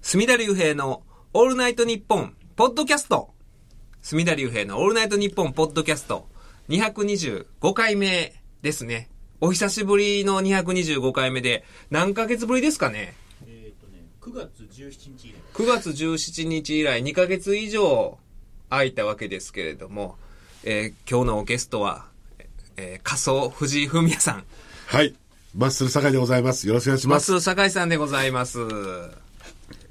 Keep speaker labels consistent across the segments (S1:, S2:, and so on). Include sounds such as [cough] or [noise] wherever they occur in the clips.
S1: 隅田隆平のオールナイトニッポンポッドキャスト隅田隆平のオールナイトニッポンポッドキャスト225回目ですね。お久しぶりの225回目で何ヶ月ぶりですかね
S2: えっ、とね、9月17日以来。
S1: ?9 月17日以来2ヶ月以上空いたわけですけれども、えー今日のゲストは、えー仮想藤井文也さん、
S3: はい。マッスル酒井でございます。よろしくお願いします。
S1: 松坂井さんでございます。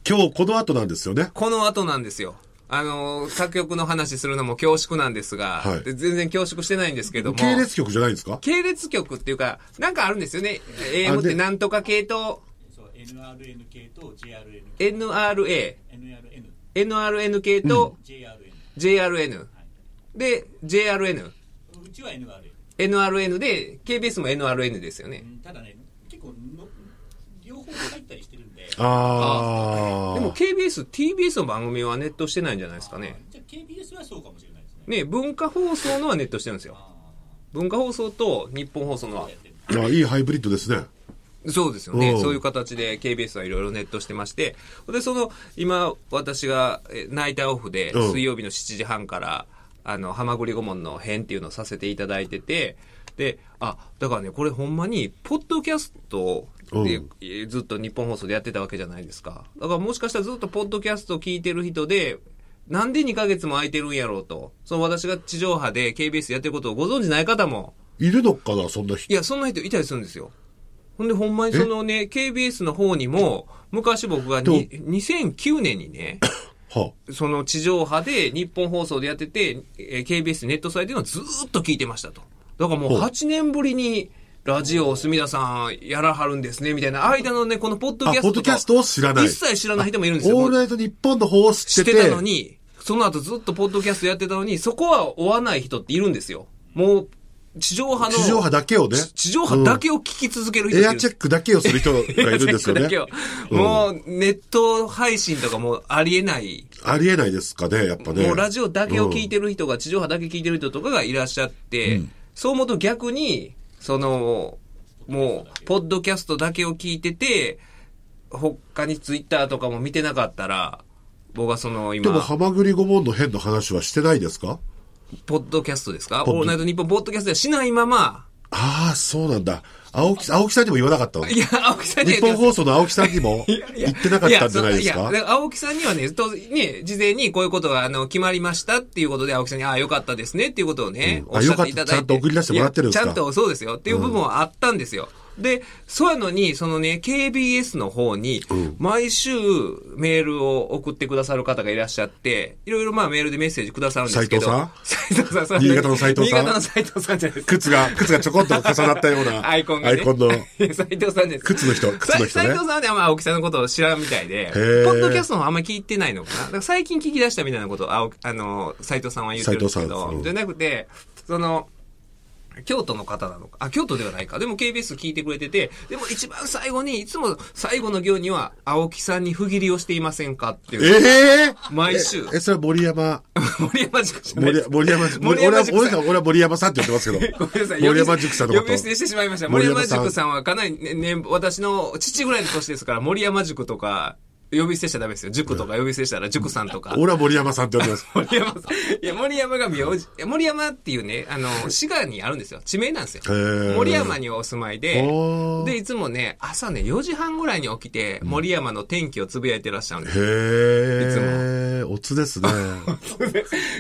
S3: 今日この後なんですよね。
S1: この後なんですよ。あのー、作曲の話するのも恐縮なんですが、
S3: はい
S1: で全然恐縮してないんですけども。
S3: 系列局じゃないんですか
S1: 系列曲っていうか、なんかあるんですよね。
S3: あ
S1: AM っ
S3: で
S1: てなんとか系と、
S2: そう、NRN 系と JRN 系。
S1: NRA、
S2: NRN、
S1: NRN 系と
S2: JRN。
S1: JRN。で、JRN。
S2: うちは NRN。
S1: NRN で、KBS も NRN ですよね
S2: う。んただね、結構の、両方入ったりしてるんで。
S3: あー。
S1: でも KBS、TBS の番組はネットしてないんじゃないですかね。
S2: じゃあ KBS はそうかもしれないですね。
S1: ね、文化放送のはネットしてるんですよ。文化放送と日本放送のは
S2: や。ってる
S3: いやいいハイブリッドですね。
S1: そうですよね
S3: う。ん
S1: そういう形で KBS はいろいろネットしてまして。で、その、今、私が、えナイターオフで、
S3: うん
S1: 水曜日の7時半から、あの、ハマグリ顧問の編っていうのをさせていただいてて、で、あ、だからね、これほんまに、ポッドキャストで
S3: うん、
S1: えーずっと日本放送でやってたわけじゃないですか。だからもしかしたらずっとポッドキャストを聞いてる人で、なんで2ヶ月も空いてるんやろうと。その私が地上波で KBS やってることをご存じない方も、
S3: いるのかな、そんない人。
S1: や、そんな人いたりするんですよ。ほんで、ほんまにそのね、KBS の方にも、昔僕がに2009年にね、
S3: は
S1: その地上波で日本放送でやってて、えー KBS ネット祭でのずーっと聞いてましたと。だからもう
S3: ほう
S1: 8年ぶりに、ラジオを隅田さんやらはるんですね、みたいな。間のね、このポッド
S3: あ、
S1: キャストとか。
S3: ポッドキャストを知らない。
S1: 一切知らない人もいるんですよ。
S3: オールナイト日本の方を知
S1: し
S3: っててて。
S1: たのに、その後ずっとポッドキャストやってたのに、そこは追わない人っているんですよ。もう、地上波の。
S3: 地上波だけをね
S1: ち地上波だけを聞き続ける人
S3: エアチェ
S1: ッ
S3: ックだけをする人がいるんですよ
S1: [laughs]
S3: ね。うん
S1: もう、ネット配信とかもありえない。
S3: ありえないですかね、やっぱね。
S1: もうラジオだけを聞いてる人が、地上波だけ聞いてる人とかがいらっしゃって、そう思うと逆に、その、もう、ポッドキャストだけを聞いてて、他にツイッターとかも見てなかったら、僕はその
S3: で
S1: 今。
S3: も、ハマグリ顧問の変の話はしてないですか
S1: ポッドキャストですか
S3: ポッ
S1: オ
S3: ド
S1: ールナイトニッポンポッドキャストではしないまま、
S3: ああ、そうなんだ。青木さん、青木さんにも言わなかったの
S1: いや、青木さんには
S3: 日本放送の青木さんにも言ってなかったんじゃないです
S1: やそ
S3: か
S1: うやだら青木さんにはね、当然ね、事前にこういうことが、あの、決まりましたっていうことで、青木さんに、ああ、よかったですねっていうことをね、
S3: うん
S1: おっしゃっていただいて。
S3: あよかったちゃんと送り出してもらってるんですか
S1: いやちゃんとそうですよっていう部分はあったんですよ。で、そうやのに、そのね、KBS の方に
S3: うん、
S1: 毎週メールを送ってくださる方がいらっしゃって、いろいろまあメールでメッセージくださるんですけど。[laughs]
S3: 斉
S1: 斉藤さんそんな
S3: 新潟の斉藤さん
S1: 新潟の斉藤さんじゃないですか。
S3: 靴が、靴がちょこっと重なったよう
S1: [laughs]
S3: な。
S1: アイコンが、ね。
S3: の。
S1: 斉藤さんです。
S3: 靴の人靴の人ね
S1: 斉藤さんはね、あんま青木さんのことを知らんみたいで、ポ
S3: ー
S1: ッドキャストの方あんまり聞いてないのかな。だから最近聞き出したみたいなことを、青木あの、斉藤さんは言ってるんですけ
S3: 斉藤さん
S1: ど
S3: う、ん
S1: じゃなくて、その、京都の方なのか。あ、京都ではないか。でも KBS 聞いてくれてて、でも一番最後に、いつも最後の行には、青木さんに不義理をしていませんかって
S3: え
S1: いう。
S3: え
S1: 毎週
S3: え、それは森山、
S1: [laughs] 森山塾じゃない
S3: 森
S1: [laughs] で
S3: 山
S1: す
S3: 森
S1: 森山
S3: 山、森俺は
S1: 塾さん
S3: 俺は、俺は森山さんって言ってますけ
S1: ご [laughs]
S3: ど
S1: めんなさい。。
S3: 森山塾さんのこ
S1: 呼び捨て
S3: と。
S1: してしまいました。森
S3: 森山
S1: 山
S3: さん
S1: 塾さんはかなり、ねね、私の父ぐらいの年ですから、森山塾とか、呼び捨てしちゃダメですよ。塾とか呼び捨てしたら塾さんとか。
S3: 俺は森山さんって呼んでます。
S1: 森山さん。いや、森山が名字。いや森山っていうね、あの、滋賀にあるんですよ。地名なんですよ
S3: へ。ー
S1: 森山にお住まいで
S3: ほ、ー
S1: で、いつもね、朝ね、4時半ぐらいに起きて、森山の天気をつぶやいてらっしゃるんですよ
S3: へえ。おつですね。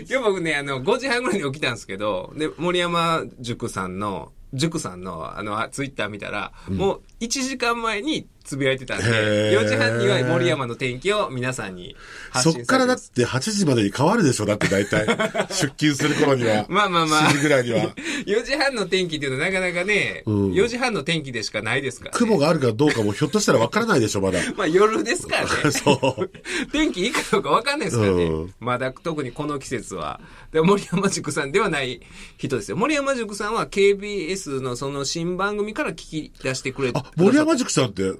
S1: 今日僕ね、あの、5時半ぐらいに起きたんですけど、で、森山塾さんの、塾さんの、あの、あツイッター見たら、もう1時間前につぶやいてたんで、
S3: へー
S1: 4時半には森山の天気を皆さんに [laughs] 発
S3: そ
S1: 信され
S3: っ
S1: て
S3: から
S1: ま
S3: だっ
S1: す
S3: て8時までに変わるでしょだって大
S1: [laughs]
S3: 体。出勤する頃には。
S1: まあまあまあ
S3: 7時ぐらいには。
S1: 4時半の天気っていうのはなかなかね、
S3: うん
S1: 4時半の天気でしかないですから、ね。
S3: 雲があるかどうかもひょっとしたらわからないでしょ
S1: [laughs]
S3: まだ。
S1: まあ夜です
S3: [laughs]
S1: からね。
S3: そう。
S1: [laughs] 天気いいかどうかわかんないですからね。
S3: うん
S1: まだ特にこの季節は。で森山塾さんではない人ですよ。森山塾さんは KBS のその新番組から聞き出してくれ
S3: あ、森山
S1: 塾
S3: 塾さんって、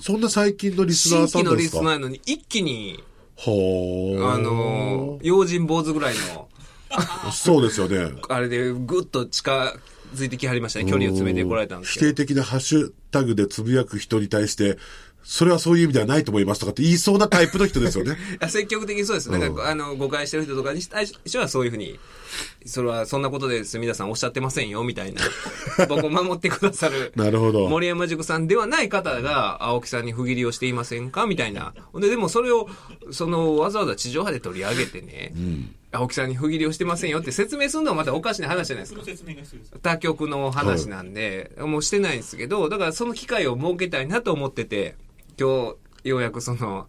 S3: そんな最近のリスナ
S1: 新
S3: ーさ
S1: 規
S3: んな
S1: の
S3: んで
S1: リ
S3: す
S1: ス
S3: か
S1: ナーなのに一気に、
S3: ほー。
S1: あのー、用心坊主ぐらいの、
S3: そうですよね。
S1: あれでぐっと近づいてきはりましたね。距離を詰めてこられたんです
S3: 否
S1: けど。
S3: 定的なハッシュタグでつぶやく人に対して、それはそういう意味ではないと思いますとかって言いそうなタイプの人ですよ
S1: [laughs]
S3: ね。
S1: あ積極的にそうです。なんか、あの、誤解してる人とかに対してはそういうふうに、それはそんなことです、皆さんおっしゃってませんよ、みた
S3: [laughs]
S1: いな。僕を守ってくださる。
S3: なるほど
S1: 森山塾さんではない方が、青木さんに不義理をしていませんかみたいな。で、でもそれを、その、わざわざ地上波で取り上げてね、青木さんに不義理をしてませんよって説明するのはまたおかしな話じゃないです
S2: そ
S1: か
S2: の。説明が必要です。
S1: 他局の話なんで、もうしてないんですけど、だからその機会を設けたいなと思ってて、今日、ようやくその、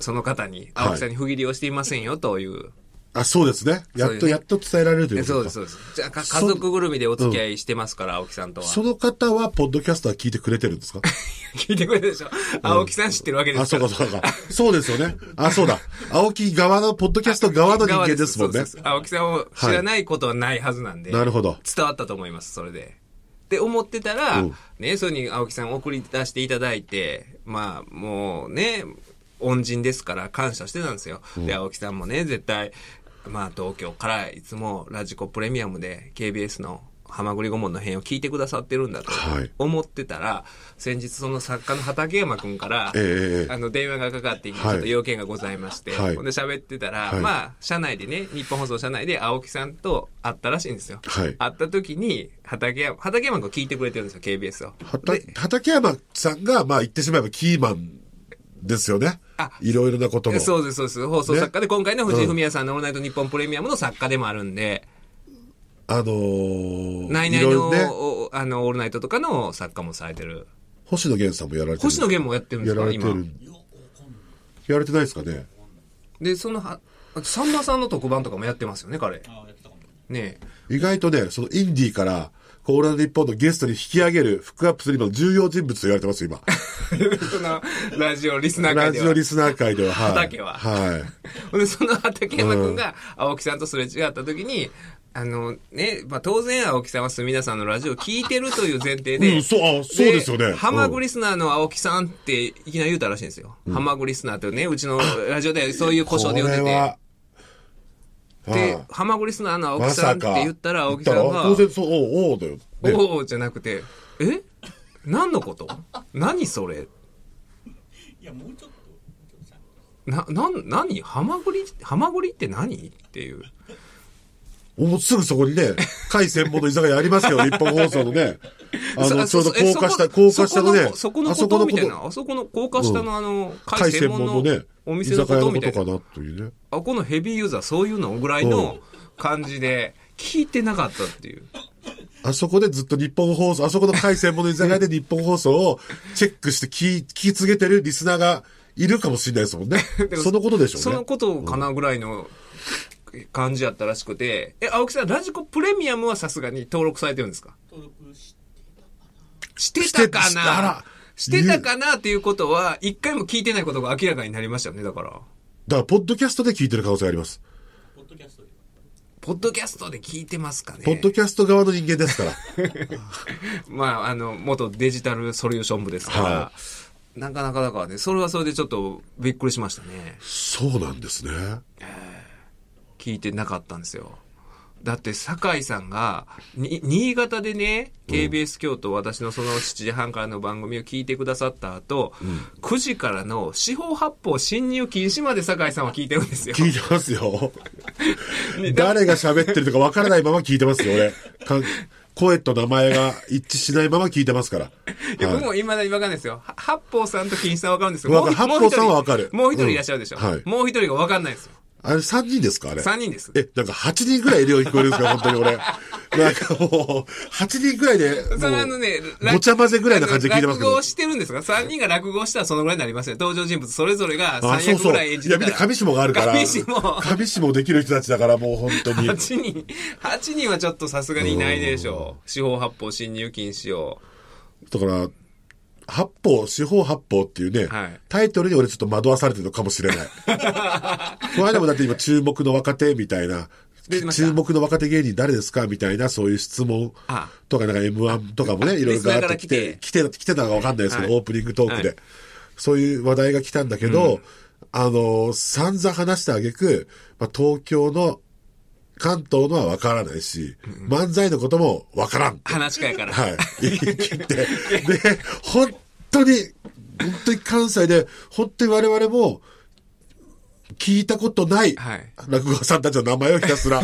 S1: その方に、
S3: はい
S1: 青木さんに不義理をしていませんよという。
S3: あ、そうですね。やっ
S1: そうです
S3: と、
S1: ね
S3: やっと伝えられるという
S1: え
S3: こと
S1: そうです、そうです。じゃあ、か家族ぐるみでお付き合いしてますから、青木さんとは。
S3: その方は、ポッドキャストは聞いてくれてるんで
S1: [laughs]
S3: すか
S1: 聞いてくれるでしょ青木さん知ってるわけで
S3: あ、
S1: すか
S3: そ
S1: ら。
S3: うか、そうか。そうですよね。あ、そうだ。青木側の、ポッドキャスト側の人間ですもん
S1: そう
S3: ね
S1: で。す青木さんを知らないことはないはずなんで。
S3: なるほど。
S1: 伝わったと思います、それで。って思ってたら、
S3: うん
S1: ね、そういうふうに青木さん送り出していただいて、まあ、もうね、恩人ですから感謝してたんですよ。で、青木さんもね、絶対、まあ、東京からいつもラジコプレミアムで KBS のハマグリ顧問の編を聞いてくださってるんだと
S3: はい
S1: 思ってたら、先日その作家の畠山くんから、
S3: ええ
S1: あの、電話がかかってきて、ち
S3: はい
S1: ょっと要件がございまして、
S3: はい
S1: ほんで喋ってたら、
S3: はい
S1: まあ、社内でね、日本放送社内で青木さんと会ったらしいんですよ。
S3: はい
S1: 会った時に、畠山、畠山君聞いてくれてるんですよ、KBS を。
S3: はた
S1: で、
S3: 畠山さんが、まあ言ってしまえばキーマンですよね
S1: あ。
S3: いろいろなことも。
S1: そうです、そうです。放送作家で、今回の藤井フミヤさんのオールナイト日本プレミアムの作家でもあるんで、
S3: あのー、
S1: ナイナ
S3: い
S1: イ
S3: ろい
S1: の、
S3: ろね、
S1: おあの、オールナイトとかの作家もされてる。
S3: 星野源さんもやられてる。
S1: 星野源もやってるんですか
S3: やられてる。やられてないですかね。
S1: で、そのは、あさんまさんの特番とかもやってますよね、彼。
S2: ああ、やってたかも。
S1: ね [laughs]
S3: 意外とね、そのインディーから、こう、オールナイト日本のゲストに引き上げる、フックアップする今の重要人物と言われてます、
S1: [laughs]
S3: 今。
S1: え。その、ラジオ、リスナー
S3: ラ
S1: 会で
S3: ジ
S1: は
S3: オリスナー界では、はい。
S1: 畑は
S3: はい。
S1: ほん [laughs] で、その畠山くんが青木さんとすれ違った時に、あのね、まあ、当然青木さんはすみださんのラジオを聞いてるという前提 [laughs] で。
S3: うんそうあそうですよね
S1: ハマグリスナーの青木さんっていきなり言うたらしいんですよ。ハマグリスナーってね、うちのラジオでそういう故障で呼んで
S3: これ
S1: て。
S3: は、
S1: で
S3: は、
S1: ハマグリスナーの
S3: あ
S1: 青
S3: ま
S1: 木さん
S3: さ
S1: って
S3: か。
S1: 言ったら青木さん
S3: 言った
S1: が、
S3: ら当然そう、おう、おうだよ。ね
S1: おおじゃなくて、え何のこと何それ
S2: いや、もうちょっと、もうちょっとさ
S1: な、なん、何ハマグリ、ハマグリって何っていう。
S3: もうすぐそこ
S1: [laughs]
S3: にね、海専門の居酒屋ありますよ、日本放送のね。あの、ちょうど高架下、高架下のね、
S1: そこの
S3: あ
S1: こ
S3: そことの
S1: みたいな、あそこの高架下のあの、
S3: 海
S1: 海
S3: 専
S1: 専
S3: 門
S1: 門
S3: のね
S1: の、お
S3: 居
S1: 店の
S3: 酒
S1: こ
S3: 屋の
S1: と
S3: こ
S1: みた
S3: と
S1: い
S3: か
S1: な。
S3: なというね。
S1: あ、このヘビーユーザーそういうのぐらいの感じで、聞いてなかったっていう。
S3: あそこでずっと日本放送、あそこの海専門の居酒屋で日本放送をチェックして聞き聞き継げてるリスナーがいるかもしれないですもん
S1: [laughs]
S3: ね。そのことでしょ
S1: そうの
S3: ね。
S1: ことかなぐらいの感じやったらしくて、え、青木さん、ラジコプレミアムはさすがに登録されてるんですか
S2: 登録して、
S1: してたか
S3: してあら
S1: なしてたかなっていうことは、一回も聞いてないことが明らかになりましたよね、だから。
S3: だから、ポッドキャストで聞いてる可能性があ
S1: [laughs]
S3: ります。
S2: ポッドキャストで。
S1: ポッドキャストで聞いてますかね
S3: ポッドキャスト側の人間ですから。
S1: まあ、あの、元デジタルソリューション部ですから、
S3: は
S1: なかなかだからね、それはそれでちょっとびっくりしましたね。
S3: そうなんですね。
S1: 聞いてなかったんですよ。だって、酒井さんが、に、新潟でね、KBS 京都、私のその7時半からの番組を聞いてくださった後、9時からの四方八方侵入禁止まで酒井さんは聞いてるんですよ。
S3: [laughs] 聞いてますよ。誰が喋ってるとか分からないまま聞いてますよ、俺。か声と名前が一致しないまま聞いてますから。
S1: いや、
S3: はい
S1: 僕も未だにわかんないですよ。は八方さんと禁止さんはわかるんですよ。
S3: わ
S1: も
S3: か
S1: う
S3: る
S1: 一もう一人
S3: 八方さんはわかる
S1: もう一人いらっしゃるでしょ。
S3: うんはい
S1: もう一人がわかんないですよ。
S3: あれ3人ですかあれ。
S1: 3人です。
S3: え、なんか8人ぐらいいるように聞こえるんですか、本当に俺。なんかもう、8人ぐらいで、
S1: それあの
S3: もう
S1: ね、
S3: ごちゃ混ぜぐらいな感じで聞いてますけ
S1: 落
S3: ど
S1: 語を。してるんですか ?3 人が落語したらそのぐらいになりますよ。登場人物それぞれが
S3: あ、
S1: 3役ぐらい演じ
S3: い
S1: て
S3: や、
S1: た
S3: み
S1: ら
S3: んな上下があるから。
S1: 上下
S3: 上下できる人たちだから、もう本当
S1: [laughs]
S3: に。
S1: 8人、8人はちょっとさすがにいないでしょう。四方八方侵入禁止を。
S3: だから、八方、四方八方っていうね、
S1: はい
S3: タイトルに俺ちょっと惑わされてるのかもし
S1: [laughs]
S3: れない。この間もだって今注目の若手みたいな
S1: 出て、ました
S3: 注目の若手芸人誰ですかみたいなそういう質問
S1: あ
S3: とか、なんか M1 とかもね、いろいろガーッと来て、
S1: [laughs] リ
S3: 来て、来てたのかわかんないですけど、
S1: はい
S3: オープニングトークで、
S1: は
S3: そういう話題が来たんだけど、あのー、散々話したあげく、まあ、東京の、関東のはわからないし、漫才のこともわからん。
S1: 話し家やから。
S3: はい。言い切って。で、本当に、本当に関西で、本当に我々も、聞いたことない
S1: はい、
S3: 落語家さんたちの名前をひたす
S1: [laughs]
S3: ら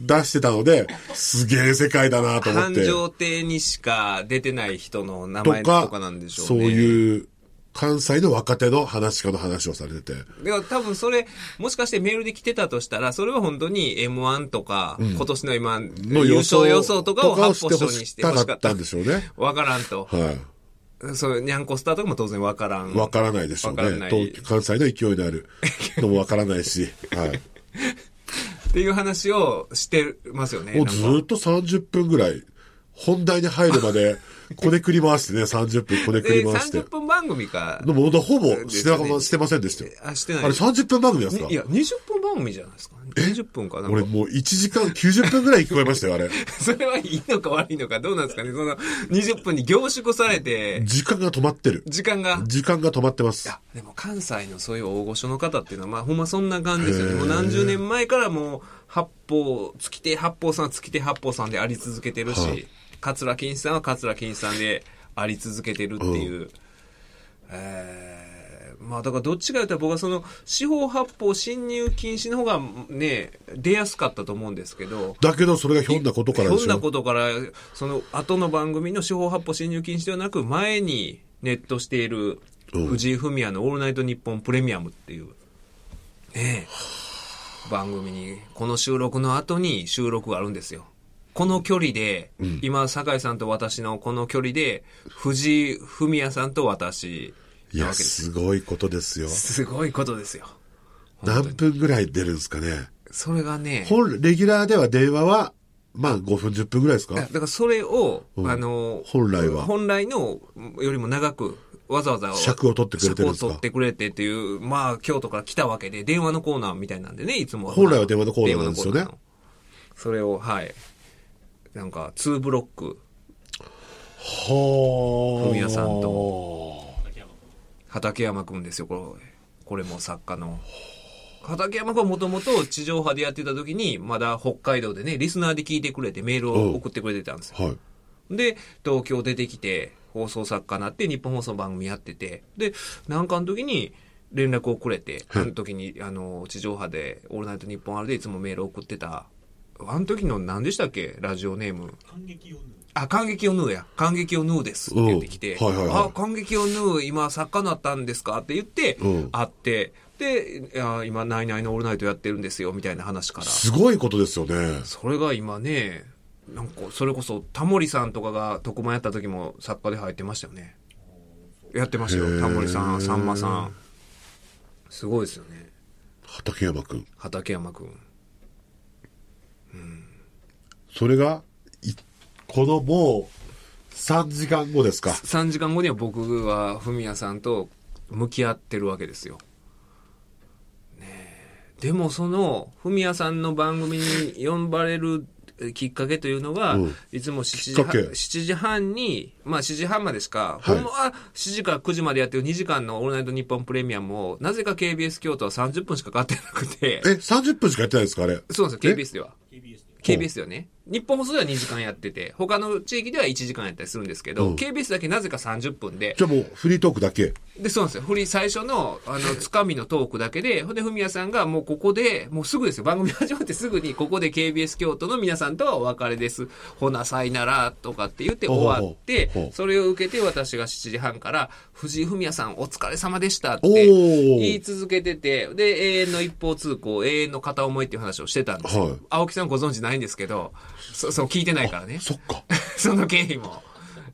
S3: 出してたので、すげえ世界だなと思っ
S1: 繁
S3: て。
S1: 盛亭にしか出てない人の名
S3: と
S1: 前
S3: か、
S1: とかなんでしょうね。
S3: そういう、関西の若手の話家の話をされてて。
S1: でも多分それ、もしかしてメールで来てたとしたら、それは本当に M1 とか、今年の M1
S3: の
S1: 優
S3: 予想
S1: 勝予想とかを発
S3: と
S1: 泡
S3: かを
S1: 書にして
S3: た
S1: 欲
S3: か
S1: しか
S3: っ
S1: ったた
S3: んで。しょうね。
S1: わからんと。
S3: は
S1: そう、ニャンコスターとかも当然わからん。
S3: い。わからないでしょう
S1: わから
S3: ね。
S1: ない
S3: 東京関西の勢いのあるのもわからないし。はい。
S1: っていう話をしてますよね。
S3: もう
S1: なん
S3: ず
S1: か
S3: ーっと30分ぐらい、本題に入る
S1: [laughs]
S3: まで、こねくり回してね、30分こねく
S1: で、
S3: り回して
S1: 30。分番組か
S3: で。も、ほぼ
S1: です
S3: して
S1: ね
S3: なかったしてませんでしたよ。
S1: あ、して
S3: あ
S1: ない。
S3: れ30分番組なんですか
S1: にいや、20分番組じゃないですか。20分かな。
S3: 俺もう1時間90分ぐらい聞こえましたよ、あれ。
S1: [laughs] それはいいのか悪いのか、どうなんですかね。その、20分に凝縮されて、
S3: 時間が止まってる。
S1: 時間が。
S3: 時間が止まってます。
S1: あでも関西のそういう大御所の方っていうのは、まあ、ほんまそんな感じですよね。もう何十年前からもう、八方、月手八方さん、月手八方さんであり続けてるし、
S3: はい
S1: 桂金一さんは桂金一さんであり続けてるっていう。えーまあだからどっちか言ったら僕はその四方八方侵入禁止の方がね出やすかったと思うんですけど
S3: だけど、それがひょんなことからで
S1: ひょ
S3: し
S1: んな
S3: ょ。
S1: ことから、その後の番組の四方八方侵入禁止ではなく、前にネットしている
S3: うん
S1: 藤井フミヤのオールナイトニッポンプレミアムっていう、ねえ、番組に、この収録の後に収録があるんですよ。この距離で、今、酒井さんと私のこの距離で、藤井フミヤさんと私、
S3: い
S1: な
S3: や、
S1: わけです
S3: すごいことですよ。
S1: すごいことですよ。本当
S3: 何
S1: に
S3: 分ぐらい出るんですかね。
S1: それがね、
S3: 本、レギュラーでは電話は、まあ5分10分ぐらいです
S1: いや
S3: か
S1: だからそれを、
S3: うん
S1: あの、
S3: 本来は
S1: 本来のよりも長く、わざわざ、
S3: 尺を取ってくれてるんです
S1: 尺
S3: か
S1: を取ってくれてっていう、まあ、京都から来たわけで、電話のコーナーみたいなんでね、いつも。
S3: 本来は電話のコーナーなんですよ
S1: 電話のコーナ
S3: ね
S1: ーのそれを、はい。なんか、2ブロック、
S3: は
S1: フミヤさん
S3: と。
S1: 畠山くんですよ、これ。これも作家の。畠山くんはもともと地上波でやってた時に、まだ北海道でね、リスナーで聞いてくれて、メールを送ってくれてたんですよ
S3: はい。
S1: で、東京出てきて、放送作家になって、日本放送の番組やってて、で、なんかの時に連絡をくれて、あ
S3: はい
S1: の時に、あの、地上波で、オールナイト日本あるでいつもメール送ってた、あの時の何でしたっけラジオネーム。
S2: 感激を縫う
S1: あ、感激を縫うや。感激を縫うです。って言ってきて、
S3: うんはいはいはい
S1: あ、感激を縫う、今作家になったんですかって言って、
S3: うん
S1: 会って、で、いや今、ナイナイのオールナイトやってるんですよ、みたいな話から。
S3: すごいことですよね。
S1: それが今ねなんかそれこそタモリさんとかが特番やった時も作家で入ってましたよねやってました
S3: へ
S1: よ
S3: ー
S1: タモリさんさんまさんすごいですよね
S3: 畠山くん。
S1: 畠山くん
S3: それが、いこのもう、3時間後ですか。
S1: 3時間後には僕はフミヤさんと向き合ってるわけですよ、ねえ、でもそのフミヤさんの番組に呼ばれるきっかけというのは、
S3: うん
S1: いつも7
S3: き
S1: 時
S3: っかけ
S1: 半7時半に、まあ7時半までしか、
S3: はい
S1: ほんまは7時から9時までやってる2時間のオールナイトニッポンプレミアムを、なぜか KBS 京都は30分しかかかってなくて
S3: え、、30分しかやってないんですかあれ。
S1: そうなんですよ、KBS では。
S2: KBS で
S1: KBS よね。日本放送では2時間やってて、他の地域では1時間やったりするんですけど、
S3: うん
S1: KBS だけなぜか30分で、
S3: じゃあもうフリートークだけ。
S1: で、そうなんですよ。フリー最初の、あ
S3: [laughs]
S1: の、つかみのトークだけで、ほんで、ふみやさんがもうここで、もうすぐですよ。番組始まってすぐに、ここで KBS 京都の皆さんとはお別れです。ほな、さいなら、とかって言って終わっ
S3: ほうほうほ
S1: て、
S3: う
S1: それを受けて私が7時半から、藤井ふみやさんお疲れ様でしたっ
S3: お
S1: て言い
S3: ー。
S1: 続けてて、で、永遠の一方通行、永遠の片思いっていう話をしてたんですよ。
S3: はい
S1: 青木さんご存知ないんですけど、そ、そう、聞いてないからね。
S3: そっか。
S1: [laughs] その経費も。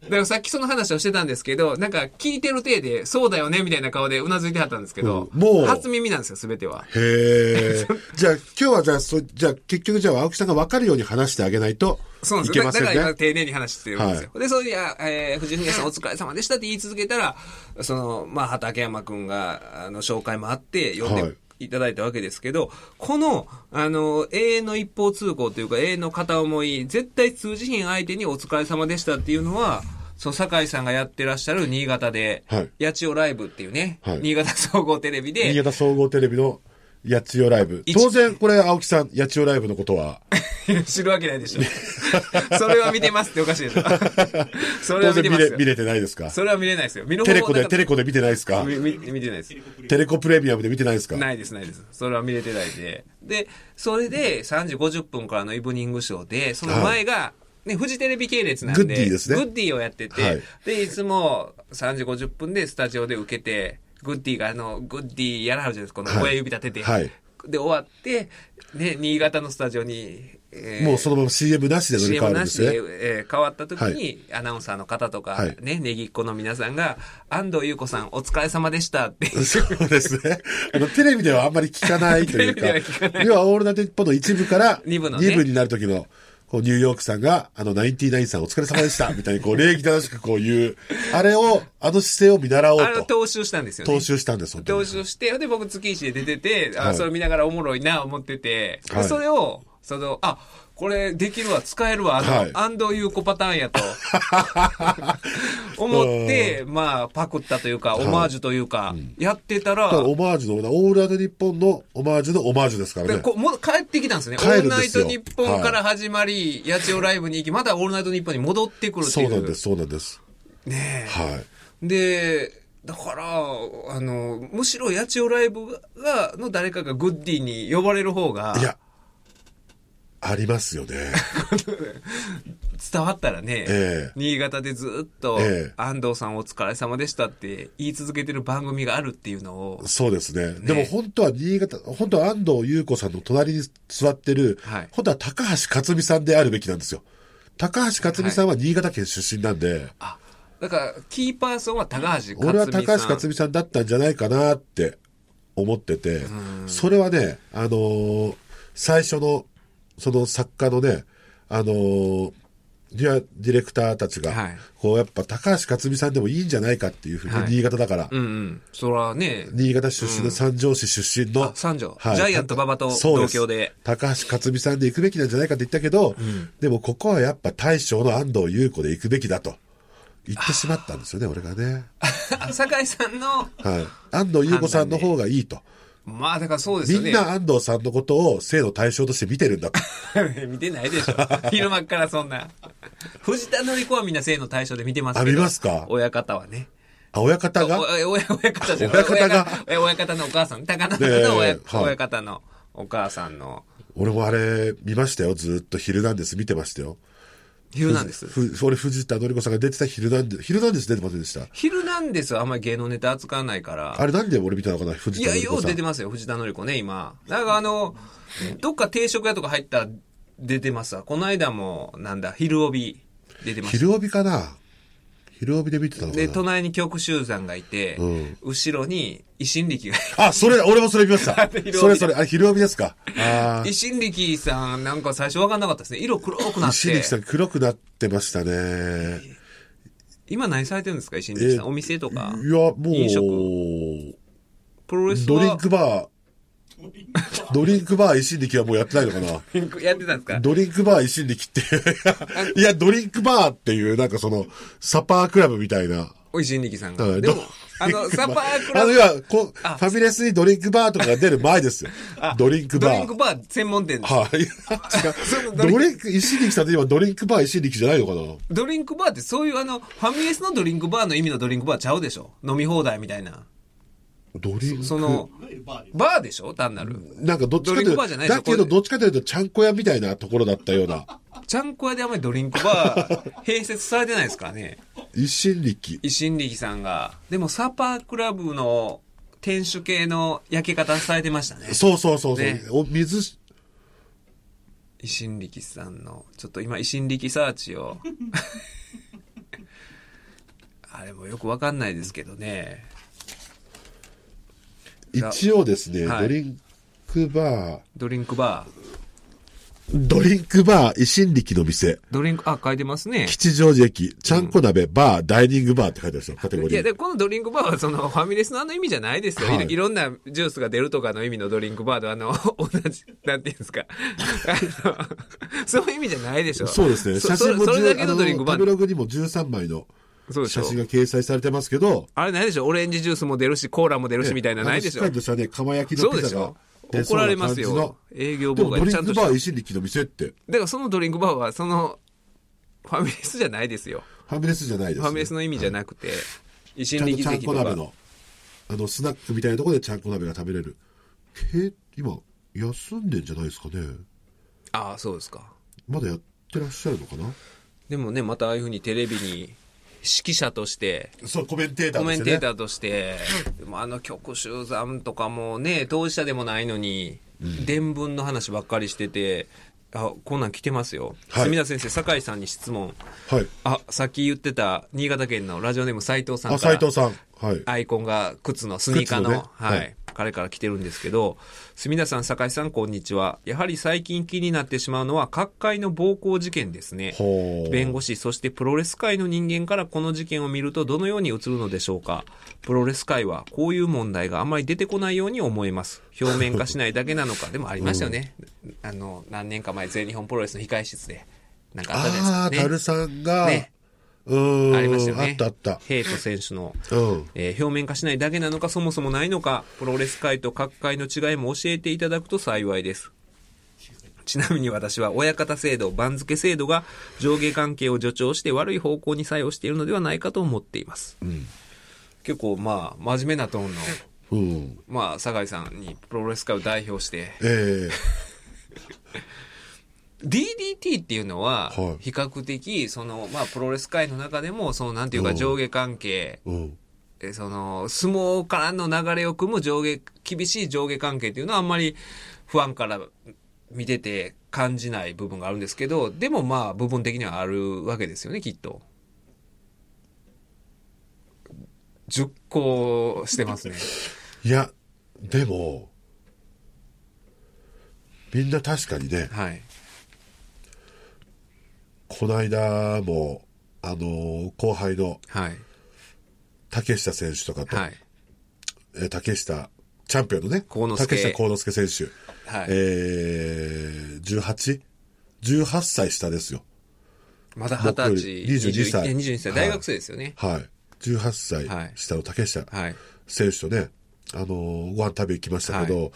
S1: だからさっきその話をしてたんですけど、なんか聞いてる体で、そうだよねみたいな顔でうなずいてはったんですけど、
S3: うんもう
S1: 初耳なんですよ、すべては。
S3: へえ。
S1: [laughs]
S3: じゃあ、今日はじゃあ、そじゃあ、結局じゃあ、青木さんが分かるように話してあげないと
S1: そうなん
S3: い
S1: です
S3: け
S1: よ。
S3: ま
S1: だ
S3: せ
S1: だか
S3: ん
S1: ら今
S3: ね。
S1: 丁寧に話してるんですよ。で、それで、あえー、藤井文也さんお疲れ様でしたって言い続けたら、その、まあ、畠山くんが、あの、紹介もあって、呼ん
S3: は
S1: でいただいたわけですけど、この、あの、永遠の一方通行というか、永遠の片思い、絶対通じひん相手にお疲れ様でしたっていうのは、その、酒井さんがやってらっしゃる新潟で、
S3: はい
S1: 八千代ライブっていうね、
S3: はい
S1: 新潟総合テレビ
S3: 新
S1: で、
S3: 潟総合テレビの八千代ライブ。
S1: 一
S3: 当然、これ、青木さん、八千代ライブのことは、 [laughs]
S1: 知るわけないでしょ。それは見てますっておかしいでしょ。それ
S3: 当
S1: は見
S3: 然
S1: て
S3: 見
S1: ます
S3: れ
S1: よ
S3: 見。れてないですか
S1: それは見れないですよ。見る
S3: テレコで、テ
S1: レ
S3: レコで見てないですか
S1: 見見見てないです。
S3: テレコプレミアムで見てないですか
S1: ないです、ないです。それは見れてないで。で、それで3時50分からのイブニングショーで、その前が、ね、フジテレビ系列なんで、
S3: グッディですね
S1: グッディをやってて、
S3: はい
S1: で、いつも3時50分でスタジオで受けて、グッディがあの、グッディやらはるじゃないですか、この親指立てて。
S3: はい
S1: で、終わって、ね、新潟のスタジオに、えー
S3: もうそのまま CM なしで乗り換
S1: CM
S3: わるん
S1: な
S3: で
S1: し
S3: すね。
S1: で、えー変わった時
S3: は
S1: に、アナウンサーの方とか、
S3: はい
S1: ね、ネギっ子の皆さんが、安藤優子さんお疲れ様でしたって、
S3: そうですね。あの、テレビではあんまり聞かないとい
S1: テレ
S3: う
S1: ビでは聞か
S3: か、要はオールナイト日本の一部から
S1: 二
S3: 二
S1: 部
S3: 部
S1: のね
S3: になる時の、こう、ニューヨークさんが、あの、ナインティナインさんお疲れ様でした、みたいに、こう、礼儀正しくこう言う、あれを、あの姿勢を見習お
S1: あれを
S3: うと、
S1: 踏襲したんですよね。
S3: 踏襲したんです、本当
S1: 投
S3: に。
S1: 資をして、で、僕月一で出てて、あ
S3: はい
S1: それ見ながらおもろいな、思ってて、で
S3: はい
S1: それを、その、あ、これできるわ、使えるわ、あの、
S3: はい
S1: 安藤優子パターン
S3: [laughs]
S1: やと、思って、まあ、パクったというか、オマージュというか、やってたら、
S3: だからオマージュの、オールナイト日本のオマージュのオマージュですから
S1: で
S3: ね。
S1: こうもう帰ってきたんですね。オー
S3: 帰る
S1: ル
S3: ん
S1: ナ
S3: で
S1: イ
S3: すよ
S1: ト日本から始まり、八千代ライブに行き、またオールナイト日本に戻ってくるってい。
S3: そううなんです、そうなんです。
S1: ねえ
S3: はい。
S1: で、だから、あの、むしろ八千代ライブが、の誰かがグッディに呼ばれる方が、
S3: いや、ありますよね。
S1: 伝わったらね、
S3: ええ
S1: 新潟でずっと、
S3: ええ
S1: 安藤さんお疲れ様でしたって言い続けてる番組があるっていうのを、
S3: そうですね。でも本当は新潟、本当は安藤優子さんの隣に座ってる、
S1: はい
S3: 本当は高橋克実さんであるべきなんですよ。高橋克実さんは新潟県出身なんで、
S1: あ、だから、キーパーソンは高橋克実さん。
S3: 俺は高橋克実さんだったんじゃないかなって思ってて、それはね、あのー最初の、その作家のね、あのーディアディレクターたちが、
S1: はい
S3: こうやっぱ高橋克実さんでもいいんじゃないかっていうふうに、
S1: はい
S3: 新潟だから、
S1: うんうん。そらね、
S3: 新潟出身の三条市出身の、
S1: あ三条ジャイアント馬場と
S3: そうす
S1: 同郷で
S3: 高橋克実さんで行くべきなんじゃないかって言ったけど、でもここはやっぱ大将の安藤優子で行くべきだと言ってしまったんですよね俺がね、 [laughs]
S1: あ酒井さんの、
S3: はい、安藤優子さんの方が
S1: [laughs]
S3: いいと、
S1: まあだからそうです
S3: み
S1: よね。
S3: んな安藤さんのことを性の対象として見てる
S1: [laughs]
S3: んだと
S1: 見てないで
S3: [laughs]
S1: しょ。昼間っからそんな。藤田紀子はみんな性の対象で見てますけど。
S3: あ見ますか
S1: 親方はね。
S3: あ親方が
S1: おお親親方じゃない
S3: 親方が
S1: 親親方のお母さん。高野
S3: ねえ
S1: の親,、
S3: はい
S1: 親方のお母さんの。
S3: 俺もあれ見ましたよずーっと「ヒルナンデス」見てましたよ
S1: ヒルナンデス。
S3: ふふ俺藤田紀子さんが出てた「ヒルナンデス」「ヒルナンデス」出てませんでした
S1: ヒルナンデスはあんまり芸能ネタ扱わないから。
S3: あれなんで俺見たのかな藤
S1: い
S3: 田
S1: や、
S3: 紀
S1: よ
S3: 子
S1: う
S3: さん
S1: 出てますよ、藤田紀子ね、今。なんかあの、どっか定食屋とか入ったら出てますわ。この間も、なんだ、昼帯出てました。
S3: 昼帯かな昼帯で見てたのか
S1: で、
S3: な
S1: 隣に極集山がいて、
S3: うん
S1: 後ろに維新力がいて
S3: あ、それ、俺もそれ見まし
S1: [laughs]
S3: た
S1: 昼帯。だ
S3: それそれ、あれ、昼帯ですか。あー
S1: 維新力さんなんか最初わかんなかったですね。色黒くなっ
S3: 石力
S1: て。
S3: さん黒くなってましたね。
S1: 今何されてるんですか維新力さん。
S3: え
S1: お店とか。
S3: いや、も
S1: 飲食
S3: う、
S1: プロレス
S3: ドリン
S1: は
S3: ク
S2: [laughs]
S3: バー、ドリンクバー石力はもうやってないのかな
S1: [laughs] やってたんですか
S3: ドリンクバー石
S1: [laughs]
S3: 力って、いや、ドリンクバーっていう、なんかその、サッパークラブみたいな。
S1: 維新力さん
S3: は
S1: が。
S3: い
S1: でも、
S3: ド
S1: あ
S3: [laughs] リンクバ
S1: の、サパークラ
S3: あの、
S1: ブ
S3: い。や、こうファミレスにドリンクバーとかが出る前ですよ
S1: あ。
S3: ドリンク
S1: ド
S3: バ
S1: リン
S3: ー
S1: ク。バー専門店です。
S3: はい。
S1: そのド
S3: ド
S1: リン
S3: リンク、石力さんって今ドリンクバー石力じゃないのかな
S1: ドリンクバーってそういうあの、ファミレスのドリンクバーの意味のドリンクバーちゃうでしょ飲み放題みたいな。
S3: ドリンク
S1: その、
S2: いわゆるバーで
S1: バーでしょ単なる。
S3: なんかどっちかと
S1: ド
S3: い
S1: リンク
S3: う
S1: バー
S3: と、
S1: じゃないです
S3: だけ
S1: こ
S3: ど
S1: れ
S3: どっちかというとちゃんこ屋みたいなところだったような。
S1: ちゃんこ屋であんまりドリンクバー併設されてないですからね。
S3: 一心力。
S1: 維新力さんが。でも、サパークラブの店主系の焼け方されてましたね。
S3: そうそうそうそう、
S1: ね
S3: お水し、
S1: 維新力さんの、ちょっと今、維新力サーチ
S3: [laughs]
S1: を。あれもよくわかんないですけどね。
S3: 一応ですね、
S1: はい
S3: ドリンクバー、
S1: ドリンクバー。
S3: ドリンクバー、一心力の店、
S1: ドリンク、あ、書いてますね。
S3: 吉祥寺駅、ちゃんこ鍋、バー、ダイニングバーって書いてあるんですよ、カテゴ
S1: い
S3: リ
S1: や、
S3: ー。
S1: で、このドリンクバーはそのファミレスのあの意味じゃないですよ。
S3: はい
S1: い、いろんなジュースが出るとかの意味のドリンクバーとあの、同じ、なんていうんですか。あの
S3: [laughs]
S1: そういう意味じゃないでしょ。
S3: そうですね、
S1: そ
S3: 写真も
S1: それそれだ
S3: 10
S1: け
S3: あ
S1: の
S3: の
S1: ドリンクバ
S3: 食べ
S1: ー。
S3: ログにも13枚の
S1: そうでしょ
S3: 写真が掲載されてますけど、
S1: あれないでしょオレンジジュースも出るし、コーラも出るしみたいな、ないでし
S3: あのしっか
S1: ょ
S3: りとしたね、釜焼き
S1: そ
S3: の
S1: う
S3: ピ
S1: でし
S3: ザが
S1: ょ。
S3: で
S1: 怒られます
S3: そんな感
S1: よ。営業
S3: じ
S1: 妨
S3: のでもド
S1: 害
S3: リ
S1: ちゃ
S3: ン
S1: んと
S3: ク
S1: した
S3: バー石力の店って、
S1: だからそのドリンクバーは、その、ファミレスじゃないですよ。
S3: ファミレスじゃないです、
S1: ファミレスの意味じゃなくて、維新力
S3: ちゃんとちゃん
S1: 的
S3: こと鍋
S1: か。
S3: の、あの、スナックみたいなところでちゃんこ鍋が食べれる。け今、休んでんじゃないですかね。
S1: ああ、そうですか。
S3: まだやってらっしゃるのかな
S1: でもね、またああいうふうにテレビに、指揮者として、
S3: そう、コメンテーター
S1: コメ
S3: です
S1: ン
S3: よ
S1: テー
S3: ね。
S1: ターとして、でもあの曲集算とかもね、当事者でもないのに、伝聞の話ばっかりしてて、あ、こんなん来てますよ。
S3: はい
S1: 墨田先生、酒井さんに質問。
S3: はい。
S1: あ、さっき言ってた、新潟県のラジオネーム斉藤さんか
S3: あ、
S1: ら。
S3: 斎藤さん。はい。
S1: アイコンが靴のスニーカーの
S3: 靴のね
S1: はい
S3: はい
S1: 彼から来てるんですけど墨田さん酒井さんこんにちはやはり最近気になってしまうのは各界の暴行事件ですね
S3: ほう
S1: 弁護士そしてプロレス界の人間からこの事件を見るとどのように映るのでしょうかプロレス界はこういう問題があまり出てこないように思えます表面化しないだけなの
S3: [laughs]
S1: かでもありましたよね、あの何年か前全日本プロレスの控え室でなんかあったじゃ
S3: あ
S1: ない
S3: あ、
S1: ですか
S3: タ
S1: ね
S3: ルさんが、
S1: ね
S3: うーん。
S1: ありましたよね。
S3: あったあっ
S1: ヘイト選手の、
S3: た。うん。
S1: えー表面化しないだけなのかそもそもないのかプロレス界と各界の違いも教えていただくと幸いですちなみに私は親方制度番付制度が上下関係を助長して悪い方向に作用しているのではないかと思っています、結構まあ真面目なトーンの、
S3: うん。
S1: まあ、酒井さんにプロレス界を代表して
S3: ええ
S1: DDT っていうのは
S3: はい
S1: 比較的その、まあ、プロレス界の中でもそのなんていうか上下関係、
S3: うん。
S1: えーその、相撲からの流れを組む上下、厳しい上下関係っていうのはあんまり不安から見てて感じない部分があるんですけど、でもまあ部分的にはあるわけですよね、きっと。熟考して
S3: [laughs]
S1: ますね。
S3: いや、でも、みんな確かにね、
S1: はい。
S3: こないだも、あのー後輩の
S1: はい。
S3: 竹下選手とかと、
S1: はい。
S3: えー竹下、チャンピオンのね、
S1: 幸之助
S3: 竹下幸之助選手、
S1: はい
S3: えー、18、18歳下ですよ。
S1: まだ二
S3: 僕よ
S1: 十
S3: り
S1: 歳。
S3: 22歳
S1: いや22歳。
S3: はい
S1: 大学生ですよね。
S3: はい。18
S1: はい
S3: 歳下の竹下
S1: はい。
S3: 選手とね、あのーご飯食べ行きましたけど、
S1: は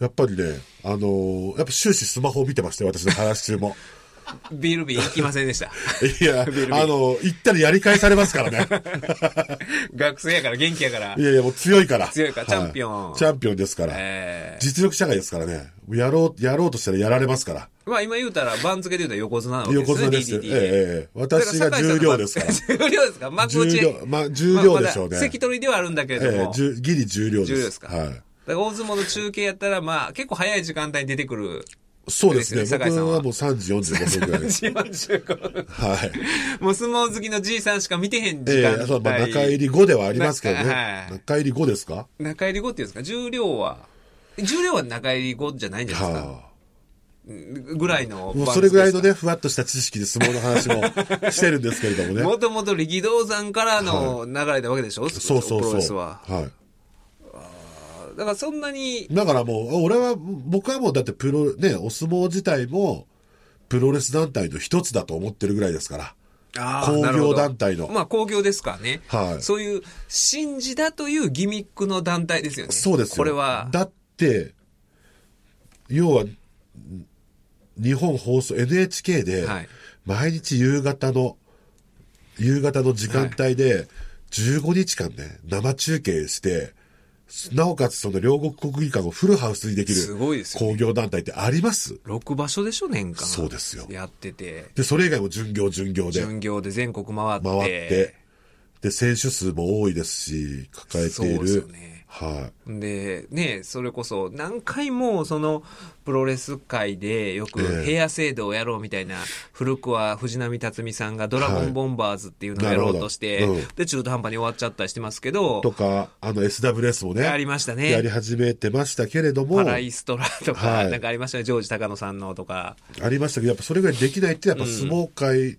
S3: やっぱりね、あのーやっぱ終始スマホを見てましたよ、私の話中も。
S1: ビールビー行きませんで
S3: [laughs]
S1: した。
S3: い
S1: [laughs]
S3: や、あのー行ったらやり返されますからね。
S1: 学生やから元気やから
S3: い。やいや、もう強いから。
S1: 強いから
S3: は
S1: チャンピオン
S3: チャンピオンですから。
S1: え
S3: 実力社会ですからね。やろう、やろうとしたらやられますから。
S1: ーまあ今言うたら番付で言うたら横綱なわけです
S3: 横
S1: よね。
S3: 綱ですよ。
S1: DDT
S3: ええ
S1: で。
S3: ええ私が重量ですから。
S1: [laughs] 重量ですか幕内。
S3: 重量、まあ、重量でしょ
S1: ま
S3: うね
S1: あ。関取ではあるんだけれ
S3: え
S1: ど
S3: え
S1: も。
S3: 重ギリ重量です。
S1: 重量ですか
S3: はい。
S1: だから大相撲の中継やったら、まあ、結構早い時間帯に出てく
S3: [laughs]
S1: る。
S3: そうですね。
S1: ですよね
S3: 僕
S1: 酒井さんは
S3: はもう3時45分くら
S1: [laughs]
S3: いです。
S1: 45分。
S3: はい。
S1: もう相撲好きのじいさんしか見てへん時
S3: え
S1: 間帯。
S3: えそう、まあ、中入り5ではありますけどね。
S1: 中はい
S3: 中入り5ですか
S1: 中入り後っていうんですか重量は、重量は中入り後じゃないんじゃないですか、
S3: は
S1: ぐらいの
S3: あ。もうそれぐらいの
S1: 番付
S3: ね、ふわっとした知識で相撲の話もしてるんですけれども
S1: ですか。
S3: ね。
S1: [laughs] もともと力道山からの流れなわけでしょ、
S3: そうそ
S1: プロ
S3: う
S1: レ
S3: そ
S1: ス
S3: う。
S1: は。
S3: は
S1: だからそんなに
S3: い。だからもう、俺は、僕はもうだってプロ、ね、お相撲自体も、プロレス団体の一つだと思ってるぐらいですから。
S1: あー
S3: 工業
S1: なるほど
S3: 団体の
S1: まあ工業ですからね。
S3: はい
S1: そういう、信じだというギミックの団体ですよね。
S3: そうですよ。
S1: これは、
S3: だって、要は、ん日本放送、NHK で
S1: はい、
S3: 毎日夕方の、夕方の時間帯で、15日間ね、生中継して、なおかつその両国国技館をフルハウスにでき
S1: すごいで
S3: る
S1: すよ
S3: 工業団体ってあります
S1: 6場所でしょ、年間。
S3: そうですよ
S1: やってて、
S3: で、それ以外も巡業巡業で
S1: 巡業で全国回って。
S3: 回って、で、選手数も多いですし、抱えてい
S1: そうですよ
S3: る。
S1: ね
S3: はい。
S1: で、ね、それこそ何回もそのプロレス界でよく
S3: ええ
S1: 部屋制度をやろうみたいな、古くは藤波辰巳さんがドラゴ
S3: は
S1: ン
S3: い
S1: ボンバーズっていうのをやろうとして、
S3: なるほどうん
S1: で、中途半端に終わっちゃったりしてますけど、
S3: とか、あの SWS もね。
S1: やりましたね
S3: やり始めてましたけれども。
S1: パライストラとか、
S3: はい
S1: なんかありましたね、ジョージ高野さんのとか。
S3: ありましたけど、やっぱそれぐらいできないって、やっぱ相撲界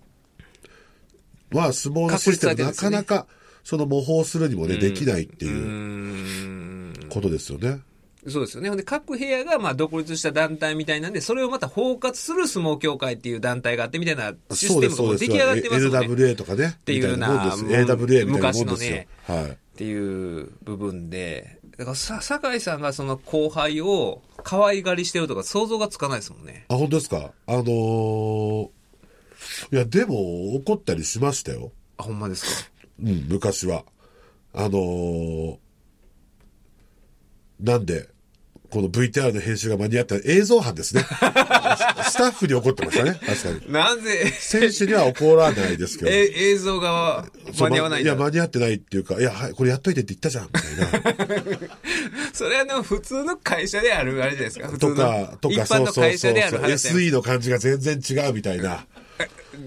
S3: は相撲のシス
S1: 確立
S3: テム、
S1: されてるん
S3: な
S1: ですね
S3: かなか、その模倣するにもね、できないって
S1: うー。
S3: いうんことですよね。
S1: そうですよね。ほんで、各部屋がまあ独立した団体みたいなんで、それをまた包括する相撲協会っていう団体があってみたいなシ
S3: そ
S1: ス
S3: う
S1: テ
S3: で
S1: ムが
S3: す、そ
S1: も
S3: う
S1: う
S3: です。
S1: 出来上がってますよね。
S3: LWA とかね。
S1: ていうような
S3: みたいなもんですよ AWA みたいなも
S1: 昔
S3: ん
S1: の
S3: ですよ
S1: ね。
S3: はい。
S1: っていう部分で、だからさ、酒井さんがその後輩を可愛がりしてるとか想像がつかないですもんね。
S3: あ、本当ですかあのーいや、でも怒ったりしましたよ。
S1: あ、ほんまですか。
S3: うん、昔は。あのーなんで、この VTR の編集が間に合った映像
S1: [laughs]
S3: 班ですね。スタッフに怒ってましたね。確かに。
S1: なぜ、
S3: 選手には怒らないですけど。
S1: え、映像が
S3: そ
S1: 間
S3: う
S1: に合わないん
S3: いや、
S1: だ。
S3: 間に合ってないっていうか、いや、はい、これやっといてって言ったじゃん、みたいな。
S1: それはでも普通の会社であるあれじゃないですか。普通
S3: と
S1: の
S3: か、と
S1: 一
S3: か、
S1: 般
S3: そう
S1: の
S3: そう
S1: 会
S3: そ
S1: 社
S3: う。
S1: である話じゃない
S3: SE の感じが全然違うみたいな。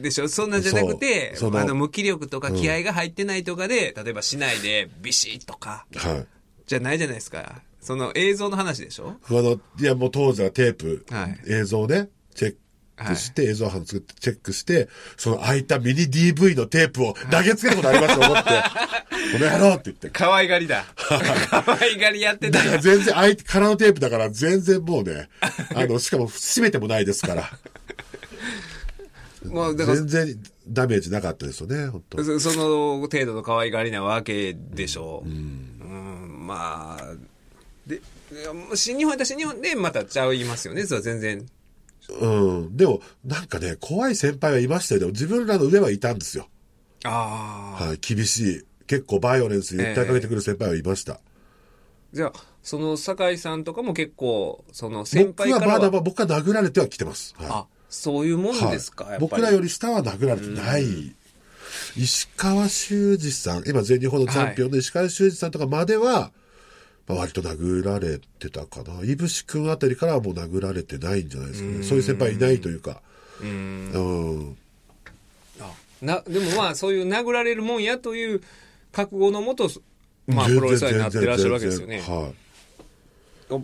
S1: でしょそんなんじゃなくて、
S3: そうその
S1: あの、無気力とか気合が入ってないとかで、例えば市内でビシッとか、
S3: はい。
S1: じゃないじゃないですか。その映像の話でしょ
S3: あの、いや、もう当時はテープ、
S1: はい
S3: 映像ね、チェックして、映像班作ってチェックして、その空いたミニ DV のテープを投げつけることありますよ、思
S1: [laughs]
S3: って。この野郎って言って。
S1: 可愛が
S3: [laughs]
S1: りだ。可愛がりやってた
S3: だから全然、空いて、空のテープだから全然もうね、あの、しかも閉めてもないです
S1: [laughs]
S3: から、
S1: もう、だから
S3: 全然ダメージなかったですよね、本当
S1: そ、その程度の可愛がりなわけでしょう。うん、まあ、で、いやもう新日本やったら新日本でまたちゃいますよね。それは全然。
S3: うん。でも、なんかね、怖い先輩はいましたよ。でも自分らの上はいたんですよ。
S1: ああ。
S3: はい、厳しい。結構バイオレンスに訴えかけてくる先輩はいました。
S1: じゃあ、その酒井さんとかも結構、その先輩か
S3: 僕は
S1: ら
S3: まだ
S1: は、
S3: ま僕は殴られてはきてます。はい
S1: あ、そういうもんですか、
S3: はい
S1: やっぱり。
S3: 僕らより下は殴られてない。石川修司さん、今全日本のチャンピオンの石川修司さんとかまでは、まあ割と殴られてたかな。いぶし君あたりからはもう殴られてないんじゃないですかね。そういう先輩いないというか。うん。
S1: な、でもまあ、そういう殴られるもんやという覚悟のもと、まあ、プ
S3: 全然
S1: ロレスラーになってらっしゃるわけですよ
S3: 全
S1: ね。
S3: 然はい。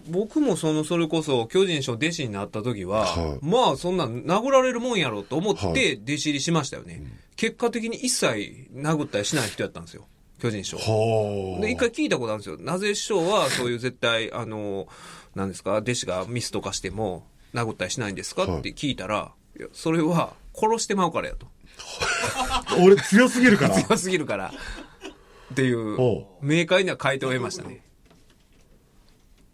S1: 僕もその、それこそ、巨人師匠弟子になった時は、
S3: はい
S1: まあ、そんな殴られるもんやろと思っ
S3: は
S1: て、弟子入りしましたよね。結果的に一切殴ったりしない人やったんですよ。巨人師匠。
S3: はあ。
S1: で、一回聞いたことあるんですよ。なぜ師匠は、そういう絶対、あの、なんですか、弟子がミスとかしても、殴ったりしないんですかって聞いたら、いや、それは、殺してまうからやと。
S3: 俺強すぎるから。
S1: 強すぎるから。っていう
S3: お、
S1: 明快な回答を得ましたね。
S3: [laughs]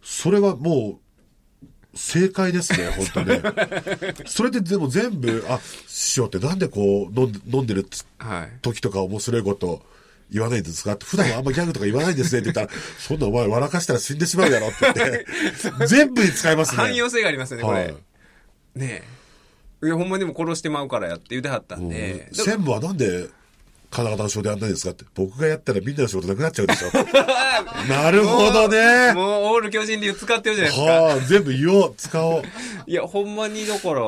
S3: それはもう、正解ですね、本当
S1: [laughs]
S3: ね。それででも全部、あ、師匠ってなんでこう、飲んで飲んでるつ
S1: はい。
S3: 時とか面白いこと言わないんですかって、普段はあんまギャグとか言わないんですねって言ったら、そんなお前笑かしたら死んでしまうやろって言って、全部に使いますね。
S1: 汎用性がありますよね、こ
S3: は
S1: れ
S3: い。。
S1: ねえ。いや、ほんまにもう殺してまうからやって言うてはったんで。だか
S3: 専務はなんで、金型の仕事やんないんですかって。僕がやったらみんなの仕事なくなっちゃうでしょ。なるほど
S1: ら
S3: ね。
S1: もう、オール巨人流使ってるじゃないですか。
S3: はあ、全部言おう、使おう。
S1: いや、ほんまに、だから、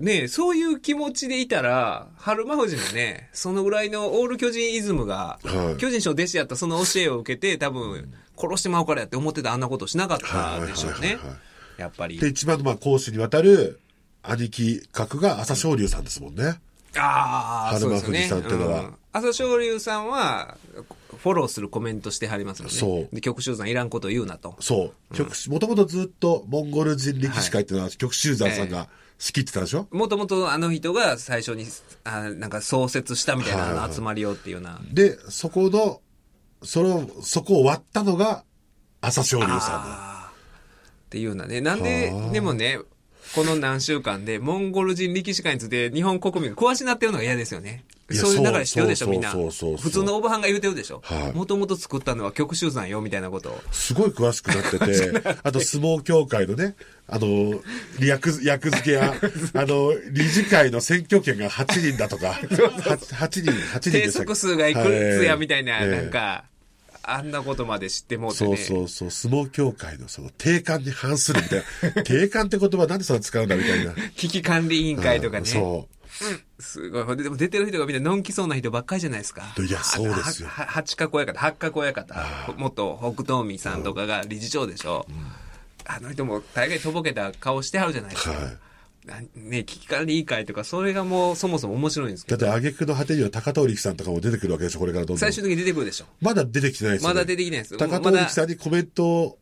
S1: ねえ、そういう気持ちでいたら、春馬富士のね、そのぐらいのオール巨人イズムが、
S3: はい
S1: 巨人師匠弟子やったその教えを受けて、多分、殺してまうからやって思ってたあんなことしなかったでしょう
S3: はいはい
S1: ね
S3: はいはい。
S1: やっぱり
S3: で、。一番のまあ講師にわたる兄貴格が朝青龍さんですもんね。
S1: ああ、
S3: 春
S1: そう
S3: 馬
S1: ですよね。
S3: 富士さんっていうのは
S1: ん朝青龍さんは、フォローするコメントしてはりますよね。
S3: そう
S1: で、曲集さんいらんこと言うなと。
S3: そう。曲、もともとずっとモンゴル人力士会っていうのは、曲集山さんが好きって言ってたでしょ、
S1: もともとあの人が最初に、あなんか創設したみたい
S3: はいはい
S1: なあの集まりをっていうような。
S3: で、そこの、その、そこを割ったのが朝青龍さ
S1: あーっていうようなね。なんで
S3: はあ、
S1: でもね、この何週間でモンゴル人力士会について日本国民が詳しなってるのが嫌ですよね。
S3: いや
S1: そういう流れしてるでしょ、
S3: そう
S1: みんな。
S3: そうそうそう
S1: 普通のおばはんが言うてるでしょ
S3: はい。
S1: もともと作ったのは曲集山よ、みたいなことを。
S3: ん。すごい詳しくな
S1: [laughs]
S3: ってて、あと相撲協会のね、あの、役付、役付け
S1: [laughs]
S3: や、あの、理事会の選挙権が8人だとか、8
S1: 低
S3: 人、8人でしたっけ
S1: 速数がいくつやみたいな、
S3: はええ
S1: なんか、あんなことまで知ってもうて
S3: そ
S1: ね。
S3: うそうそう、相撲協会のその定款に反するみたい
S1: [laughs]
S3: な。定款って言葉なんでそんな使うんだみたいな。
S1: 危機管理委員会とかね。
S3: そ
S1: すごい。ほんで、でも出てる人がみんなのんきそうな人ばっかりじゃないですか。
S3: いやそうですよ
S1: はは八角親方、八角親方、元北東海さんとかが理事長でしょ。あの人も大概とぼけた顔してはるじゃないです
S3: う。
S1: か。
S3: はい。
S1: なね、危機管理委員会とか、それがもうそもそも面白いんですけ
S3: だっ
S1: ど、
S3: て、挙句の果てには高藤力さんとかも出てくるわけでしょ、これからどんどん
S1: 最。終的に出てくるでしょ。
S3: まだ出てきてないですよ、ね。
S1: まだ出てきてないです
S3: 高
S1: ま
S3: 藤
S1: だ
S3: 力さんにコメントを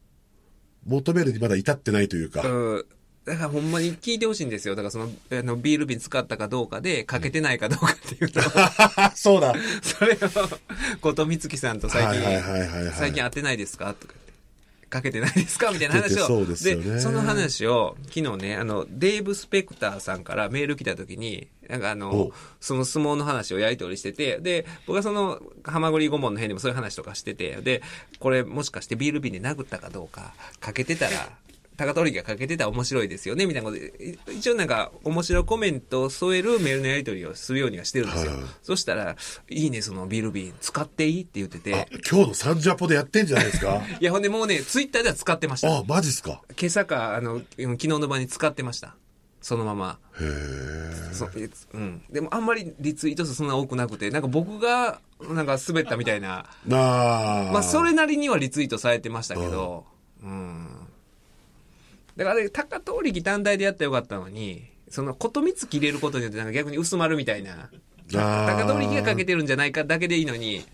S3: 求めるにまだ至ってないというか。
S1: うんだからほんまに聞いてほしいんですよ。だからその、あの、ビール瓶使ったかどうかで、かけてないかどうかっていうのを
S3: そうだ。
S1: [laughs] それを、後藤美月さんと最近、
S3: はいはいはいはいはい
S1: 最近会ってないですかとかかけてないですかみたいな話を。
S3: かけてそうですよね
S1: その話を、昨日ね、あの、デーブ・スペクターさんからメール来た時に、なんかあの
S3: お、
S1: その相撲の話をやり取りしてて、で、僕はその、ハマグリ顧問の辺でもそういう話とかしてて、で、これもしかしてビール瓶で殴ったかどうか、かけてたら、高取がかけてたら面白いですよね、みたいなことで、い一応なんか、面白コメントを添えるメールのやり取りをするようにはしてるんですよ
S3: はいはい。
S1: そしたら、いいね、そのビール瓶、使っていいって言ってて
S3: あ、、今日のサンジャポでやってんじゃないで
S1: [laughs]
S3: すか
S1: いや、ほんでもうね、ツイッターでは使ってました。
S3: あ、マジっすか。
S1: 今朝か、あの、昨日の場に使ってました。そのまま。
S3: へえ。
S1: そうん。でもあんまりリツイート数そんな多くなくて、なんか僕が、なんか滑ったみたいな。
S3: なあ。
S1: まあ、それなりにはリツイートされてましたけど、うん。だからあれ、高通力単体でやったらよかったのに、その、ことみつ切れることによってなんか逆に薄まるみたいな。
S3: あー
S1: 高通力がかけてるんじゃないかだけでいいのに、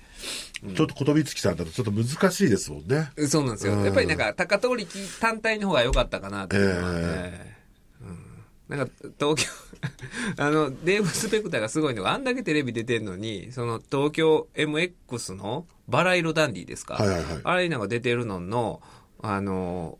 S3: ちょっとことびつきさんだとちょっと難しいですもんね。
S1: そうなんですよ。
S3: うん
S1: やっぱりなんか、高通力単体の方が良かったかなと思って、
S3: え
S1: うん。なんか、東京、 [laughs] あの、デーブ・スペクターがすごいのが、あんだけテレビ出てんのに、その、東京 MX のバラ色ダンディですか。
S3: はいはいはい
S1: あれなんか出てるのの、あの、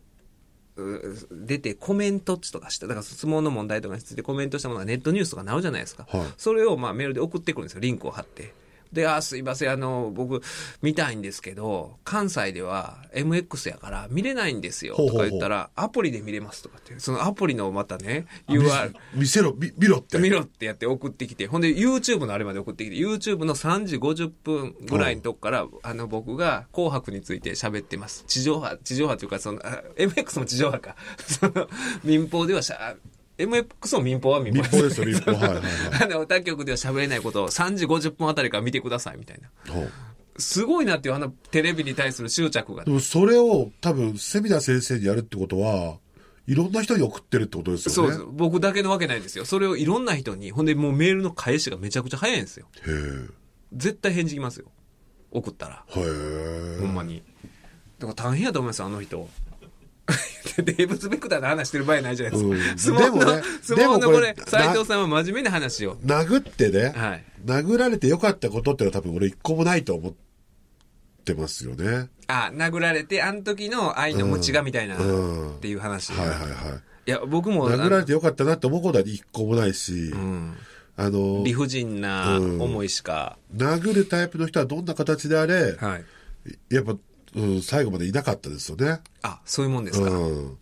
S1: う出てコメントっちとかして、だから相撲の問題とかについてコメントしたものがネットニュースとかなるじゃないですか。
S3: はい
S1: それをまあメールで送ってくるんですよ、リンクを貼って。で、あー、すいません、あの、僕、見たいんですけど、関西では MX やから見れないんですよ、
S3: ほう
S1: と
S3: ほうほ
S1: か
S3: う
S1: 言ったら、アプリで見れますとかって、そのアプリのまたね、
S3: 見
S1: UR、
S3: 見せろ、み見ろって。
S1: 見ろってやって送ってきて、ほんで YouTube のあれまで送ってきて、YouTube の3時50分ぐらいのとこから、あの僕が紅白について喋ってます。地上波、地上波というか、その、あ MX も地上波か。 [laughs] その、民放ではしゃ、MX も民放は民放
S3: 民放ですよ、民放。はいはいはい。
S1: あの、他局では喋れないことを3時50分あたりから見てください、みたいな。
S3: ほう
S1: すごいなっていう、あの、テレビに対する執着が
S3: で。もそれを多分、セミナー先生にやるってことは、いろんな人に送ってるってことです
S1: そう
S3: よ
S1: で
S3: ね。
S1: す。僕だけのわけないんですよ。それをいろんな人に、ほんでもうメールの返しがめちゃくちゃ早いんですよ。絶対返事きますよ。送ったら。
S3: へえ。へ
S1: ほん
S3: え。
S1: まに。だから大変やと思いますよ、あの人。 [laughs] デーブ・スペクターの話してる場合ないじゃないですか。相撲
S3: うん
S1: の、
S3: でもね
S1: 相撲
S3: で
S1: の
S3: も
S1: こ
S3: こ
S1: れ
S3: れ、
S1: 斎藤さんは真面目な話を。
S3: 殴ってね、
S1: はい
S3: 殴られてよかったことってのは多分俺一個もないと思ってますよね。
S1: あ、殴られて、あの時の愛の無知がみたいな、
S3: うん
S1: っていう話。
S3: はいはいはい。
S1: いや、僕も、
S3: 殴られてよかったなって思うことは一個もないし、
S1: うん
S3: あの、
S1: 理不尽な思いしか、
S3: 殴るタイプの人はどんな形であれ、
S1: はい。
S3: やっぱ、うん、最後までいなかったですよね。
S1: あ、そういうもんです
S3: う
S1: か。
S3: ん。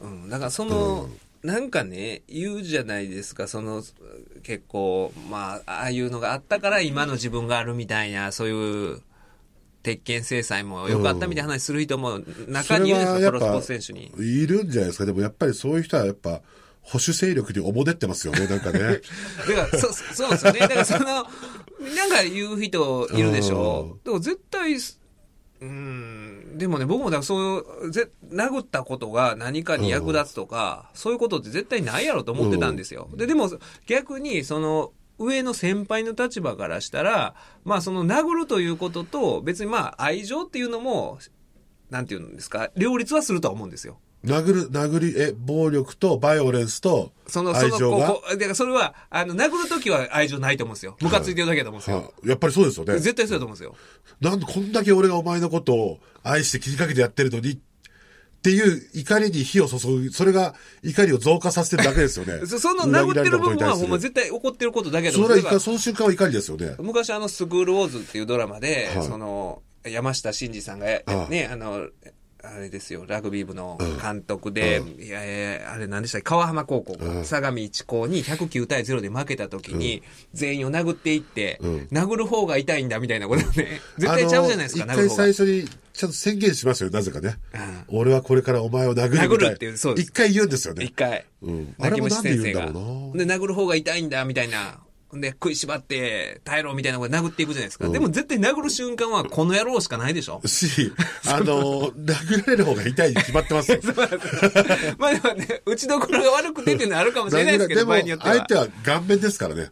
S1: うん、だからその、なんかね、言うじゃないですか、その、結構、まあ、ああいうのがあったから今の自分があるみたいな、そういう、鉄拳制裁も良かったみたいな話する人も中にいるんですよ、プロスポーツ選手に。
S3: いるんじゃないですか。でもやっぱりそういう人はやっぱ、保守勢力におもねってますよね、なん
S1: [laughs]
S3: かね。
S1: だから、そ、そうですよね。だからその、なんか言う人いるでしょ。でも絶対す、うん、でもね、僕もだからそう、ぜ、殴ったことが何かに役立つとか、そういうことって絶対ないやろと思ってたんですよ。で、でも逆に、その、上の先輩の立場からしたら、まあその殴るということと、別にまあ愛情っていうのも、なんていうんですか、両立はするとは思うんですよ。
S3: 殴る、殴り、え、暴力とバイオレンスと
S1: その、そ
S3: 愛
S1: の、
S3: 情が
S1: こ。うこうだからそれは、あの、殴るときは愛情ないと思うんですよ。ムカついてるだけだと思うんですよ。
S3: はやっぱりそうですよね。
S1: 絶対そうだと思うんですよ。
S3: なんでこんだけ俺がお前のことを愛して気にかけてやってるのに、っていう怒りに火を注ぐ、それが怒りを増加させてるだけですよね。
S1: そその殴ってる部分はほんま絶
S3: 絶
S1: 対怒ってることだけだと
S3: そ
S1: 思
S3: れ
S1: う
S3: は
S1: んです
S3: 怒り
S1: よ。
S3: その瞬間は怒りですよね。
S1: 昔あの、スクールウォーズっていうドラマで、
S3: はい
S1: その、山下真司さんが、え
S3: ああ
S1: ね、あの、あれですよ、ラグビー部の監督で、いやえーあれ何でしたっけ、川浜高校、
S3: うん
S1: 相模一高に109対0で負けた時に、全員を殴っていって、
S3: うん
S1: 殴る方が痛いんだみたいなことね、絶対ちゃうじゃないですか、
S3: あの
S1: 殴る
S3: 一回
S1: 方が
S3: 最。初にちゃんと宣言しますよね、なぜかね。俺はこれからお前を殴るみたい。
S1: 殴るっていうそうです
S3: 一回言うんですよね
S1: 一。回。
S3: うんあ
S1: 泣
S3: れ
S1: き虫
S3: もなんで
S1: 先
S3: 言
S1: 生
S3: うんだ
S1: が。
S3: ろう
S1: で、殴る方が痛いんだ、みたいな。で、食いしばって、耐えろ、みたいなことで殴っていくじゃないですか。でも絶対殴る瞬間は、この野郎しかないで
S3: [laughs]
S1: しょ
S3: な。。し、あの、殴られる方が痛いに決まってますよ。
S1: まあでもね、打ちどころが悪くてっていうのはあるか
S3: [laughs]
S1: もしれないですけ
S3: 殴ら
S1: ど、場合
S3: れ
S1: によ
S3: で
S1: っ
S3: も、
S1: ては。
S3: 相手は顔面ですからね。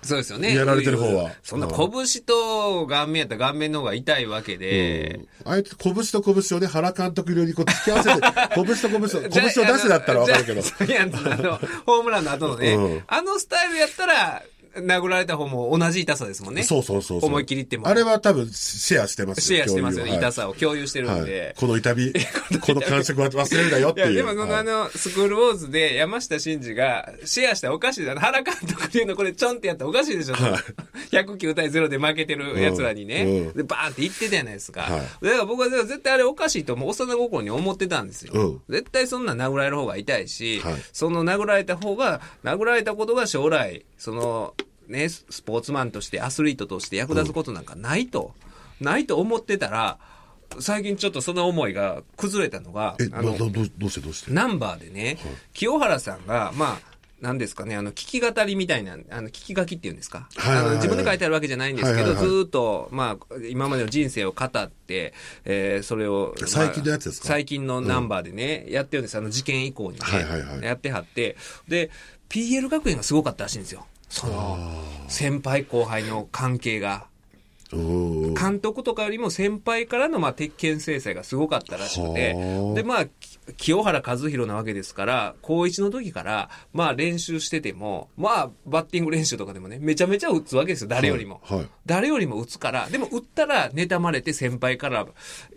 S1: そうですよね。
S3: やられてる方は
S1: そんな拳と顔面やったら顔面の方が痛いわけで。
S3: あえて拳と拳をね、原監督流にこう突き合わ
S1: [laughs]
S3: せて、拳と拳を、拳を出せだったらわかるけど。 [laughs]
S1: ジャイアンツのあの、ホームランの後のね、
S3: うん
S1: あのスタイルやったら、殴られた方も同じ痛さですもんね。
S3: そうそうそうそう。
S1: 思い切りっても
S3: あれは多分シェアしてます
S1: シ
S3: よ
S1: ェアしてますよね、
S3: 共有は
S1: 痛さを共有してるん
S3: はい
S1: で。
S3: この痛
S1: [laughs]
S3: み、この感触は忘れるなよっ
S1: い
S3: て
S1: や、
S3: いう。
S1: でもこの
S3: は
S1: あ
S3: い
S1: の、スクールウォーズで山下真司がシェアしたおかしいだな。原監督っていうのこれちょんってやったらおかしいでしょ。109対0で負けてる奴らに
S3: うん
S1: ね
S3: う。ん
S1: で、バーンって言ってたじゃないですか。
S3: は
S1: だ
S3: い
S1: から僕は絶対あれおかしいともう幼心に思ってたんですよ。
S3: うん
S1: 絶対そんな殴られる方が痛いし、
S3: はい
S1: その殴られた方が、殴られたことが将来、その、ね、ススポーツマンとしてアスリートとして役立つことなんかないと、ないと思ってたら、最近ちょっとその思いが崩れたのが、
S3: え、
S1: あ
S3: な、
S1: の
S3: な、どうどうしてどうして
S1: ナンバーでね、清原さんが、まあ、なんですかね、あの、聞き語りみたいな、あの、聞き書きっていうんですか。
S3: はいはいはい
S1: あの自分で書いてあるわけじゃないんですけ
S3: はい
S1: ど、
S3: はいはい
S1: ずーっと、まあ、今までの人生を語って、えーそれを、まあ
S3: 最近のやつですか
S1: 最近のナンバーでね、やってるんです。あの、事件以降にね、
S3: はいはいはい
S1: やってはって、で、PL 学園がすごかったらしいんですよ。その、先輩後輩の関係が。
S3: うん。
S1: 監督とかよりも先輩からのまあ鉄拳制裁がすごかったらしくて
S3: はあ、
S1: でまあ、き清原和博なわけですから、高1の時からまあ練習してても、まあバッティング練習とかでもね、めちゃめちゃ打つわけですよ、誰よりも。
S3: はいはい
S1: 誰よりも打つから、でも打ったら妬まれて先輩から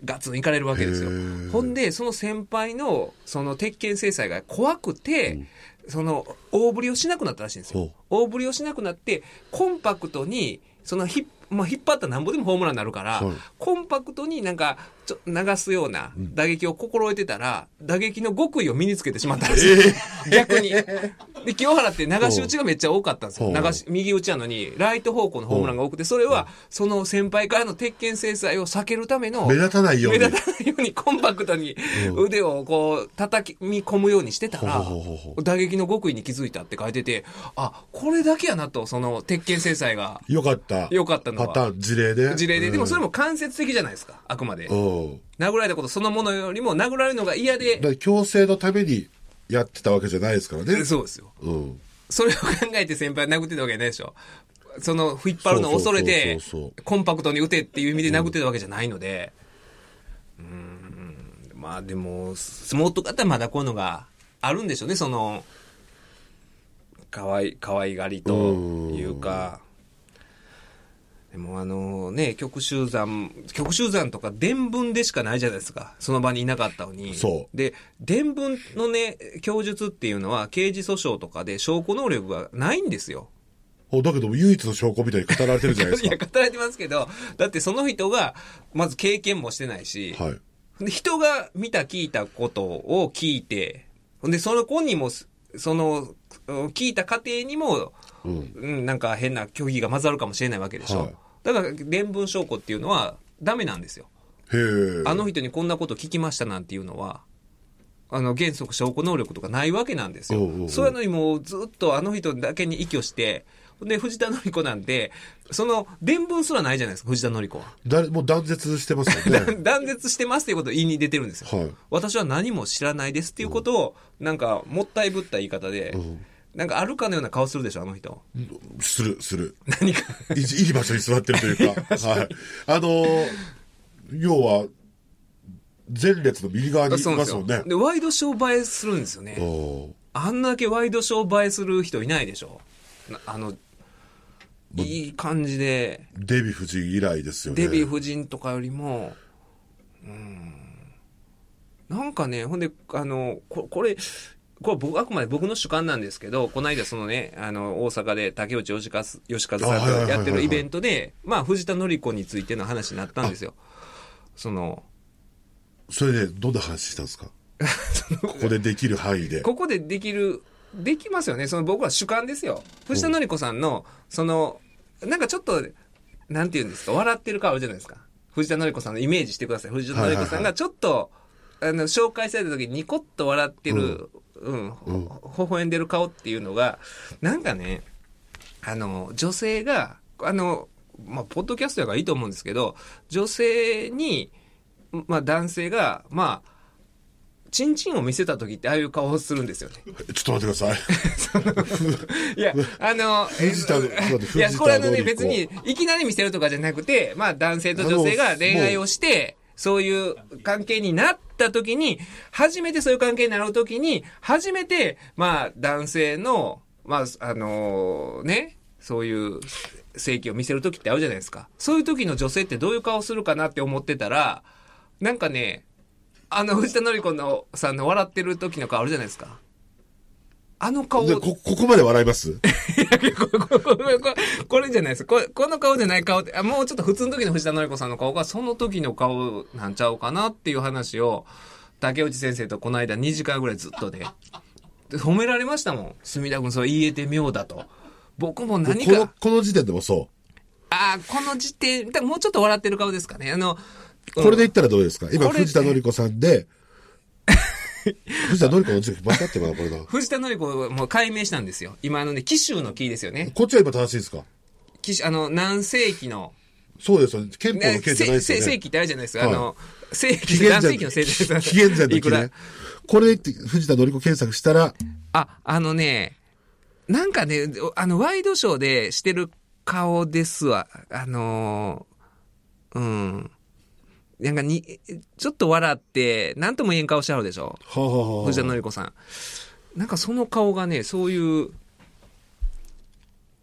S1: ガツンいかれるわけですよ
S3: へー。
S1: ほんで、その先輩のその鉄拳制裁が怖くて、その大振りをしなくなったらしいんですよ。
S3: ほう
S1: 大振りをしなくなって、コンパクトに、そのひ、まあ、引っ張ったらなんぼでもホームランになるから、
S3: はい
S1: コンパクトになんか、ちょ、流すような打撃を心得てたら、打撃の極意を身につけてしまったんですよ。逆に。で、清原って流し打ちがめっちゃ多かったんですよ。
S3: ほう
S1: 流し、右打ちなのに、ライト方向のホームランが多くて、それは、その先輩からの鉄拳制裁を避けるための、
S3: 目立たないように。
S1: 目立たないようにコンパクトに腕をこう叩き込むようにしてたら
S3: ほうほうほうほ、
S1: 打撃の極意に気づいたって書いてて、あ、これだけやなと、その鉄拳制裁が、
S3: よかった。
S1: よかったの
S3: パ
S1: は
S3: ターン、事例ね。
S1: 事例で、でもそれ
S3: も。
S1: も間接的じゃないですか、あくまで
S3: う。ん。
S1: 殴られたことそのものよりも殴られるのが嫌で
S3: だ、から強制のためにやってたわけじゃないですからね。
S1: そうですよ。
S3: うん。
S1: それを考えて先輩殴ってたわけじゃないでしょ。その、引っ張るのを恐れて
S3: そうそうそうそう、
S1: コンパクトに打てっていう意味で殴ってたわけじゃないので。うーん。まあでも、相撲とかだったらまだこういうのがあるんでしょうね、その、かわい、かわいがりというか。でもあのね、曲集山、曲集山とか伝聞でしかないじゃないですか。その場にいなかったのに。
S3: そう
S1: で、伝聞のね、供述っていうのは刑事訴訟とかで証拠能力がないんですよ。
S3: おだけど唯一の証拠みたいに語られてるじゃないで
S1: [laughs]
S3: す
S1: いや、
S3: か。
S1: 語られてますけど、だってその人が、まず経験もしてないし、
S3: はい。
S1: で人が見た聞いたことを聞いて、ほんで、その子にも、その、うん聞いた過程にも、
S3: うん。
S1: うん、なんか変な虚偽が混ざるかもしれないわけでしょ。
S3: はい
S1: だから、伝聞証拠っていうのはダメなんですよ。
S3: へえ。
S1: あの人にこんなこと聞きましたなんていうのは、あの原則証拠能力とかないわけなんですよ。
S3: おうおうおう
S1: そういうのにもうずっとあの人だけに依拠して、で、藤田紀子なんて、その、伝聞すらないじゃないですか、藤田紀子は。。
S3: 誰もう断絶してますよね
S1: [laughs] 断絶してますっていうことを言いに出てるんですよ。
S3: はい
S1: 私は何も知らないですっていうことを、なんか、もったいぶった言い方で、なんかあるかのような顔するでしょ、あの人。
S3: する、する。
S1: 何か。
S3: いいい場所に座ってるとい
S1: [laughs]
S3: うか、はい。あのー要は、前列の右側にいます
S1: そうなんです
S3: も
S1: よ。
S3: んね。
S1: で、ワイドショー映えするんですよね。
S3: おー
S1: あんだけワイドショー映えする人いないでしょなあの、いい感じで、
S3: デヴィ夫人以来ですよね。
S1: デヴィ夫人とかよりも、うん。なんかね、ほんで、あの、ここれ、これ僕、あくまで僕の主観なんですけど、この間そのね、あの、大阪で竹内義和義和
S3: あ
S1: さ
S3: はいはいはい
S1: ん
S3: はい
S1: とやってるイベントで、まあ、藤田紀子についての話になったんですよ。その、
S3: それで、どんな話した
S1: [laughs]
S3: んですかここでできる範囲で。
S1: ここでできる、できますよね。その僕は主観ですよ。藤田紀子さんの、その、なんかちょっと、なんて言うんですか、笑ってる顔あるじゃないですか。藤田紀子さんのイメージしてください。藤田紀子さんがちょっと、あの、紹介された時にニコッと笑ってる、うん、ほ、微笑んでる顔っていうのが、なんかね、あの、女性が、あの、まあ、ポッドキャストやからいいと思うんですけど、女性に、まあ、男性が、まあ、チンチンを見せた時ってああいう顔をするんですよね。
S3: ちょっと待ってくださ
S1: [laughs]
S3: い。
S1: いや、あ [laughs] の、
S3: 藤田のちょっと待って
S1: いや、
S3: 藤田
S1: これあの
S3: のり
S1: ね、
S3: こ
S1: 別に、いきなり見せるとかじゃなくて、まあ男性と女性が恋愛をして、そういう関係になった時に、初めてそういう関係になる時に、初めて、まあ男性の、まあ、あのね、そういう性器を見せる時ってあるじゃないですか。そういう時の女性ってどういう顔するかなって思ってたら、なんかね、あの、藤田紀子のさんの笑ってる時の顔あるじゃないですか。あの顔、
S3: でこ、ここまで笑います
S1: [laughs] ここれこれこれじゃないですこれこの顔じゃない顔ってあもうちょっと普通の時の藤田紀子さんの顔がその時の顔なんちゃうかなっていう話を竹内先生とこの間2時間ぐらいずっとでで褒められましたもん墨田君そう言えて妙だと僕も
S3: もう
S1: 何
S3: この
S1: か、
S3: この時点でもそ
S1: ああこの時点だもうちょっと笑ってる顔ですかねあの
S3: う。これで言ったらどうですか今、
S1: これで
S3: 藤田のり子さんで、藤田のり子の時間かってもな、これな。
S1: 藤田紀子も解明したんですよ今あのね紀州の紀ですよね
S3: こっちは今正しいですか
S1: 紀州あの何世紀の
S3: そうですよね。憲法の
S1: ね、
S3: 憲じゃな
S1: せ
S3: いです
S1: せ
S3: よ
S1: 世
S3: ね。
S1: 紀ってあるじゃないですか。
S3: はい
S1: あの、世紀
S3: 紀
S1: って
S3: 元
S1: 何
S3: 前
S1: 世紀の世紀ですか。
S3: [laughs] 紀元前の
S1: い
S3: 記
S1: くら
S3: ね。これで言って藤田のり子検索したら、
S1: あ、あのね、なんかね、あの、ワイドショーでしてる顔ですわ。あのーうん。なんかに、ちょっと笑って、なんとも言えん顔してはるでしょ。
S3: はあはあはあ
S1: 藤田のり子さん。なんかその顔がね、そういう、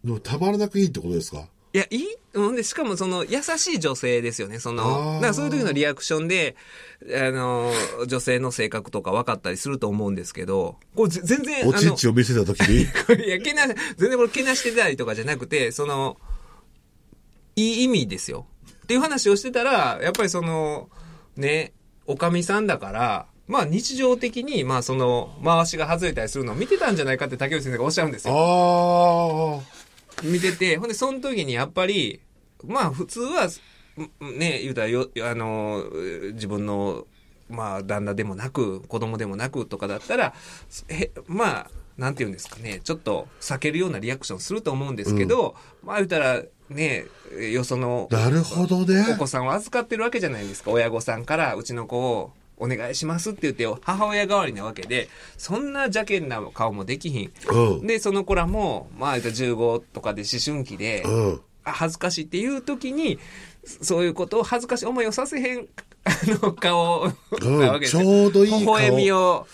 S3: でもたまらなくいいってことですか
S1: いや、いいうんで、しかもその、優しい女性ですよね。そ
S3: あー
S1: の、なんかそういう時のリアクションで、あの、女性の性格とか分かったりすると思うんですけど、これぜ全然、
S3: おちんちを見せたとき
S1: [laughs]
S3: に。
S1: あの、これいや、けな、全然これけなしてたりとかじゃなくて、その、いい意味ですよ。っていう話をしてたら、やっぱりその、ね、おかみさんだから、まあ日常的に、まあその、回しが外れたりするのを見てたんじゃないかって竹内先生がおっしゃるんですよ。
S3: あ
S1: 見てて、ほんで、その時にやっぱり、まあ、普通は、んね、言うたらよ、あの、自分の、まあ、旦那でもなく、子供でもなくとかだったら、へまあ、なんて言うんですかね、ちょっと避けるようなリアクションすると思うんですけど、まあ、言うたら、ね、よその
S3: あ、、なるほどね。
S1: お子さんを預かってるわけじゃないですか。親御さんから、うちの子をお願いしますって言って、母親代わりなわけで、そんな邪険な顔もできひん。
S3: うん。
S1: で、その子らも、まあ、言うたら15とかで思春期で、
S3: うん。
S1: あ恥ずかしいっていう時に、そそういうことを恥ずかしい思いをさせへん、あの、顔
S3: うん
S1: なわけですよ
S3: ちょうどいい顔
S1: 微笑みを、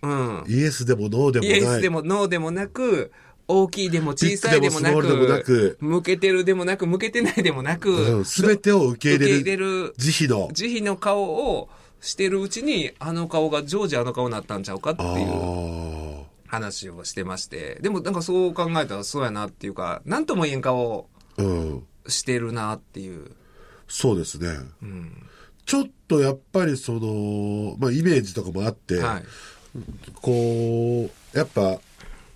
S1: うん。
S3: イエスでもノーでも
S1: イ
S3: ない。
S1: エスでもノーでもなく、大きいでも小さいでもな
S3: ビッグでもスモールでもな
S1: く
S3: く、
S1: 向けてるでもなく、向けてないでもな
S3: うん。
S1: く、
S3: すべてを受け
S1: 受け
S3: 入
S1: 入
S3: れ
S1: れ
S3: る。
S1: る
S3: 慈悲の。
S1: 慈悲の顔をしてるうちに、あの顔が常時あの顔になったんちゃうかって
S3: あ
S1: いう。
S3: あ。
S1: 話をしてまして、でもなんかそう考えたらそうやなっていうか、なんとも言えん顔を
S3: うん。
S1: してるなっていう。
S3: そうですね。
S1: うん。
S3: ちょっとやっぱりその、まあイメージとかもあって、
S1: はい。
S3: こう、やっぱ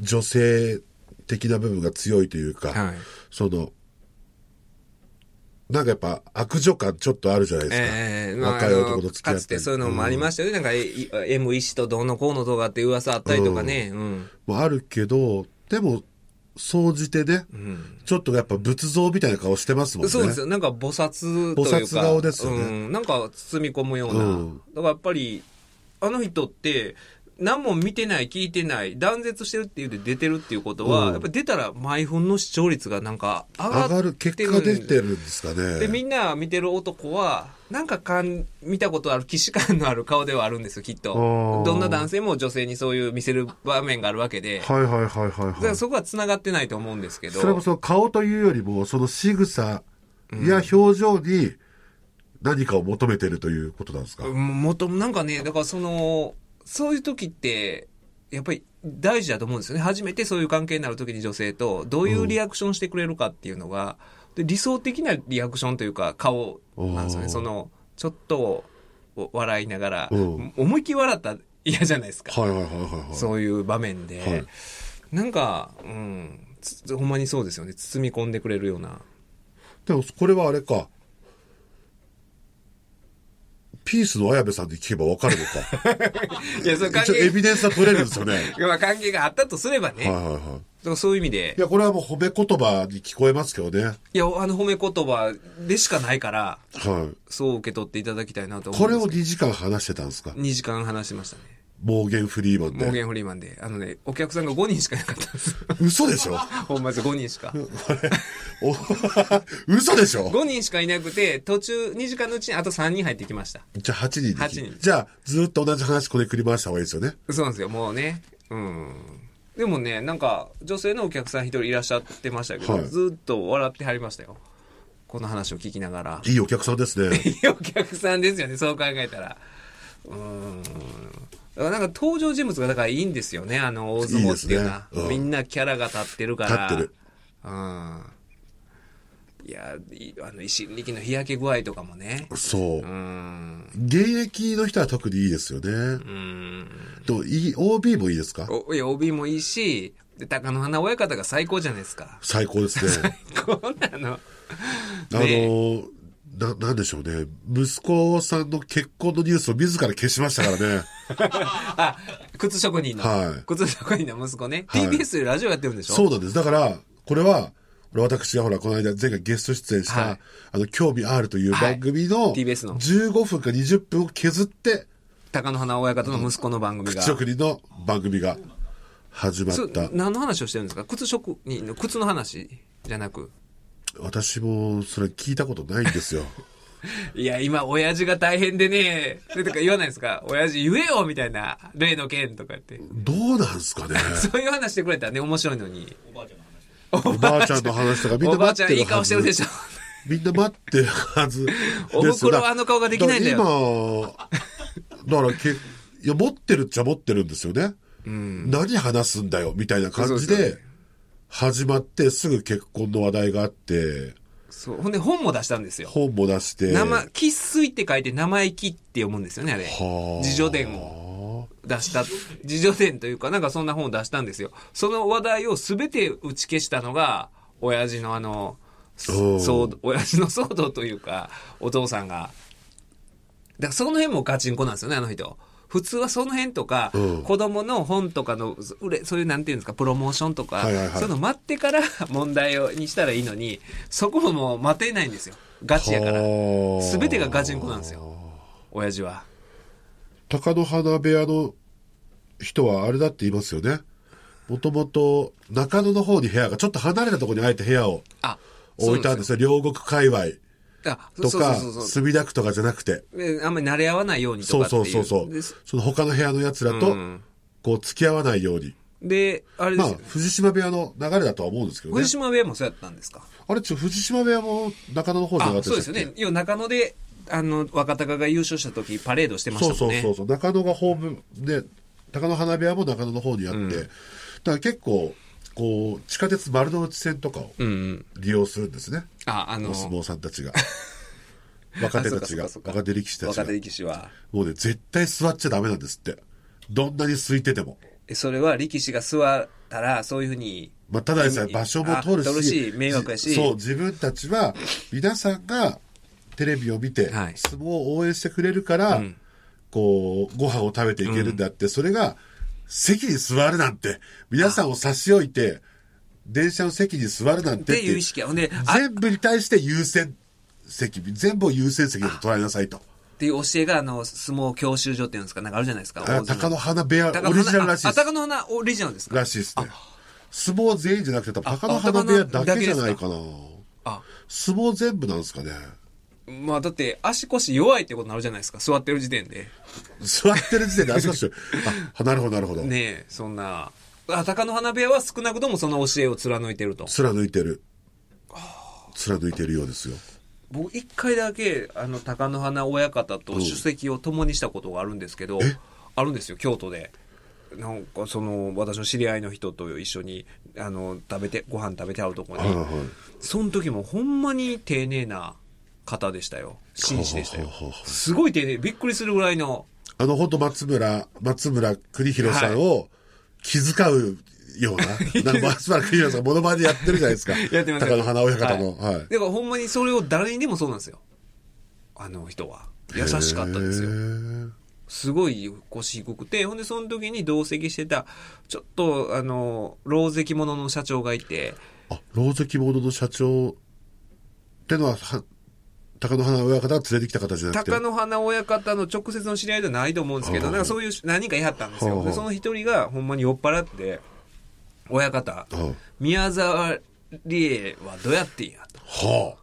S3: 女性的な部分が強いというか、
S1: はい。
S3: その、なんかやっぱ悪女感ちょっとあるじゃないですか。
S1: ええ
S3: 若い男と付き合
S1: か
S3: っ
S1: つ
S3: た
S1: て
S3: り。
S1: そういうのもありましたよね。なんか、い M 医師とどうのこうの動画って噂あったりとかね。うん。
S3: もあるけど、でも、総じてね、
S1: うん。
S3: ちょっとやっぱ仏像みたいな顔してますもんね。
S1: そうですよ。なんか、菩薩というか。
S3: 菩薩顔ですよね
S1: うん。なんか、包み込むような。
S3: うん
S1: だからやっぱり、あの人って、何も見てない、聞いてない、断絶してるっていうで出てるっていうことは、
S3: うん
S1: やっぱ出たら毎分の視聴率がなんか上がっ
S3: 上
S1: て
S3: がる、結果が出て
S1: る
S3: るんですか
S1: で、み
S3: ね。
S1: んな見てる男は、なんかかん、見たことある、既視感のある顔ではあるんですよ、きっと
S3: あー。
S1: どんな男性も女性にそういう見せる場面があるわけで。
S3: はいはいはいはい、
S1: だか
S3: は
S1: ら
S3: い。
S1: そこは繋がってないと思うんですけど。
S3: それもその顔というよりも、その仕草や表情に何かを求めてるということなんですか、
S1: うんもっと、なんかね、だからその、そういう時って、やっぱり大事だと思うんですよね。初めてそういう関係になる時に女性と、どういうリアクションしてくれるかっていうのが、で理想的なリアクションというか、顔なんですよ
S3: お
S1: ね。
S3: ー
S1: その、ちょっとお笑いながら、
S3: うん
S1: 思いっきり笑ったら嫌じゃないですか。
S3: はいはいはいはいはい。
S1: そういう場面で、
S3: はい
S1: なんか、うん、つほんまにそうですよね。包み込んでくれるような。
S3: でも、これはあれか。ピースの綾部さんに聞けばわかるの [laughs] か。
S1: いや、それ関
S3: 一応エ
S1: 係
S3: ビデンスは取れるんですよね。 [laughs] はい
S1: まあ関係があったとすればね、
S3: はいはい。
S1: だからそういう意味で
S3: い、や、これはもう褒め言葉に聞こえますけどね。
S1: いや、あの褒め言葉でしかないから、
S3: は
S1: そう受け取っていただきたいなと
S3: い。
S1: 思
S3: こ
S1: うん
S3: れ
S1: で
S3: を
S1: すけ
S3: 2時間話してたんですか
S1: ど。2時間話しましたね。
S3: モーゲンフリーマン
S1: モーゲ
S3: で。
S1: ンフリーマンで。あのね、お客さんが5人しかいなかったん
S3: [laughs]
S1: です。
S3: 嘘でしょ
S1: ほんまです5人しか。
S3: お嘘でしょ
S1: 5人しかいなくて、途中2時間のうちにあと3人入ってきました。
S3: じゃあ8人で
S1: 八人
S3: じゃあ、ずっと同じ話これ繰り回した方がいいですよね。
S1: そうなんですよ、もうね。うん。でもね、なんか、女性のお客さん一人いらっしゃってましたけど、
S3: はい
S1: ずっと笑ってはりましたよ。この話を聞きなが
S3: [laughs]
S1: ら。
S3: いいお客さんですね。
S1: [laughs] いいお客さんですよね、そう考えたら。うーん。だからなんか登場人物がだからいいんですよね、あの大相撲っていうのは。
S3: いいですねうん
S1: みんなキャラが立ってるから。
S3: 立ってる。
S1: うん。いや、いあの、石力の日焼け具合とかもね。
S3: そう
S1: う。ん。
S3: 現役の人は特にいいですよね。
S1: うん。
S3: と、いい OB もいいですか
S1: おいや、帯もいいし、で、高野花親方が最高じゃないですか。
S3: 最高です
S1: [laughs]
S3: ね。
S1: こんなの。
S3: あのーな、なんでしょうね。息子さんの結婚のニュースを自ら消しまし
S1: [laughs]
S3: たからね。
S1: あ、靴職人の。
S3: はい
S1: 靴職人の息子ね。
S3: はい
S1: TBS でラジオやってるんでしょ
S3: そうなんです。だから、これは、これ私がほら、この間前回ゲスト出演した、
S1: はい
S3: あの、興味あるという番組の、
S1: い TBS の
S3: 15分か20分を削って、
S1: 高野花親方の息子の番組が。
S3: 口送りの番組が始まっ
S1: そう
S3: た。
S1: 何の話をしてるんですか靴職人の靴の話じゃなく。
S3: 私も、それ聞いたことない
S1: [laughs]
S3: んですよ。
S1: いや、今、親父が大変でね、でとか言わないですか親父言えよみたいな、例の件とか言って。
S3: どうなんすかね。
S1: そういう話してくれたらね、面白いのに。
S2: おばあちゃんの話
S3: おばあちゃんの話とかみん
S1: お
S3: な
S1: ばあち
S3: 待
S1: ゃん
S3: って
S1: い
S3: る
S1: い顔
S3: は
S1: して
S3: ず。
S1: るでしょ。
S3: みんな待ってるはずです。
S1: お袋
S3: だ
S1: はあの顔ができないんだよ
S3: だから今、だからけ、いや、持ってるっちゃ持ってるんですよね。何話すんだよ、みたいな感じ
S1: そうです
S3: で、始まってすぐ結婚の話題があって、
S1: そう。ほんで、本も出したんですよ。
S3: 本も出して。
S1: 生、喫水って書いて生意気って読むんですよね、あれ。
S3: はあ
S1: 自叙伝を。出した、自助伝というか、なんかそんな本を出したんですよ。その話題を全て打ち消したのが、親父のあの、そ
S3: おう
S1: 騒動親父の騒動というか、お父さんが。だからその辺もガチンコなんですよね、あの人。普通はその辺とか、
S3: うん
S1: 子供の本とかの、売れそういうなんていうんですか、プロモーションとか、
S3: はいはいはい
S1: そういうの待ってから問題をにしたらいいのに、そこももう待てないんですよ。ガチやから。
S3: はあ
S1: 全てがガチンコなんですよ。親父は。
S3: 高野花部屋の人はあれだって言いますよね。もともと中野の方に部屋が、ちょっと離れたところにあえて部屋を
S1: あ、
S3: 置いたんですよ。両国界隈
S1: あそう
S3: とか、
S1: そうそうそう
S3: 墨田区とかじゃなくて。
S1: であんまり慣れ合わないようにと
S3: そ
S1: か
S3: う
S1: ってい。
S3: そううそうそう。
S1: です
S3: その他の部屋の奴らと
S1: うん、
S3: こう付き合わないように。
S1: で、あれで
S3: ますあ
S1: よ。、
S3: 藤島部屋の流れだとは思うんですけどね
S1: 藤。島部屋もそうやったんですか
S3: あれ、ちょ、藤島部屋も中野の方じゃなか
S1: あ、
S3: った
S1: そう
S3: で
S1: ですす
S3: っ
S1: よ
S3: け
S1: ね。要は中野で、あの、若隆が優勝した時、パレードしてまし
S3: そう
S1: た
S3: そ
S1: もん
S3: う
S1: ね。
S3: そうそう。中野がホームで、中野花部屋も中野の方にあって、だから結構、こう、地下鉄丸の内線とかを
S1: うんうん。
S3: 利用するんですね。
S1: あ、あの、
S3: お相撲さん
S1: [laughs]
S3: たちが。若手たちが、
S1: あそうかそうかそうか
S3: 若手力士たちが
S1: 若手。力士は。
S3: もうね、絶対座っちゃダメなんですって。どんなに空いてても。
S1: えそれは力士が座ったら、そういうふうに、
S3: まあ、ただでさえ場所も取るし
S1: あ取るし迷惑やし
S3: じそう自分たちは皆さんがテレビを見て、
S1: はい
S3: 相撲を応援してくれるから、こうご飯を食べていけるんだって、それが席に座るなんて皆さんを差し置いて電車の席に座るなんてっ
S1: っていう意識は。ほんで、あ
S3: 全部に対して優先席全部を優先席だと捉えなさいと
S1: っていう教えが、あの、相撲教習所っていうんですか、なんかあるじゃないですか。
S3: あ鷹の花部屋
S1: 高野
S3: オリジナルらしい
S1: あ
S3: で
S1: あ
S3: す
S1: 高野花オリジナルですから
S3: しいですね相撲全員じゃなくて多分
S1: あ
S3: 鷹の花部屋
S1: 鷹の
S3: だけじゃないかな
S1: あ、
S3: 相撲全部なんですかね
S1: まあだって足腰弱いってことになるじゃないですか、座ってる時点で。
S3: 座ってる時点で足
S1: [laughs]
S3: 腰あなるほどなるほど、
S1: ねえ、そんな。あ、鷹の花部屋は少なくともその教えを貫いてると。
S3: 貫いてる貫いてるようですよ
S1: 僕一回だけ、あの、鷹の花親方と主席を共にしたことがあるんですけど、あるんですよ、京都で。なんか、その、私の知り合いの人と一緒に、あの、食べて、ご飯食べてあるとこ
S3: はいはい
S1: に。その時もほんまに丁寧な方でしたよ。紳士でしたよ
S3: はあはあは。あ
S1: すごい丁寧、びっくりするぐらいの。
S3: あの本当松村松村邦弘さんを気遣うような,、
S1: [laughs]
S3: なんか松村邦弘さんモノマネやってるじゃないですか
S1: やってます
S3: 高野花親方の、
S1: は
S3: はいい
S1: だからほんまにそれを誰にでもそうなんですよ。あの人は。優しかったですよ
S3: へ。ー
S1: すごい腰低くて、ほんでその時に同席してた、ちょっとあの、老石物の社長がいて、
S3: あ老石ボードの社長ってのはは高野花親方が連れてきた方じゃなくて
S1: 鷹の花親方の直接の知り合いではないと思うんですけど、
S3: はあ
S1: なんかそういう何人かやったんです
S3: は
S1: よ。
S3: あ
S1: でその一人がほんまに酔っ払って、親方、
S3: あ
S1: 宮沢理恵はどうやってんやと。 [laughs]
S3: は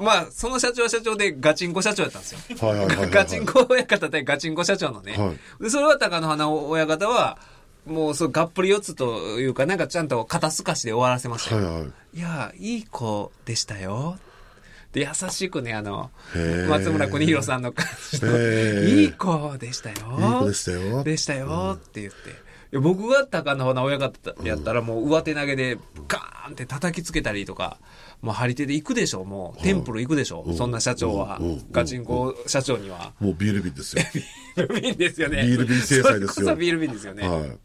S1: まあ、その社長は社長でガチンコ社長やったんですよ。
S3: あはいはいはいはい、はい、
S1: ガチンコ親方対ガチンコ社長のね。
S3: は
S1: でそれは高野花親方は、もうそう、がっぷり四つというか、なんかちゃんと肩透かしで終わらせました
S3: はい
S1: よ。
S3: はい。へ
S1: いや、いい子でしたよ。で、優しくね、あの
S3: へー、
S1: 松村邦弘さんの感じの、
S3: え。
S1: いい
S3: い
S1: 子でしたよ。
S3: い子でしたよ。
S1: でしたよって言って。いや僕が高野花親方やったらもう上手投げでガーンって叩きつけたりとか、もう張り手で行くでしょ、もう。テンプル行くでしょ、
S3: うん
S1: そんな社長は
S3: うんうん。
S1: ガチンコ社長には。
S3: もうビール
S1: [laughs]
S3: 瓶ですよ。
S1: ビール瓶ですよね。
S3: ビール瓶制裁ですよ
S1: それこそビール瓶ですよね。
S3: はい。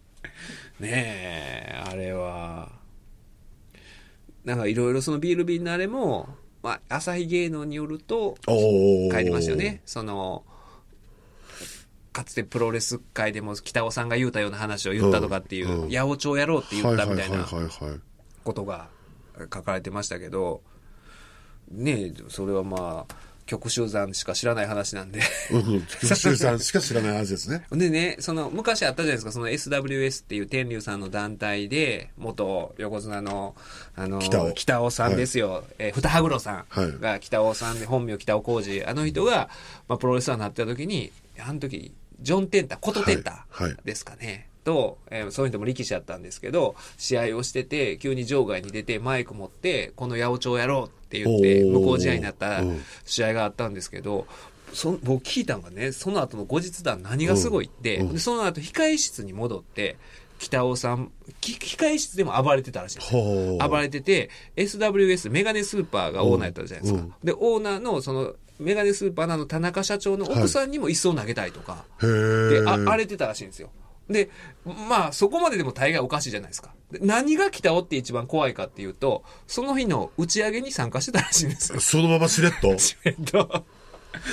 S1: ねえ、あれは。なんかいろいろそのビール瓶のあれも、まあ、朝日芸能によると、
S3: おお。
S1: 帰りましたよね。。その、かつてプロレス界でも北尾さんが言うたような話を言ったとかっていう、
S3: うんうん
S1: 八百長やろうって言
S3: は
S1: っ
S3: い
S1: た
S3: はい
S1: み
S3: は
S1: た
S3: い
S1: い
S3: はい
S1: な
S3: はい。
S1: ことが書かれてましたけど、ねえ、それはまあ、曲集山しか知らない話なんで。
S3: うん、菊池さんしか知らない話ですね。
S1: でね、その、昔あったじゃないですか、その SWS っていう天竜さんの団体で、元横綱の、あの、
S3: 北尾
S1: さんですよ、えー二羽黒さ
S3: はい
S1: んが北尾さんで、本名北尾浩二、あの人が、まあ、プロレスラーになってた時に、あの時、ジョン・テンタ、コト・テンタ
S3: はいはい
S1: ですかね、と、えーその人も力士だったんですけど、試合をしてて、急に場外に出て、マイク持って、この八百長やろうって言って、
S3: おー
S1: 無効試合になった
S3: うん
S1: 試合があったんですけど、そ僕聞いたんがね、その後の後日談何がすごいって、
S3: うんうん
S1: でその後控え室に戻って、北尾さん、き控え室でも暴れてたらしいんですよ
S3: ほう。
S1: [laughs] 暴れてて、SWS、メガネスーパーがオーナーやったじゃないですか。
S3: うん
S1: で、オーナーの、その、メガネスーパーの田中社長の奥さんにも椅子を投げたいとか、
S3: へ
S1: で
S3: え。
S1: あ荒れてたらしいんですよ。で、まあ、そこまででも大概おかしいじゃないですか。で何が北尾って一番怖いかっていうと、その日の打ち上げに参加してたらしいんですよ
S3: そのまましれっと。
S1: えっと、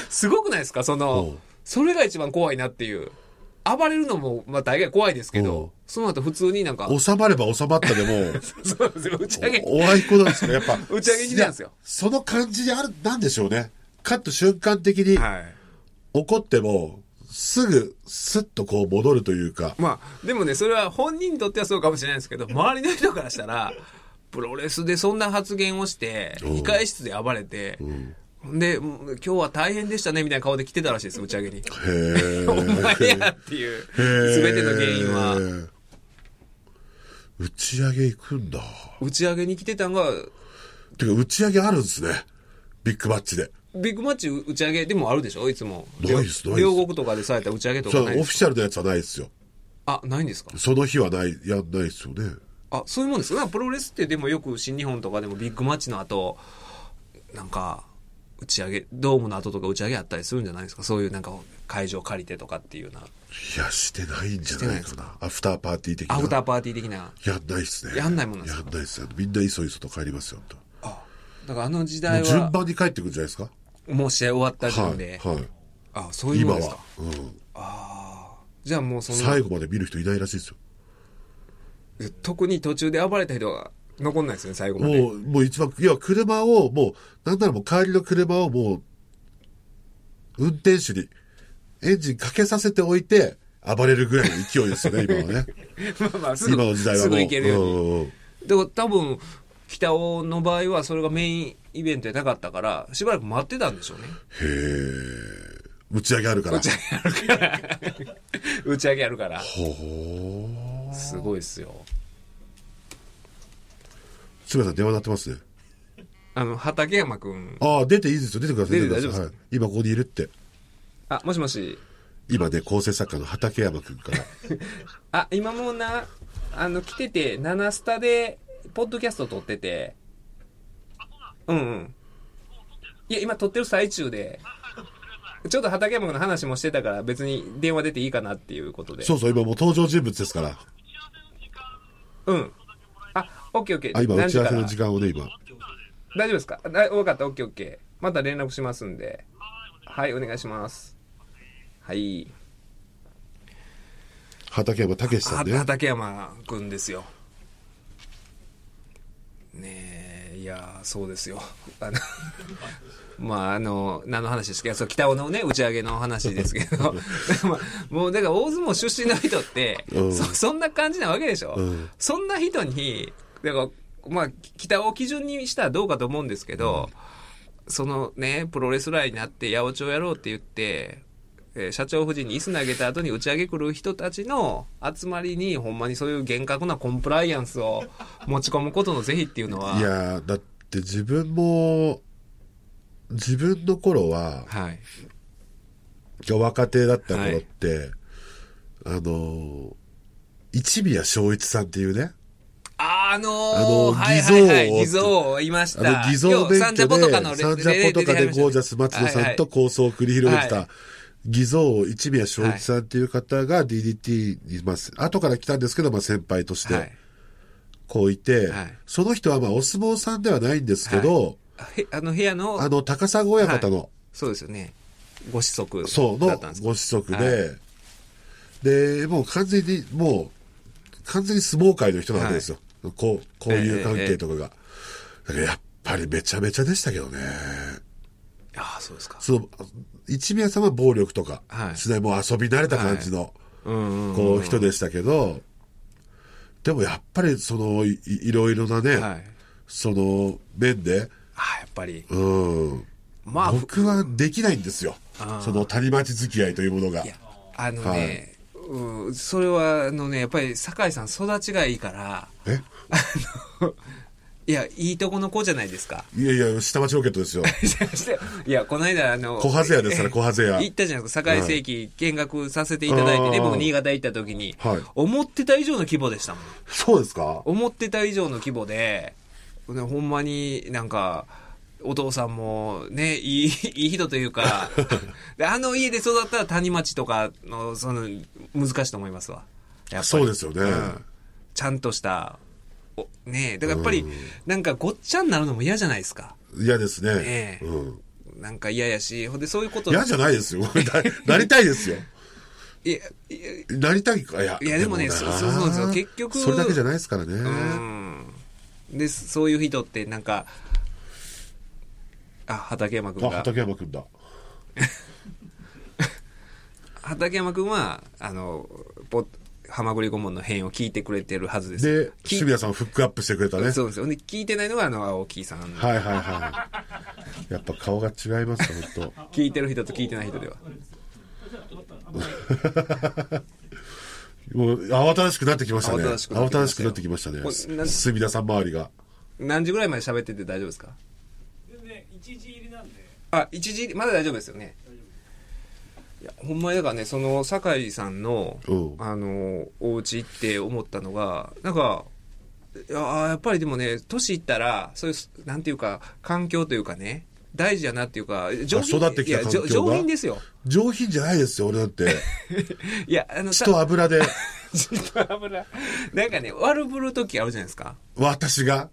S1: すごくないですかその、
S3: うん
S1: それが一番怖いなっていう。暴れるのも、まあ大概怖いですけど、
S3: うん
S1: その後普通になんか、
S3: 収まれば収まったでも、
S1: [laughs] そうなんですよ、打ち上げ。
S3: おあいこなんですけど、やっぱ。
S1: [laughs] 打ち上げに来たんですよ
S3: いやその感じである、なんでしょうね。カット瞬間的に
S1: はい。
S3: 怒っても、すぐ、スッとこう戻るというか。
S1: まあ、でもね、それは本人にとってはそうかもしれないですけど、周りの人からしたら、プロレスでそんな発言をして、
S3: うん
S1: 控え室で暴れて、で、もう今日は大変でしたね、みたいな顔で来てたらしいです、打ち上げに。
S3: へ
S1: [laughs]
S3: え。
S1: お前やっていう、すべての原因は。
S3: は。打ち上げ行くんだ。
S1: 打ち上げに来てたんが、
S3: てか、打ち上げあるんですね。ビッグマッチで。
S1: ビッグマッチ打ち上げでもあるでしょいつも。
S3: ない
S1: 両
S3: ですないです
S1: 両国とかでされた打ち上げと
S3: そ
S1: か
S3: うオ
S1: な
S3: フ
S1: いん
S3: ィ
S1: ですか
S3: シャルのやつはないですよ。
S1: あ、ないんですか
S3: その日はない、やんないですよね。
S1: あ、そういうもんですかなんかプロレスってでもよく新日本とかでもビッグマッチの後、なんか、打ち上げ、ドームの後とか打ち上げあったりするんじゃないですかそういうなんか会場借りてとかっていうような。
S3: いや、してないんじゃない
S1: し
S3: か
S1: て
S3: な。アフターパーティー的な。
S1: アフターパーティー的な。
S3: やんないっすね。
S1: やんないもんなんですか
S3: やんないっすよみんないそいそと帰りますよ、ほんと
S1: あ、だからあの時
S3: も
S1: 代
S3: う
S1: は
S3: 順、番に帰ってくるんじゃないですか。
S1: もう試合終わった時
S3: は
S1: 点
S3: い。
S1: で、
S3: は
S1: あ、そう
S3: い。
S1: いう
S3: 今
S1: もんです
S3: は
S1: か。
S3: うん。
S1: じゃあもうその、
S3: 最後まで見る人いないらしいですよ。
S1: 特に途中で暴れた人が残んないですね、最後まで。
S3: もう、もう一番、いや、車を、もう、なんならもう帰りの車をもう、運転手に、エンジンかけさせておいて、暴れるぐらいの勢いですよ
S1: [laughs]
S3: ね、今はね。
S1: ま [laughs] あまあ、す
S3: 今の
S1: ぐ、
S3: 時代は
S1: す
S3: もう。
S1: ぐ行けるように。
S3: うんうんうん
S1: でも多分北尾の場合はそれがメインイベントじゃなかったからしばらく待ってたんでしょうね
S3: へえ。打ち上げあるか
S1: [laughs]
S3: ら。
S1: 打ち上げやるから
S3: ほほー。
S1: すごいっすよ
S3: すみません、電話鳴ってますね。
S1: あの畠山君
S3: ああ、出ていいですよ。出てください。
S1: 出て大丈夫
S3: ください
S1: です
S3: はい今ここにいるって。
S1: あもしもし
S3: 今ね、構成作家の畠山くんから。
S1: あ今もうなあの来てて「ナナスタ」でポッドキャスト撮っててうんうんいや今撮ってる最中でちょっと畠山君の話もしてたから別に電話出ていいかなっていうことで
S3: そうそう、今もう登場人物ですから。
S1: うんあオッケーオッケー
S3: あ、今打
S1: 何
S3: ち
S1: 時
S3: 合わ
S1: か
S3: せ
S1: ら
S3: の時間をね、今。
S1: 大丈夫ですかあ分かった、オッケーオッケー。また連絡しますんで。はい、お願いします。はい。
S3: 畠山武さ
S1: は
S3: んね。
S1: 畠山くんですよ。ねえ、いやー、そうですよ。あの、 [laughs] まあ、あの、何の話ですけど、そう、北尾のね、打ち上げの話ですけど、 [laughs] まあもう、だから大相撲出身の人って、
S3: うん
S1: そそんな感じなわけでしょ、
S3: うん
S1: そんな人に、だから、まあ、北尾を基準にしたらどうかと思うんですけど、そのね、プロレスラーになって八百長やろうって言って、えー社長夫人に椅子投げた後に打ち上げ来る人たちの集まりに、ほんまにそういう厳格なコンプライアンスを持ち込むことの是非っていうのは、
S3: いやーだって自分も、自分の頃は、
S1: はい。
S3: 若手だった頃って、あのー一宮昭一さんっていうね、
S1: ああのー、
S3: の
S1: はいはいはい、
S3: 偽
S1: 偽
S3: 造
S1: 造いまし
S3: あ
S1: た。
S3: の偽造
S1: 今日
S3: 免
S1: サンジ
S3: 許
S1: ャポ
S3: で、
S1: とかのレ
S3: サンジャポとかでゴージャス松野さんと
S1: こ
S3: 構想を繰り広げて
S1: は
S3: た、偽造一宮昭一さんっていう方が DDT にいます。後から来たんですけど、まあ先輩とし
S1: うはい
S3: て、こういて、
S1: はい
S3: その人はまあお相撲さんではないんですけど、
S1: へあの部屋の、
S3: あの高砂親方の、
S1: そうですよね。ご子息
S3: そう、
S1: だ
S3: の
S1: ったんですか
S3: ご子息で、
S1: は
S3: で、もう完全に、もう、完全に相撲界の人なわけですよ。こう、こういう関係とかが。だからやっぱりめちゃめちゃでしたけどね。
S1: ああ、そうですか。
S3: その、一宮さんは暴力とか
S1: はい
S3: しない、もう遊び慣れた感じの、
S1: うんうん。
S3: こう、人でしたけど、でもやっぱり、その、いいいろいろなね、
S1: はい。
S3: その、面で、
S1: ああ、やっぱり。
S3: うん。
S1: まあ、
S3: 僕はできないんですよ。その谷町付き合いというものが
S1: いや。、あのね、うん、それは、あのね、やっぱり、酒井さん育ちがいいから、
S3: え
S1: あの、いや、いいとこの子じゃないですか。
S3: いやいや、下町ロケットですよ。
S1: [laughs] いや、この間、あの、
S3: 小ハゼ屋ですから、小ハゼ屋。
S1: 行ったじゃないですか、堺世紀見学させていただいてね、
S3: あー
S1: 僕、新潟行った時に、
S3: はい
S1: 思ってた以上の規模でしたもん。
S3: そうですか
S1: 思ってた以上の規模で、ねほんまになんか、お父さんもね、いい、 [laughs] いい人という
S3: [laughs]
S1: か、であの家で育ったら谷町とかの、その、難しいと思いますわ。やっぱり
S3: そうですよね。
S1: ちゃんとした、おねだからやっぱり、なんかごっちゃになるのも嫌じゃないですか。
S3: 嫌ですね
S1: え。え
S3: うん
S1: なんか嫌やし、ほんでそういうこと、
S3: 嫌じゃないですよ。 [laughs] ななりたいですよ。
S1: いやいや
S3: なりたいか、いや。
S1: いやでもね
S3: な
S1: そうそうそうですよ結局
S3: それだけじゃないですから
S1: う
S3: ね。
S1: んでそういう人ってなんかあ畠山君
S3: あ、
S1: が
S3: 畠山くんだ。
S1: 畠山君はあのポハマグリ顧問の編を聞いてくれてるはずです
S3: で、
S1: 聞い
S3: 渋谷さんをフックアップしてくれたね。
S1: そうですよで聞いてないのがあの青木さん
S3: はいはいはい。やっぱ顔が違いますよ、ほんと。
S1: 聞いてる人と聞いてない人では
S3: もう、慌ただしくなってきましたね。
S1: 慌ただしくなってきましたよ
S3: 慌ただしくなってきましたね
S1: こ。れなん
S3: すみださん周りが。
S1: 何時ぐらいまで喋ってて大丈夫ですか
S2: 全然一時入りなんで
S1: あ一時まだ大丈夫ですよねいやほんまにだからねその酒井さんの
S3: うん。
S1: あのお家行って思ったのがなんかいややっぱりでもね年いったらそういうなんていうか環境というかね大事やなっていうか上品
S3: 育ってきた
S1: いや
S3: 環境
S1: 上
S3: が
S1: 上品ですよ
S3: 上品じゃないですよ、俺なんて。
S1: [laughs] いやあの
S3: 血と油で、
S1: 油なんかね悪ぶる時あるじゃないですか
S3: 私が。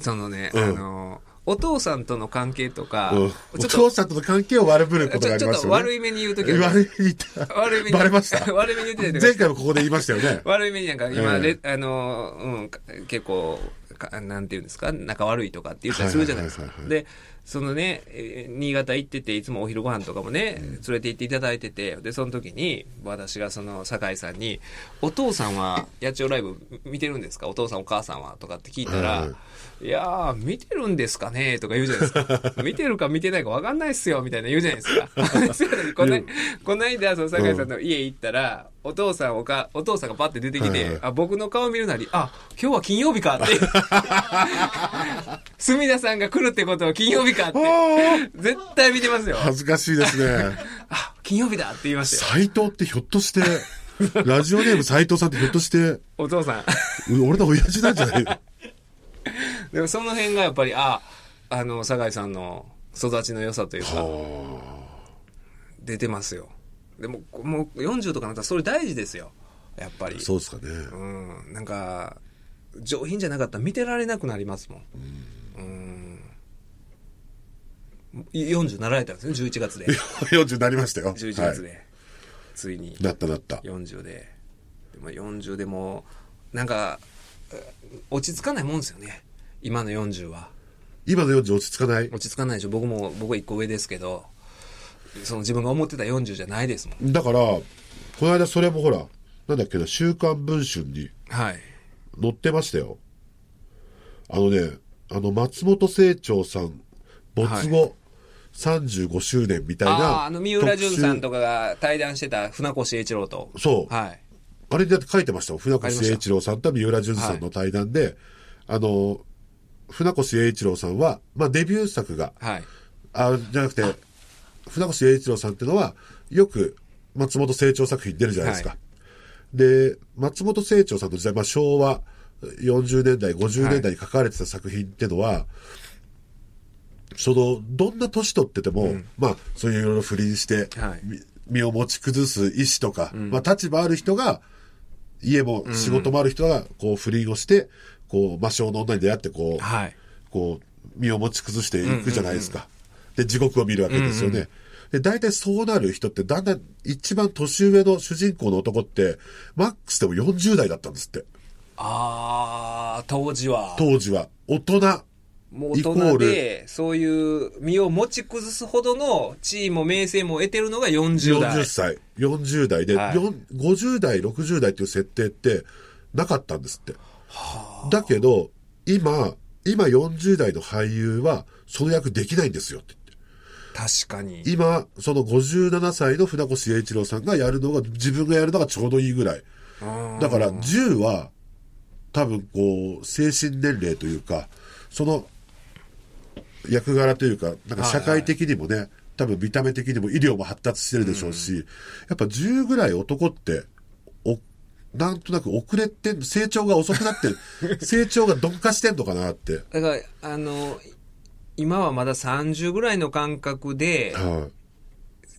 S1: そのね、
S3: うん
S1: あのお父さんとの関係とか、
S3: うん
S1: ち
S3: お
S1: ょっ
S3: 父
S1: と
S3: さんとの関係を悪ぶること
S1: ち
S3: があ
S1: ょ
S3: り
S1: ちょ
S3: ま
S1: っ
S3: す
S1: と
S3: よね。
S1: 悪い目に言う時ある
S3: 悪い言った。
S1: 悪い目に
S3: バレ [laughs] ました
S1: 悪い目に言ってた
S3: 前
S1: りとか
S3: 回もここで言いましたよね。
S1: 悪い目になんか今、
S3: ええ
S1: レあのうんか結構かなんていうんですか仲悪いとかって言ったりするじゃないです
S3: はいはい
S1: か
S3: はいは
S1: でそのねえー新潟行ってていつもお昼ご飯とかもね連れて行っていただいててでその時に私がその酒井さんに「お父さんは野鳥ライブ見てるんですかお父さんお母さんは?」とかって聞いた
S3: は
S1: ら
S3: いは
S1: 「いやー見てるんですかね?」とか言うじゃないです [laughs] か「見てるか見てないか分かんないっすよ」みたいな言うじゃない [laughs] ですかこないこの間その酒井さんの家行ったらお父さんおかお父さんがパッて出て出てきて、
S3: はいはい
S1: あ僕の顔見るなり、あ、今日は金曜日か [laughs] って。隅田さんが来るってことは金曜日かっ
S3: あ
S1: て。
S3: ー
S1: [laughs] 絶対見てますよ。
S3: 恥ずかしいですね。
S1: あ、金曜日だって言いましたよ。
S3: 斎藤ってひょっとして、ラジオネーム斎藤さんってひょっとして、
S1: お父さん。 [laughs]
S3: う俺の親父なんじゃない
S1: でもその辺がやっぱり、あ、あの、酒井さんの育ちの良さというか、出てますよ。でも、もう40とかなったらそれ大事ですよ。やっぱり。
S3: そうですかね。
S1: うん、なんか、上品じゃなかったら見てられなくなりますもん。うん。40なられたんですね、11月で。
S3: 40になりましたよ。
S1: 11月で。
S3: はい
S1: ついに、
S3: なったなった。
S1: 40で。でも40でも、なんか、う落ち着かないもんですよね。今の40は。
S3: 今の40落ち着かない。
S1: 落ち着かないでしょ。僕も、僕は1個上ですけど、その自分が思ってた40じゃないですもん。
S3: だから、この間それもほら、なんだっけな、週刊文春に
S1: はい。
S3: 載ってましたよ。あのね、あの、松本清張さん、没後、 35周年みたい
S1: あ
S3: な
S1: あ、あの、三浦淳さん
S3: 特
S1: とかが対談してた船越英一郎と。
S3: 集そう、
S1: はい。
S3: あれだって書いてましたもん船
S1: ありま
S3: 越
S1: した
S3: 英一郎さんと三浦淳さんの対談で、あの船越英一郎さんは、まあ、デビュー作が
S1: はい。
S3: あじゃなくて船越英一郎さんっていうのはよく松本清張作品出るじゃないですか、
S1: は
S3: で松本清張さんの時代、まあ、昭和40年代50年代に書かれてた作品っていうのは、そのどんな年取ってても、まあそういういろいろ不倫して、
S1: はい
S3: み身を持ち崩す意思とか、まあ立場ある人が家も仕事もある人がこう不倫をしてこう魔性の女に出会ってこう、
S1: はい。
S3: こう、身を持ち崩していくじゃないですか。で、地獄を見るわけですよね。で、大体そうなる人って、だんだん一番年上の主人公の男って、マックスでも40代だったんですって。
S1: ああ、当時は。
S3: 当時は。大人。
S1: もう
S3: イコ
S1: 大
S3: ー
S1: 人
S3: ル
S1: で、そういう身を持ち崩すほどの地位も名声も得てるのが40代。
S3: 40歳。40代で、
S1: はい
S3: よん50代、60代っていう設定って、なかったんですって。だけど、今、今40代の俳優は、その役できないんですよって。
S1: 確かに。
S3: 今、その57歳の船越英一郎さんがやるのが、自分がやるのがちょうどいいぐらい。だから10は、多分こう、精神年齢というか、その役柄というか、なんか社会的にもね、多分見た目的にも医療も発達してるでしょうし、やっぱ10ぐらい男って、おなんとなく遅れてん成長が遅くな [laughs] って、成長が鈍化してんのかなって。
S1: だから、あの、今はまだ30ぐらいの感覚で
S3: はい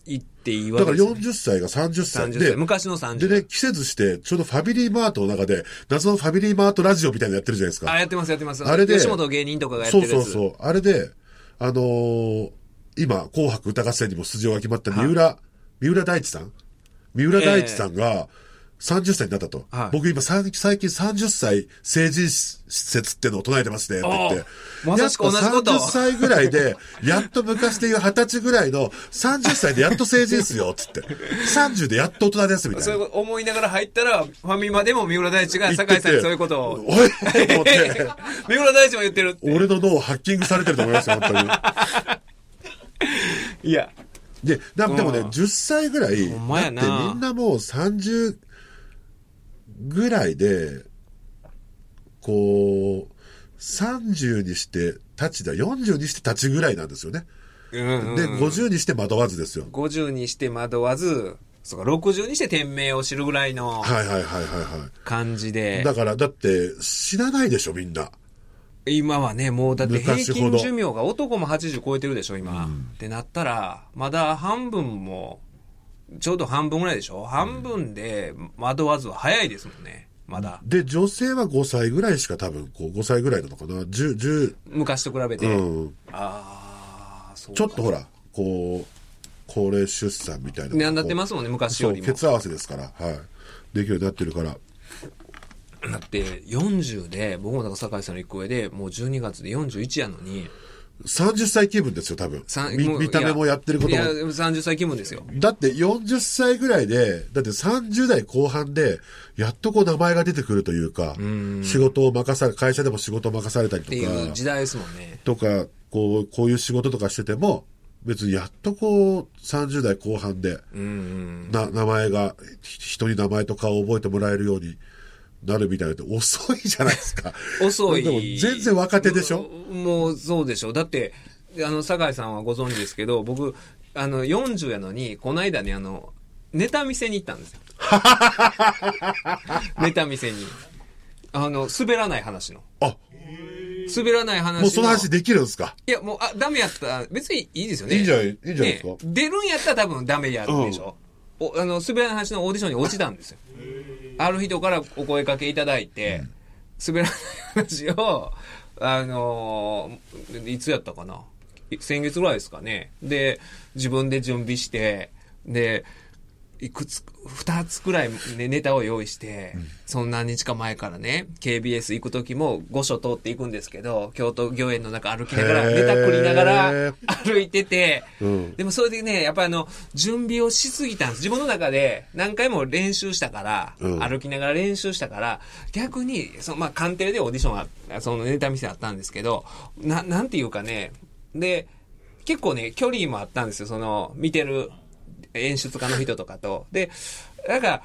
S1: 行っていいわ
S3: だ
S1: け
S3: か
S1: で
S3: ら
S1: す、ね。
S3: 40歳が30歳
S1: 30
S3: で
S1: 歳。、昔の30
S3: でね、季節して、ちょうどファミリーマートの中で、謎のファミリーマートラジオみたいなのやってるじゃないですか。
S1: あ、やってます、やってます。
S3: あれで
S1: 吉本芸人とかがやっ
S3: そ
S1: て
S3: う
S1: るやつ。
S3: そうそう。あれで、あのー今、紅白歌合戦にも出場が決まった三浦、三浦大知さん三浦大知さんが、30歳になったと。
S1: はい
S3: 僕今さん最近30歳成人施設ってのを唱えてますねって言って
S1: お。うまさしく同じこと
S3: やっぱ30歳ぐらいで、 [laughs] やっと昔で言う20歳ぐらいの30歳でやっと成人っすよ、つって。30でやっと大人です、みたいな。
S1: そういうこと思いながら入ったら、ファミマでも三浦大知が
S3: 言っ
S1: [laughs] 酒
S3: てて
S1: 井さんにそういうことを。
S3: おいと思って。
S1: 三浦大知も言ってるって。
S3: 俺の脳をハッキングされてると思いますよ、本当に。
S1: いや。
S3: で、なでもね、
S1: うん
S3: 10歳ぐらい、
S1: ほんま
S3: だ
S1: や
S3: っ
S1: な
S3: てみんなもう30ぐらいで、こう、30にして、立ちだ、40にして立ちぐらいなんですよね。
S1: うんうん
S3: で、50にして惑わずですよ。
S1: 50にして惑わず、そうか、60にして店名を知るぐらいの
S3: はいはいはいはいは
S1: 感じ
S3: い。
S1: で
S3: だ、から、だって、知らないでしょ、みんな。
S1: 今はね、もうだって平
S3: 昔ほ
S1: 均
S3: ど
S1: 寿命が男も80超えてるでしょ、今。ってなったら、まだ半分も、ちょうど半分ぐらいでしょ半分で惑わずは早いですもんね、まだ。
S3: で、女性は5歳ぐらいしか多分、こう、5歳ぐらいなのかな。10、
S1: 昔と比べて。
S3: 10、うん。
S1: ああ、そう
S3: ち
S1: か
S3: ょっとほら、こう、高齢出産みたいな。
S1: なんだってますもんね、昔
S3: そ
S1: よ
S3: う、
S1: りも。
S3: 血合わせですから、はい。できるようになってるから。
S1: だって、40で、僕もだから酒井さんの行く上で、もう12月で41やのに、
S3: 30歳気分ですよ、多分。
S1: さん
S3: み
S1: もう
S3: 見た目もやってること
S1: いや、い
S3: も。
S1: や30歳気分ですよ。
S3: だって40歳ぐらいで、だって30代後半で、やっとこう名前が出てくるというか、仕事を任され、会社でも仕事を任されたり
S1: っていう
S3: と
S1: 時代ですもんね。
S3: か、とか、こう、こういう仕事とかしてても、別にやっとこう30代後半で、
S1: うんうん。。
S3: な、名前が、ひ人に名前と顔を覚えてもらえるようになるみたいなって遅いじゃないですか
S1: [laughs] 遅い。
S3: でも全然若手でしょ
S1: ももうそうでしょ。だって、あの、酒井さんはご存知ですけど、僕、あの、40やのに、この間ね、あの、ネタ見せに行ったん
S3: [laughs]
S1: ですよ。ネタ見せに。あの、滑らない話の。
S3: あ、
S1: 滑らない話の。
S3: もうその話できるんですか
S1: いや、もう、あ、ダメやったら、別にいいですよね。
S3: いいんじゃないいいんじゃないですか
S1: ね出るんやったら多分ダメやるでしょ。お、あの、滑らない話のオーディションに落ちたんですよ。ある人からお声かけいただいて、滑らない話を、あのーいつやったかな。い先月ぐらいですかね。で、自分で準備して、で、いくつ、二つくらい、ね、ネタを用意して、その何日か前からね、KBS 行く時も御所通っていくんですけど、京都御苑の中歩きながら、
S3: へー
S1: ネタ繰りながら歩いてて、
S3: うん
S1: でもそれでね、やっぱりあの、準備をしすぎたんです。自分の中で何回も練習したから、
S3: うん
S1: 歩きながら練習したから、逆に、その、まあ、官邸でオーディションは、そのネタ見せあったんですけど、な、なんていうかね、で、結構ね、距離もあったんですよ、その、見てる演出家の人とかと。で、なんか、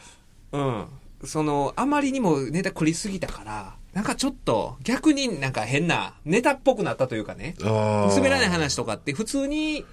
S1: うん、その、あまりにもネタ繰りすぎたから、なんかちょっと、逆になんか変な、ネタっぽくなったというかね、
S3: あー
S1: 滑らない話とかって普通に、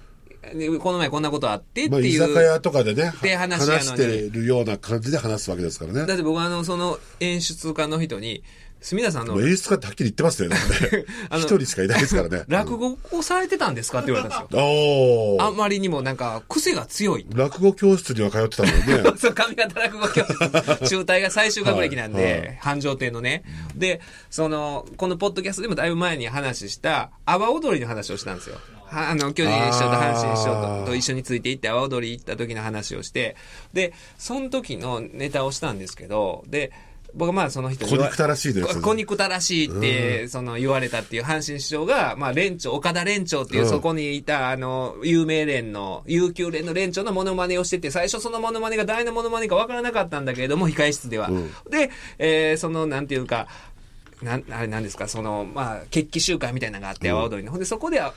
S1: ねこの前こんなことあってって
S3: まあ、居
S1: いう。
S3: 酒屋とかでね、は
S1: で話し合うのに
S3: 話してるような感じで話すわけですから
S1: だ
S3: ね。
S1: って僕はあの、その演出家の人に、すみださん
S3: も
S1: の
S3: う演出家ってはっきり言ってますよね。
S1: [laughs] あ
S3: 一
S1: の。
S3: 人しかいないですからね
S1: 落語をされてたんですかって言われたんですよ。
S3: うん。お
S1: あ
S3: ー
S1: まりにもなんか癖が強い。。
S3: 落語教室には通ってたもんね
S1: [laughs] そう、上方落語教室、中退が最終学歴なん
S3: はいはい
S1: で、繁盛亭のね。で、その、このポッドキャストでもだいぶ前に話した、阿波踊りの話をしたんですよ。はあの、巨人師匠と阪神師匠とと一緒について行って、阿波踊り行った時の話をして、で、その時のネタをしたんですけど、で、僕はまあその人に
S3: 小憎たらしいのやつ
S1: 小憎たらしいって、その言われたっていう阪神師匠が、まあ連長、岡田連長っていう
S3: うん
S1: そこにいた、あの、有名連の、悠久連の連長のモノマネをしてて、最初そのモノマネが誰のモノマネかわからなかったんだけれども、控え室では。
S3: ん
S1: で、えーその、なんていうか、なん、あれなんですか、その、まあ、決起集会みたいなのがあって、阿波踊りの。ほんで、そこで、あ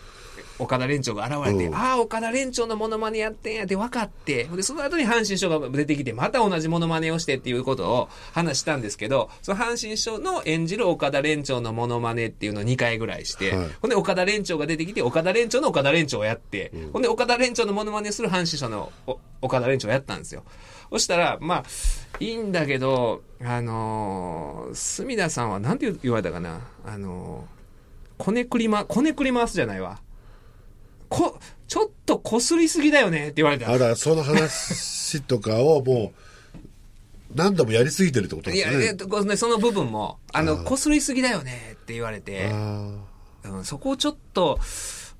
S1: 岡田連長が現れて、
S3: うん
S1: ああ、岡田連長のモノマネやってんやって分かって、ほんで、その後に阪神師匠が出てきて、また同じモノマネをしてっていうことを話したんですけど、その阪神師匠の演じる岡田連長のモノマネっていうのを2回ぐらいして、
S3: はい
S1: ほんで、岡田連長が出てきて、岡田連長の岡田連長をやって、ほんで、岡田連長のモノマネする阪神師匠のお岡田連長をやったんですよ。そしたら、まあ、いいんだけど、あのー、隅田さんはなんて言われたかな、あのー、こねくりま、こねくり回すじゃないわ。こ、ちょっとこすりすぎだよねって言われたん
S3: あ
S1: です
S3: ら、その話とかをもう、何度もやりすぎてるってこと
S1: い
S3: です
S1: や、
S3: ね。
S1: えっとこうねその部分も、あの、こすりすぎだよねって言われて、
S3: あ
S1: うん、そこをちょっと、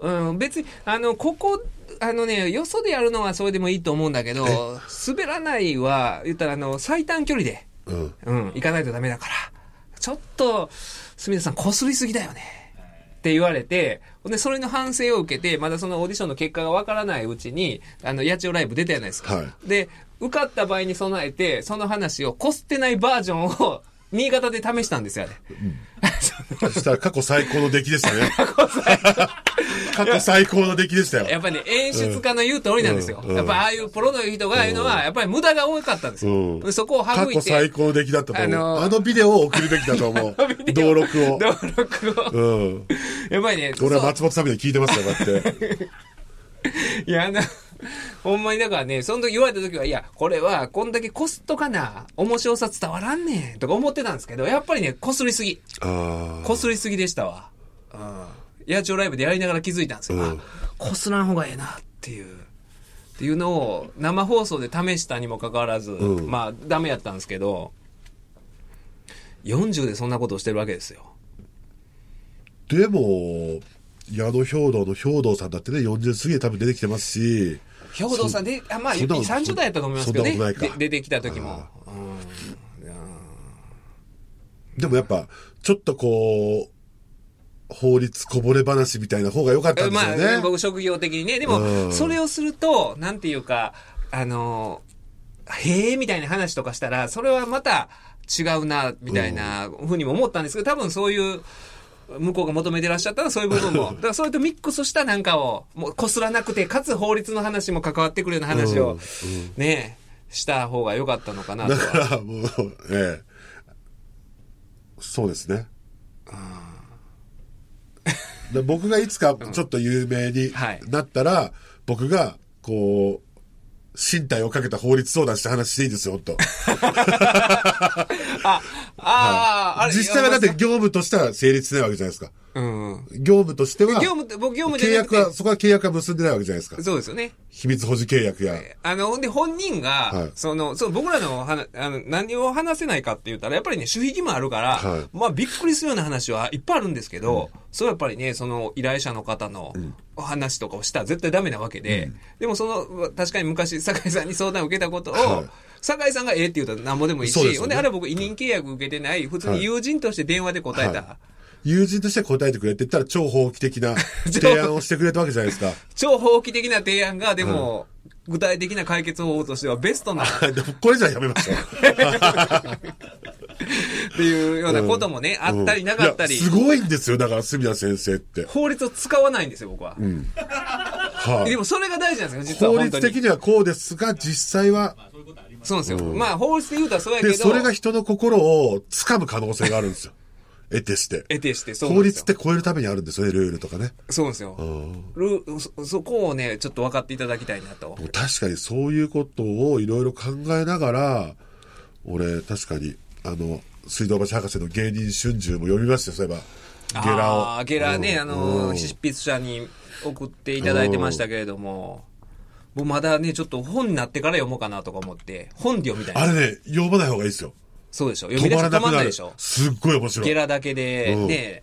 S1: うん、別に、あの、ここ、あのね、よそでやるのはそれでもいいと思うんだけど、滑らないは、言ったら、あの、最短距離で、
S3: ーうん。
S1: うん、行かないとダメだから、ちょっと、すみれさん、こすりすぎだよね。って言われて、ほんで、それの反省を受けて、まだそのオーディションの結果がわからないうちに、あの、八千代ライブ出たじゃないですか。
S3: は
S1: で、受かった場合に備えて、その話をこすってないバージョンを、 [laughs] 新潟で試したんですよ、あれ。
S3: そしたら過去最高の出来でしたね。過去最高の出来でした
S1: や
S3: よ。
S1: っぱりね、演出家の言う通りなんですよ。
S3: うんうん
S1: やっぱああいうプロの人が言うのは、やっぱり無駄が多かったんですよ。
S3: うん
S1: でそこを
S3: 過
S1: 省い
S3: 去
S1: て。
S3: 最高の出来だったと思う。あ
S1: あの
S3: のビデオを送るべきだと思う。登
S1: [laughs]
S3: 録を。
S1: 登録を。
S3: うん。
S1: やっぱりね、
S3: 俺は
S1: そう
S3: 松本さんに聞いてますよ、こうやって。
S1: いや、あの、ほんまにだからね、その時言われた時は、いや、これは、こんだけコストかな、面白さ伝わらんねん、とか思ってたんですけど、やっぱりね、こすりすぎ。
S3: ああ。
S1: こすりすぎでしたわ。うん。野鳥ライブでやりながら気づいたんですよ。
S3: うん
S1: あこすらん方がええなっていう。っていうのを生放送で試したにもかかわらず、
S3: うん
S1: まあダメやったんですけど、40でそんなことをしてるわけですよ。
S3: でも、矢野兵道の兵道さんだってね、40過ぎで多分出てきてますし、
S1: 兵道さんで、あまあ
S3: そんなこと
S1: 30代やったと思いますけど
S3: そんな
S1: ね。
S3: ことないか
S1: で出てきた時も。
S3: でもやっぱ、ちょっとこう、法律こぼれ話みたいな方が良かったんですよね。
S1: まあ、僕職業的にね。で
S3: う
S1: も、
S3: ん
S1: それをすると、なんていうか、あの、へえ、みたいな話とかしたら、それはまた違うな、みたいなふうにも思ったんですけど、多分そういう、向こうが求めてらっしゃったらそういう部分
S3: [laughs]
S1: も。だからそれとミックスしたなんかを、もうこすらなくて、かつ法律の話も関わってくるような話
S3: う
S1: を
S3: ん、
S1: ね、した方が良かったのかなと
S3: だ
S1: は。
S3: からもう、ええ。そうですね。で僕がいつかちょっと有名に
S1: はい
S3: なったら、僕が、こう、身体をかけた法律相談した話していいですよ、ほんと。
S1: あ、ああ、あれ。
S3: 実際はだって、業務としては成立しないわけじゃないですか。
S1: うん。
S3: 業務としては、
S1: 業務って、僕業務
S3: 契
S1: じゃな
S3: 約
S1: く
S3: は、そこは契約は結んでないわけじゃないですか
S1: て、。そうですよね。
S3: 秘密保持契約や。
S1: あの、ほんで本人が、
S3: はい
S1: その、そう、僕らの話、あの、何を話せないかって言ったら、やっぱりね、守秘義務あるから、
S3: はい
S1: まあ、びっくりするような話はいっぱいあるんですけど、それはやっぱりね、その、依頼者の方のお話とかをしたら絶対ダメなわけで、でもその、確かに昔、酒井さんに相談を受けたことを、
S3: はい
S1: 酒井さんがええって言うとなんぼでもいいし、
S3: そうですよね
S1: ほんで、あれは僕、委任契約受けてない、普通に友人として電話で答えた、
S3: はい友人として答えてくれって言ったら超法規的な提案をしてくれたわけじゃないですか。
S1: 超法規的な提案が、でも、具体的な解決方法と [laughs] してはベストな、
S3: でもこれじゃやめましょう。
S1: っていうようなこともね、あったりなかったり。
S3: いやすごいんですよ、だから、隅田先生って。
S1: 法律を使わないんですよ、僕は。
S3: はい
S1: でもそれが大事なんですよ、実は
S3: 法
S1: 本
S3: 律
S1: 当
S3: 的
S1: に。
S3: にはこうですが、実際は、
S2: まあそういうことあります
S1: そうなんですよ。まあ法律で言うたらそうやけど、
S3: で、それが人の心を掴む可能性があるん
S1: [laughs]
S3: ですよ。得てして。
S1: 得てして、そうなん
S3: 法
S1: です
S3: 律
S1: よ
S3: っ。て超えるためにあるんですよね、ルールとかね。
S1: そうなんですよ。ルそそこをね、ちょっと分かっていただきたいなと。
S3: もう確かにそういうことをいろいろ考えながら、俺、確かに、あの、水道橋博士の芸人春秋も読みましたよ、そういえば。ゲラ
S1: あ
S3: を。
S1: ーゲラね、
S3: うん
S1: あのー、
S3: うん
S1: 執筆者に送っていただいてましたけれども、僕まだね、ちょっと本になってから読もうかなとか思って、本で読みたい
S3: あ
S1: な。
S3: れね、読まない方がいいですよ。
S1: そうでしょ読み
S3: 止
S1: 出し
S3: まら
S1: 止
S3: な
S1: ま
S3: く
S1: んな
S3: ない
S1: で
S3: る
S1: しょ。
S3: すっごい面白
S1: ゲ
S3: い。
S1: ラだけで、
S3: うん
S1: ね、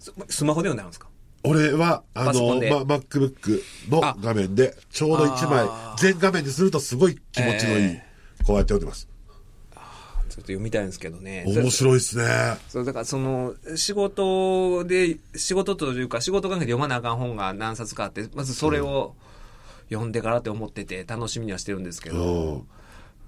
S1: ススマホで読んだんですか
S3: 俺は、あ
S1: パソコン
S3: の、
S1: で
S3: ま、MacBook の
S1: あ
S3: 画面で、ちょうど1枚
S1: あ、
S3: 全画面にするとすごい気持ちのいい、こうやって読んでます。
S1: ちょっと読みたいんですけどね。
S3: 面白いですね。
S1: そう、だからその、仕事で、仕事というか、仕事関係で読まなあかん本が何冊かあって、まずそれを読んでからって思ってて、楽しみにはしてるんですけ
S3: う。
S1: ど、うんー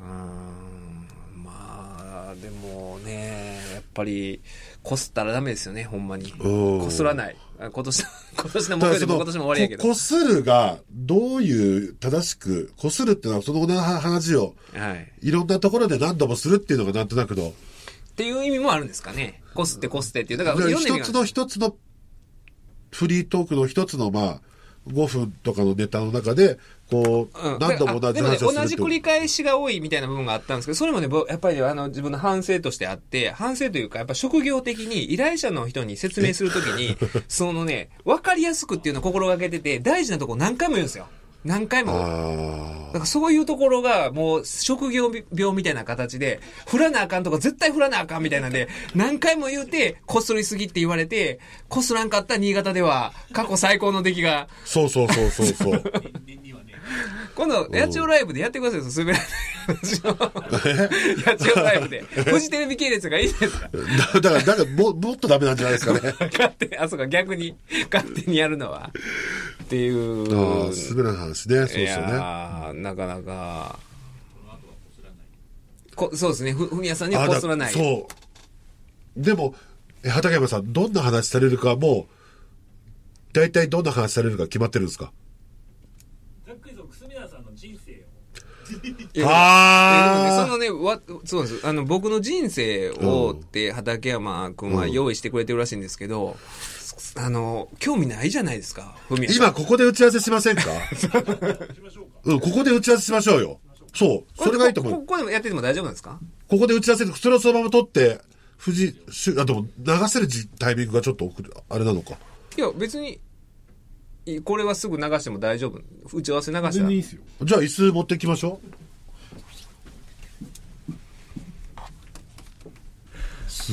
S1: ん、まあ、でもね、やっぱり、こすったらダメですよね、ほんまに。
S3: うん
S1: こすらない。あ今年、今年の [laughs]
S3: た
S1: 目標
S3: だそ
S1: でも
S3: の、
S1: 今年も終わりやけ
S3: こ
S1: ど。
S3: こするが、どういう、正しく、こするっていうのは、その話を、
S1: はい。
S3: いろんなところで何度もするっていうのがなんとなくの、
S1: っていう意味もあるんですかね。こすってこすってっていう。だから、
S3: で
S1: 読んでみ
S3: 一つの一つの、フリートークの一つの、まあ、5分とかのネタの中で、こう、
S1: うん
S3: 何度も同じ
S1: で
S3: 話を
S1: もね
S3: する
S1: 同
S3: って
S1: じ
S3: こ
S1: 繰
S3: と
S1: り返しが多いみたいな部分があったんですけど、それもね、ぼやっぱりねあの自分の反省としてあって、反省というか、やっぱ職業的に依頼者の人に説明するとき
S3: [laughs]
S1: に、そのね、わかりやすくっていうのを心がけてて、大事なとこ何回も言うんですよ。何回も。
S3: あ
S1: だからそういうところが、もう職業病みたいな形で、振らなあかんとか絶対振らなあかんみたいなんで、何回も言うて、こすりすぎって言われて、こすらんかった新潟では、過去最高の出来が、
S3: ーそうそうそうそうそう。
S4: [laughs]
S2: 年々にはね
S1: 今度、野鳥ライブでやってくださいよ、滑らない話
S3: [laughs]
S1: を。野鳥ライブで。フジテレビ系列がいいですか
S3: だだから、だからも、もっとダメなんじゃないですかね。
S1: 勝手に、あ、そうか、逆に、勝手にやるのは。っていう。
S3: ああ、すべらない話ね。そうです
S1: い
S3: よね。
S1: やーなかなか。こそうですね。ふ、ふみやさんには
S3: あ
S1: こすらない。
S3: だそう。でも、え畠山さん、どんな話されるかはもう、大体どんな話されるか決まってるんですか
S2: ざっくりと楠田さんの人生を
S1: いや
S3: あ
S1: でもね、そのね、わ、そうなんです。あの、僕の人生をって、畠山くんは用意してくれてるらしいんですけど、あの、興味ないじゃないですか、ふみやさん。
S3: 今ここで打ち合わせしませんかうん、ここで打ち合わせしましょうよ。そう。それがいいと思
S1: ここ
S3: う。
S1: ここでもやってても大丈夫なんですか
S3: ここで打ち合わせ、それをそのまま取って、富士、しゅあ、でも流せるじタイミングがちょっと遅れ、あれなのか。
S1: いや、別に、いこれはすぐ流しても大丈夫。打ち合わせ流した
S4: 全
S1: ら
S4: 然いい。ですよ。
S3: じゃあ椅子持ってきましょ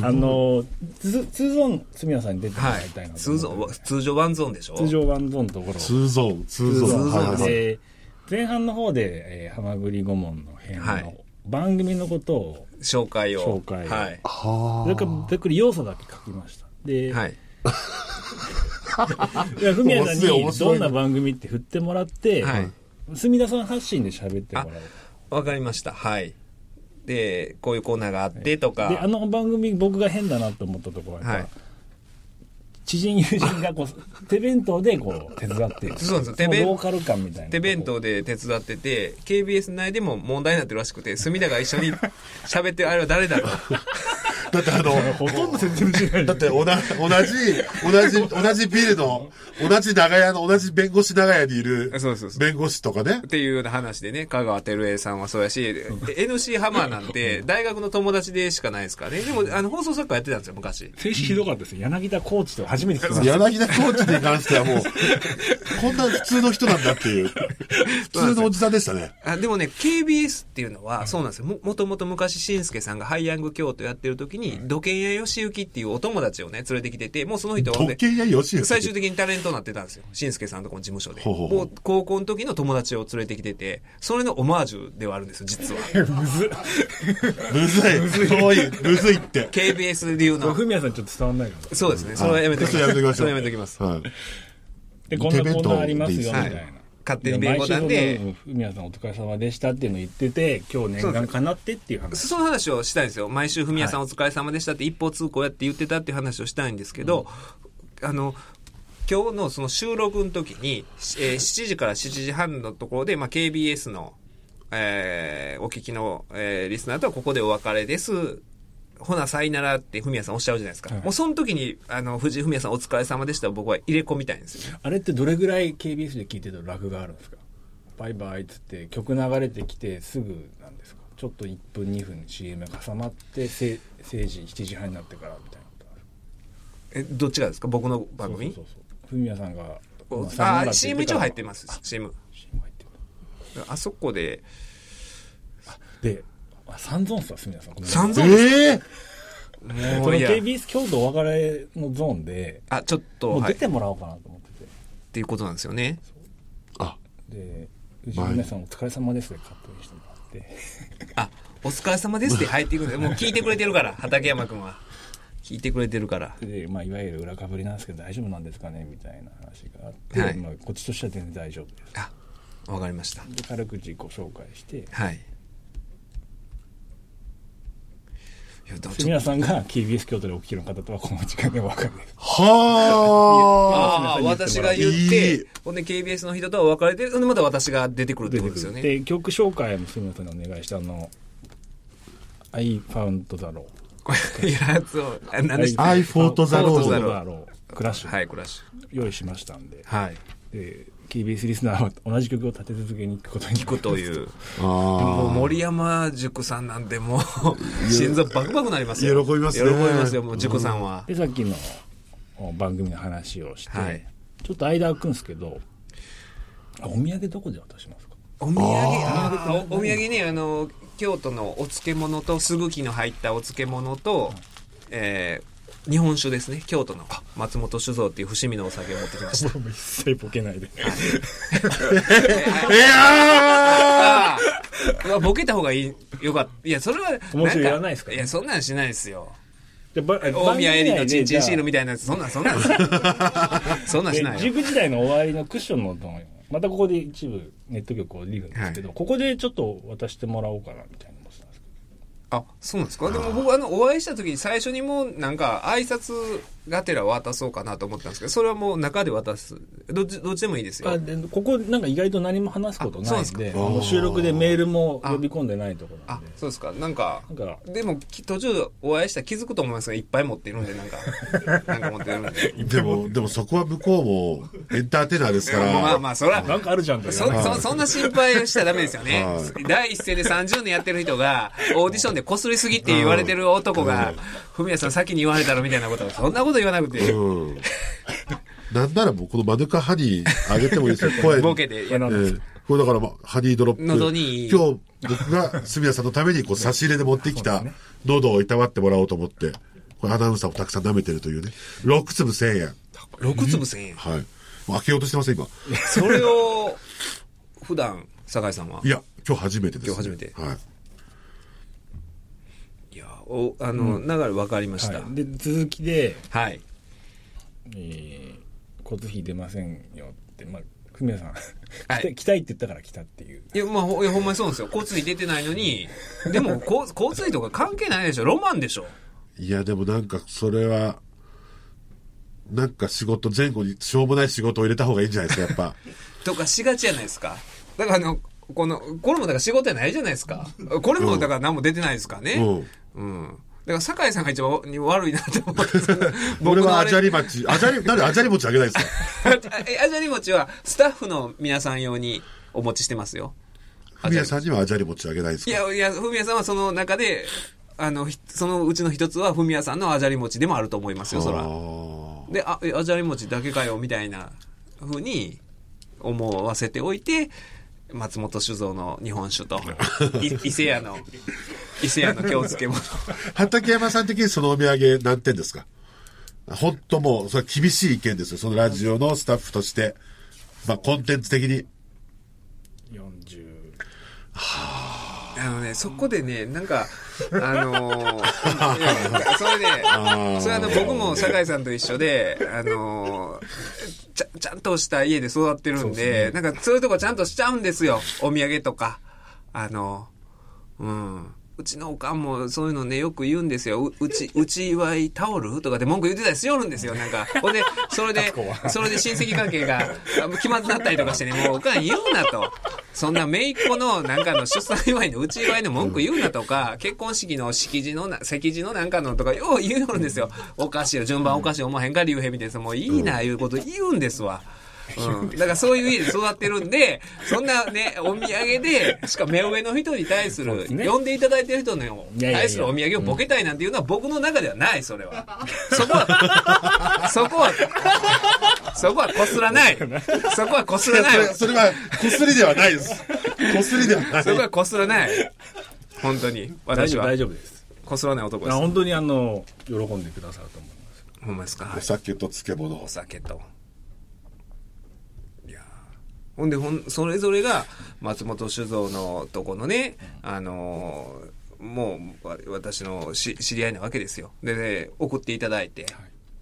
S4: あのツツーゾーン住谷さんに出ても
S1: は
S4: らいたい
S1: い。
S4: なと
S1: 通
S4: 思って、
S1: 常、通常ワンゾーンでしょ
S4: 通常ワンゾーンのところを
S3: う。ツーゾーン、ツーゾーン。
S1: ツーゾーン
S3: はいはいはい
S4: で前半の方で、えー、浜栗顧問の編
S1: は
S4: の
S1: い
S4: 番組のことを、
S1: 紹介を。
S4: 紹介を
S1: はい。
S4: それからざっくり要素だけ書きましたで、
S1: はい。
S4: いや、ふみやさん
S3: 面白い面
S4: に
S3: 白
S4: どん
S3: い
S4: な番組って振ってもらって、
S1: はい
S4: 墨田さん発信で喋ってもらう。
S1: わかりました。はい。で、こういうコーナーがあってとか。
S4: で、あの番組僕が変だなと思ったところは、
S1: はい。
S4: 知人友人が
S1: [laughs]
S4: こう、手弁当でこう、手伝ってる。
S1: そうなんですよ手
S4: の
S1: 弁
S4: ローカル感みたいな。
S1: 手弁。当で手伝ってて、KBS 内でも問題になってるらしくて、隅田が一緒に
S4: [laughs]
S1: 喋ってるあれは誰だろう。
S3: だってあの、
S4: ほとんど説明しない。
S3: だって同じ、同じ、同じ、同じビルの、同じ長屋の、同じ弁護士長屋にいる
S1: あそうそうそ、う
S3: 弁護士とかね
S1: っ。ていうような話でね、香川照江さんはそうやし、NC ハマーなん
S4: [laughs]
S1: て大学の友達でしかないですからね。でも、あの、放送作家やってたんですよ、昔。
S4: 先週ひどかったですよ。柳田コーチと初めて聞きま [laughs] した。
S3: 柳田コーチに関して
S1: [laughs]
S3: はもう、こんな普通の人なんだっていう、普通のおじさんでしたね。
S1: あでもね、KBS っていうのは、そうなんですよ。ももともと昔、新助さんがハイヤング京都やってる時に、土建屋義行っていうお友達をね、連れてきてて、もうその人はほんで
S3: 特権や吉行。
S1: 最終的にタレントになってたんですよ。新助さんのとこの事務所で。
S3: ほうほうほう
S1: もう高校の時の友達を連れてきてて、それのオマージュではあるんですよ、 [laughs] 実は。
S4: むずっ。
S3: むずい、遠い、むずいって。
S1: KBS 流の。
S4: ふみやさんちょっと伝わんないか
S1: [laughs]
S4: ら。
S1: そうですね。 [laughs] それはやめておき
S3: それやめとき
S1: ま。
S3: ますしょう
S1: それはやめておきます。
S3: はい。
S4: で、こんなこんなありますよ、み
S3: 手弁
S4: た
S1: はいい
S4: な。。
S1: 勝手に弁護団で
S4: 毎週そ。のふみやさんお疲れ様でしたっていうの言ってて、今日念願かなってっていう話。
S1: その話をしたいんですよ。毎週、文也さんお疲れ様でしたって、一方通行やって言ってたっていう話をしたいんですけど、あの、今日のその収録の時に、えー7時から7時半のところで、まあ、KBS の、えーお聞きの、えーリスナーとはここでお別れです。ほな、さいならって、ふみやさんおっしゃるじゃないですか。
S4: はい
S1: もう、その時に、あの、藤井ふみやさんお疲れ様でしたを僕は入れ込みたいんですよね。
S4: あれってどれぐらい KBS で聞いてるとラグがあるんですかバイバイっつって曲流れてきてすぐなんですかちょっと1分2分 CM が挟まってせ政治7時半になってからみたいなことあ
S1: え、
S4: る
S1: どっちがですか僕の番組
S4: そうそうそうふみやさんが
S1: こう
S4: まさよなら
S1: あ、
S4: って言
S1: CM 一応入って
S4: から
S1: ます。CM。
S4: CM 入ってる
S1: あそこで、
S4: であサンゾーンっすわふみやさんごめんなさい
S1: 散々、
S3: ええ
S1: も
S4: こ
S1: う
S4: の
S1: いや、
S4: KBS 京都お別れのゾーンで
S1: あ、ちょっと、
S4: もう
S1: はい、
S4: 出
S1: って
S4: もらおうかなと思ってて、
S1: ていうことなんですよね。
S3: あ、
S4: で藤井皆さんお疲れ様ですでカットインしてもらって
S1: あ、お疲れ様ですって入っていくんで、もう聞いてくれてるから、畠山くんは。聞いてくれてるから。
S4: で、まあ、いわゆる裏かぶりなんですけど大丈夫なんですかねみたいな話があって、
S1: はい
S4: まあ、こっちとしては全然大丈夫です
S1: あ、わかりました。
S4: で軽く自己紹介して
S1: はい。いや、だちょっ
S4: 皆さんが KBS 京都で起きてる方とはこの時間でお別れです
S1: と
S3: は
S1: ああ、
S3: あ。
S1: 私が言っ
S3: いい
S1: て、ほんで KBS の人とは別れてる、ほんでまた私が出てくるってことですよね。
S4: で曲紹介も杉野さんにお願いしてあの「I found the law」
S1: これ、いや、そう、あ何でした
S3: はい I fought the
S1: law
S4: law」クラッシュ、
S1: はい、クラッシュ。
S4: 用意しましたんで
S1: はい。
S4: で KBS リスナーは同じ曲を立て続けに聴くことに
S1: 聞くという。もう
S3: あ
S1: 森山塾さんなんで、もう、心臓バクバクなりますよ。
S3: 喜びますね
S1: 喜びますよ、もう塾さんは。
S4: でさっきのお番組の話をして、
S1: はい
S4: ちょっと間空くんですけどあお土産どこで渡しますか
S1: お土産、あーおお土産ね、あの、京都のお漬物と、すぐきの入ったお漬物と、えー日本酒ですね。京都の松本酒造っていう伏見のお酒を持ってきま
S4: [laughs]
S1: した。
S4: 一切ボケない [laughs] で
S3: あ。いや
S1: ああ、まあ、ボケた方がいい、よかった。いや、それは、
S4: 面白い
S1: ん
S4: 言わないですか
S1: いや、そんなんしないですよ。
S4: じ [laughs] ゃあば
S1: 大
S4: 番組
S1: 宮エリの
S4: 内
S1: チ
S4: で
S1: ンチ
S4: じゃ
S1: ン
S4: あ
S1: シールみたいなやつ、そんなん、そ
S4: [laughs]
S1: んなん。そんなんしな
S4: で
S1: いよ。
S4: 塾時代の終わりのクッションの音またここで一部ネット局をリーグですけど、ここでちょっと渡してもらおうかなみたいな思ってたんですけ
S1: あ、そうなんですかでも僕、あの、お会いした時に最初にもう、なんか、挨拶がてら渡そうかなと思ったんですけど、それはもう中で渡す。どっち、どっちでもいいです
S4: ど
S1: よ。
S4: あでここなんか意外と何も話すことない
S1: あ
S4: ん
S1: そう
S4: で
S1: な
S4: あの収録でメールも呼び込んでないところな
S1: あ
S4: んで、
S1: そうですか。なんか、
S4: なんか
S1: でも、き途中お会いしたら気づくと思いますが、いっぱい持ってるんで、なんか、なんか持ってるんで。
S3: ーでも、でもそこは向こうもエンターテイナーですか
S1: [laughs] まあ
S3: ら。
S1: まあ、そら、
S4: なんかあるじゃんって
S1: そそそんな心配をしちゃダメですよね
S3: は。
S1: 第一声で30年やってる人が、オーディションでこすりすぎって言われてる男が、ふみやさん先に言われたろみたいなこと、そんなこと言わなくて、
S3: うん。なんならもうこのマヌカハニーあげてもいいですよ。声。
S1: ボケで。いや
S4: な
S3: え
S4: んです
S3: ーこれだから、まあ、ハニードロップ。
S1: 喉にいい
S3: 今日、僕が、すみやさんのために、こう、差し入れで持ってきた、喉をいたわってもらおうと思って、これ、アナウンサーをたくさん舐めてるというね。6粒1000円。
S1: 6粒1000円。
S3: はい。もう開けようとしてません、今。。
S1: それを、普段、酒井さんはい
S3: や、今日初めてです、
S1: 今日初めて
S3: はい。
S1: いや、お、あの、流れ分かりました。
S4: はい、で続きで
S1: はい。
S4: えー交通費出ませんよって、まあ、ふみやさん、
S1: はい
S4: [laughs] 来た来たいって言ったから来たっていう。
S1: いや、まあ、ほいやほんまにそうなんですよ。交通費出てないのに、でも、交 [laughs] 交通費とか関係ないでしょ。ロマンでしょ。
S3: いや、でもなんか、それは、なんか仕事、前後にしょうもない仕事を入れた方がいいんじゃないですか、や
S1: [laughs]
S3: っぱ。
S1: とかしがちじゃないですか。だから、あの、この、これもだから仕事じゃないじゃないですか。これもだから何も出てないですからね。うん。だから、酒井さんが一番に悪いなと思うんですけど
S3: [laughs] 俺はアジャ
S1: リ。
S3: リ鉢、アジャリ、なんでアジャリ餅あげないんです
S1: [laughs]
S3: か
S1: えアジャリ餅は、スタッフの皆さん用にお持ちしてますよ。
S3: ふみやさんにはアジャリ餅あげないんです
S1: い
S3: か
S1: や、いや、ふみやさんはその中で、あの、ひそのうちの一つは、ふみやさんのアジャリ餅でもあると思いますよ、そ
S3: あ
S1: ら。
S3: ー
S1: で、あ、えアジャリ餅だけかよ、みたいなふうに思わせておいて、松本酒造の日本 [laughs] 酒と、い伊勢屋の、伊勢屋の京漬 [laughs] 物。
S3: 畠山さん的にそのお土産何点ですか本当もう、それは厳しい意見ですよ。そのラジオのスタッフとして。まあ、コンテンツ的に。
S4: 40。
S1: あのね、そこでね、なんか、あのーい [laughs] やそれで、それあの、僕も酒井さんと一緒で、あのーちゃ、ちゃんとした家で育ってるんで、なんかそういうとこちゃんとしちゃうんですよ。お土産とか。あの、うん。うちのおかんもそういうのね、よく言うんですよ。ううち、うちはタオルとかで文句言ってたりしよるんですよ、なんか。ほんで、それで、それで親戚関係があ気まずなったりとかしてね、もうおかん言うなと。そんな姪っ子のなんかの出産祝いのうち祝いの文句言うなとか、結婚式の式辞のな、席辞のなんかのとか、よう言うよるんですよ。おかしいよ、順番おかしい思わへんから言うへんみたいな、もういいな、いうこと言うんですわ。うん、だからそういう家で育ってるんで、そんなね、お土産で、しかも目上の人に対する、
S4: ね
S1: 呼んでいただいてる人の
S4: いやいやいや
S1: 対するお土産をボケたいなんていうのは僕の中ではない、それは。そこは、そこは、そこはこすらない。そこはこす
S3: い
S1: ら
S3: や
S1: な
S3: そ
S1: い
S3: れ。それはこすりではない
S1: [laughs]
S3: ですこすりではない
S1: そこはこすらない。本当に、
S4: 大
S1: 私
S4: 丈夫
S1: は
S4: 大。丈夫です
S1: こすらない男で
S4: あ
S1: す。
S4: 本当にあの喜んでくださると思います
S1: ほんまですか。はい
S3: お酒と漬物
S1: お酒と。いやーほんでほん、それぞれが、松本酒造のとこのね、あのーもう、わ私のし知り合いなわけですよ。で、ね、送っていただいて、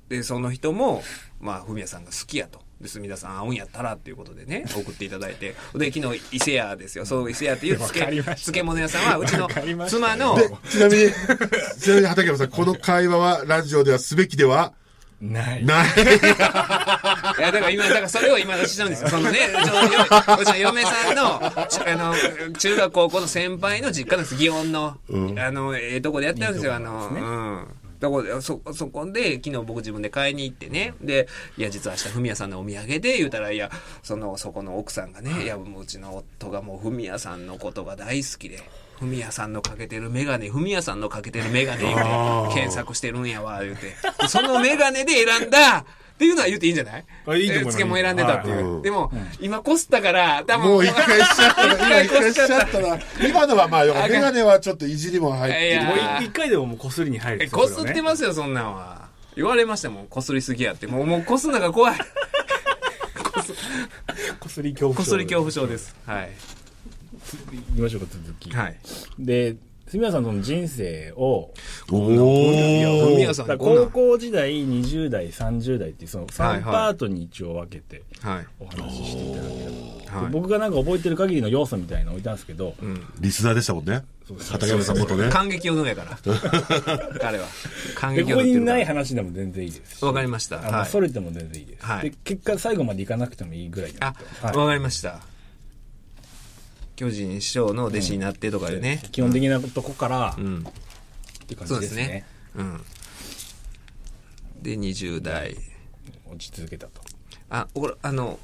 S1: で、その人も、まあ、文也さんが好きやと。で、墨田さん会うんやったらっていうことでね、送っていただいて。で、昨日、伊勢屋ですよ。そう、伊勢屋っていう漬け
S4: わかりました
S1: 漬物屋さんは、うちの
S4: わかりました
S1: 妻の、
S3: でちなみにちなみに畠山さんこの会話はラジオではすべきでは
S4: ない
S3: ない
S1: いや、だから今、だからそれを今私なんですよ。そのね、うちの嫁うちの嫁さんの、ちあの、中学高校の先輩の実家なんです。祇園の、あの、ええとこでやったんですよ、あの、うん。だからそ、そこで、昨日僕自分で買いに行ってね。で、いや、実は明日、文也さんのお土産で言うたら、いや、その、そこの奥さんがね、いや、もううちの夫がもう文也さんのことが大好きで、文也さんのかけてるメガネ、文也さんのかけてるメガネ、言うて検索してるんやわ、言うて。でそのメガネで選んだっていうのは言っていいんじゃない
S4: あいいと思います
S1: 漬物選んでたっていう。
S3: はい
S1: でも、今こすったから、多分
S3: もう一回しちゃったな。今
S1: 一回
S3: 一回しちゃったな。今のはまあよかった、メガネはちょっといじりも入っ
S1: い
S3: て
S1: や
S3: る。
S1: もう一
S4: 一回でももうこすりに入
S1: [laughs]
S4: る
S1: えこすってますすよ、そんなんは。言われましたもん、こすりすぎやって。もう、もうこすのが怖い。
S4: こすり恐怖
S1: こすり恐怖
S4: 症
S1: 症です。はい。
S4: 行きましょうか続き
S1: はい。
S4: で住谷さんの人生を
S1: 文
S3: お
S1: 也
S3: お。
S1: さん、
S4: だか
S1: こん
S4: ら
S1: な
S4: 高校時代20代30代っていうその
S1: はいはい
S4: 3パートに一応分けて
S1: はい。
S4: お話ししていただければ、
S1: はい
S4: 僕がなんか覚えてる限りの要素みたいなの置いたんですけど、
S3: リスナーでしたもんね。畠山さん元ね。
S1: 感激を脱げから。彼は。感
S4: で
S1: 激
S4: こ
S1: を
S4: こ
S1: 脱げ
S4: に
S1: るか
S4: ない
S1: ら。
S4: 話でも全然いいですし
S1: わかりました。
S4: あの、
S1: はい
S4: そ。れても全然いいです、
S1: はい
S4: で結果最後までいかなくてもいいぐらい
S1: あ
S4: だと、
S1: わ、
S4: は
S1: かりました。巨人師匠の弟子になってとかでね
S4: い、。基本的なとこから、
S1: う
S4: っ
S1: ん。
S4: て感
S1: そうで
S4: じですす
S1: ね
S4: ね。
S1: うん。で、20代。
S4: 落ち続けたと
S1: あ、これ、あの、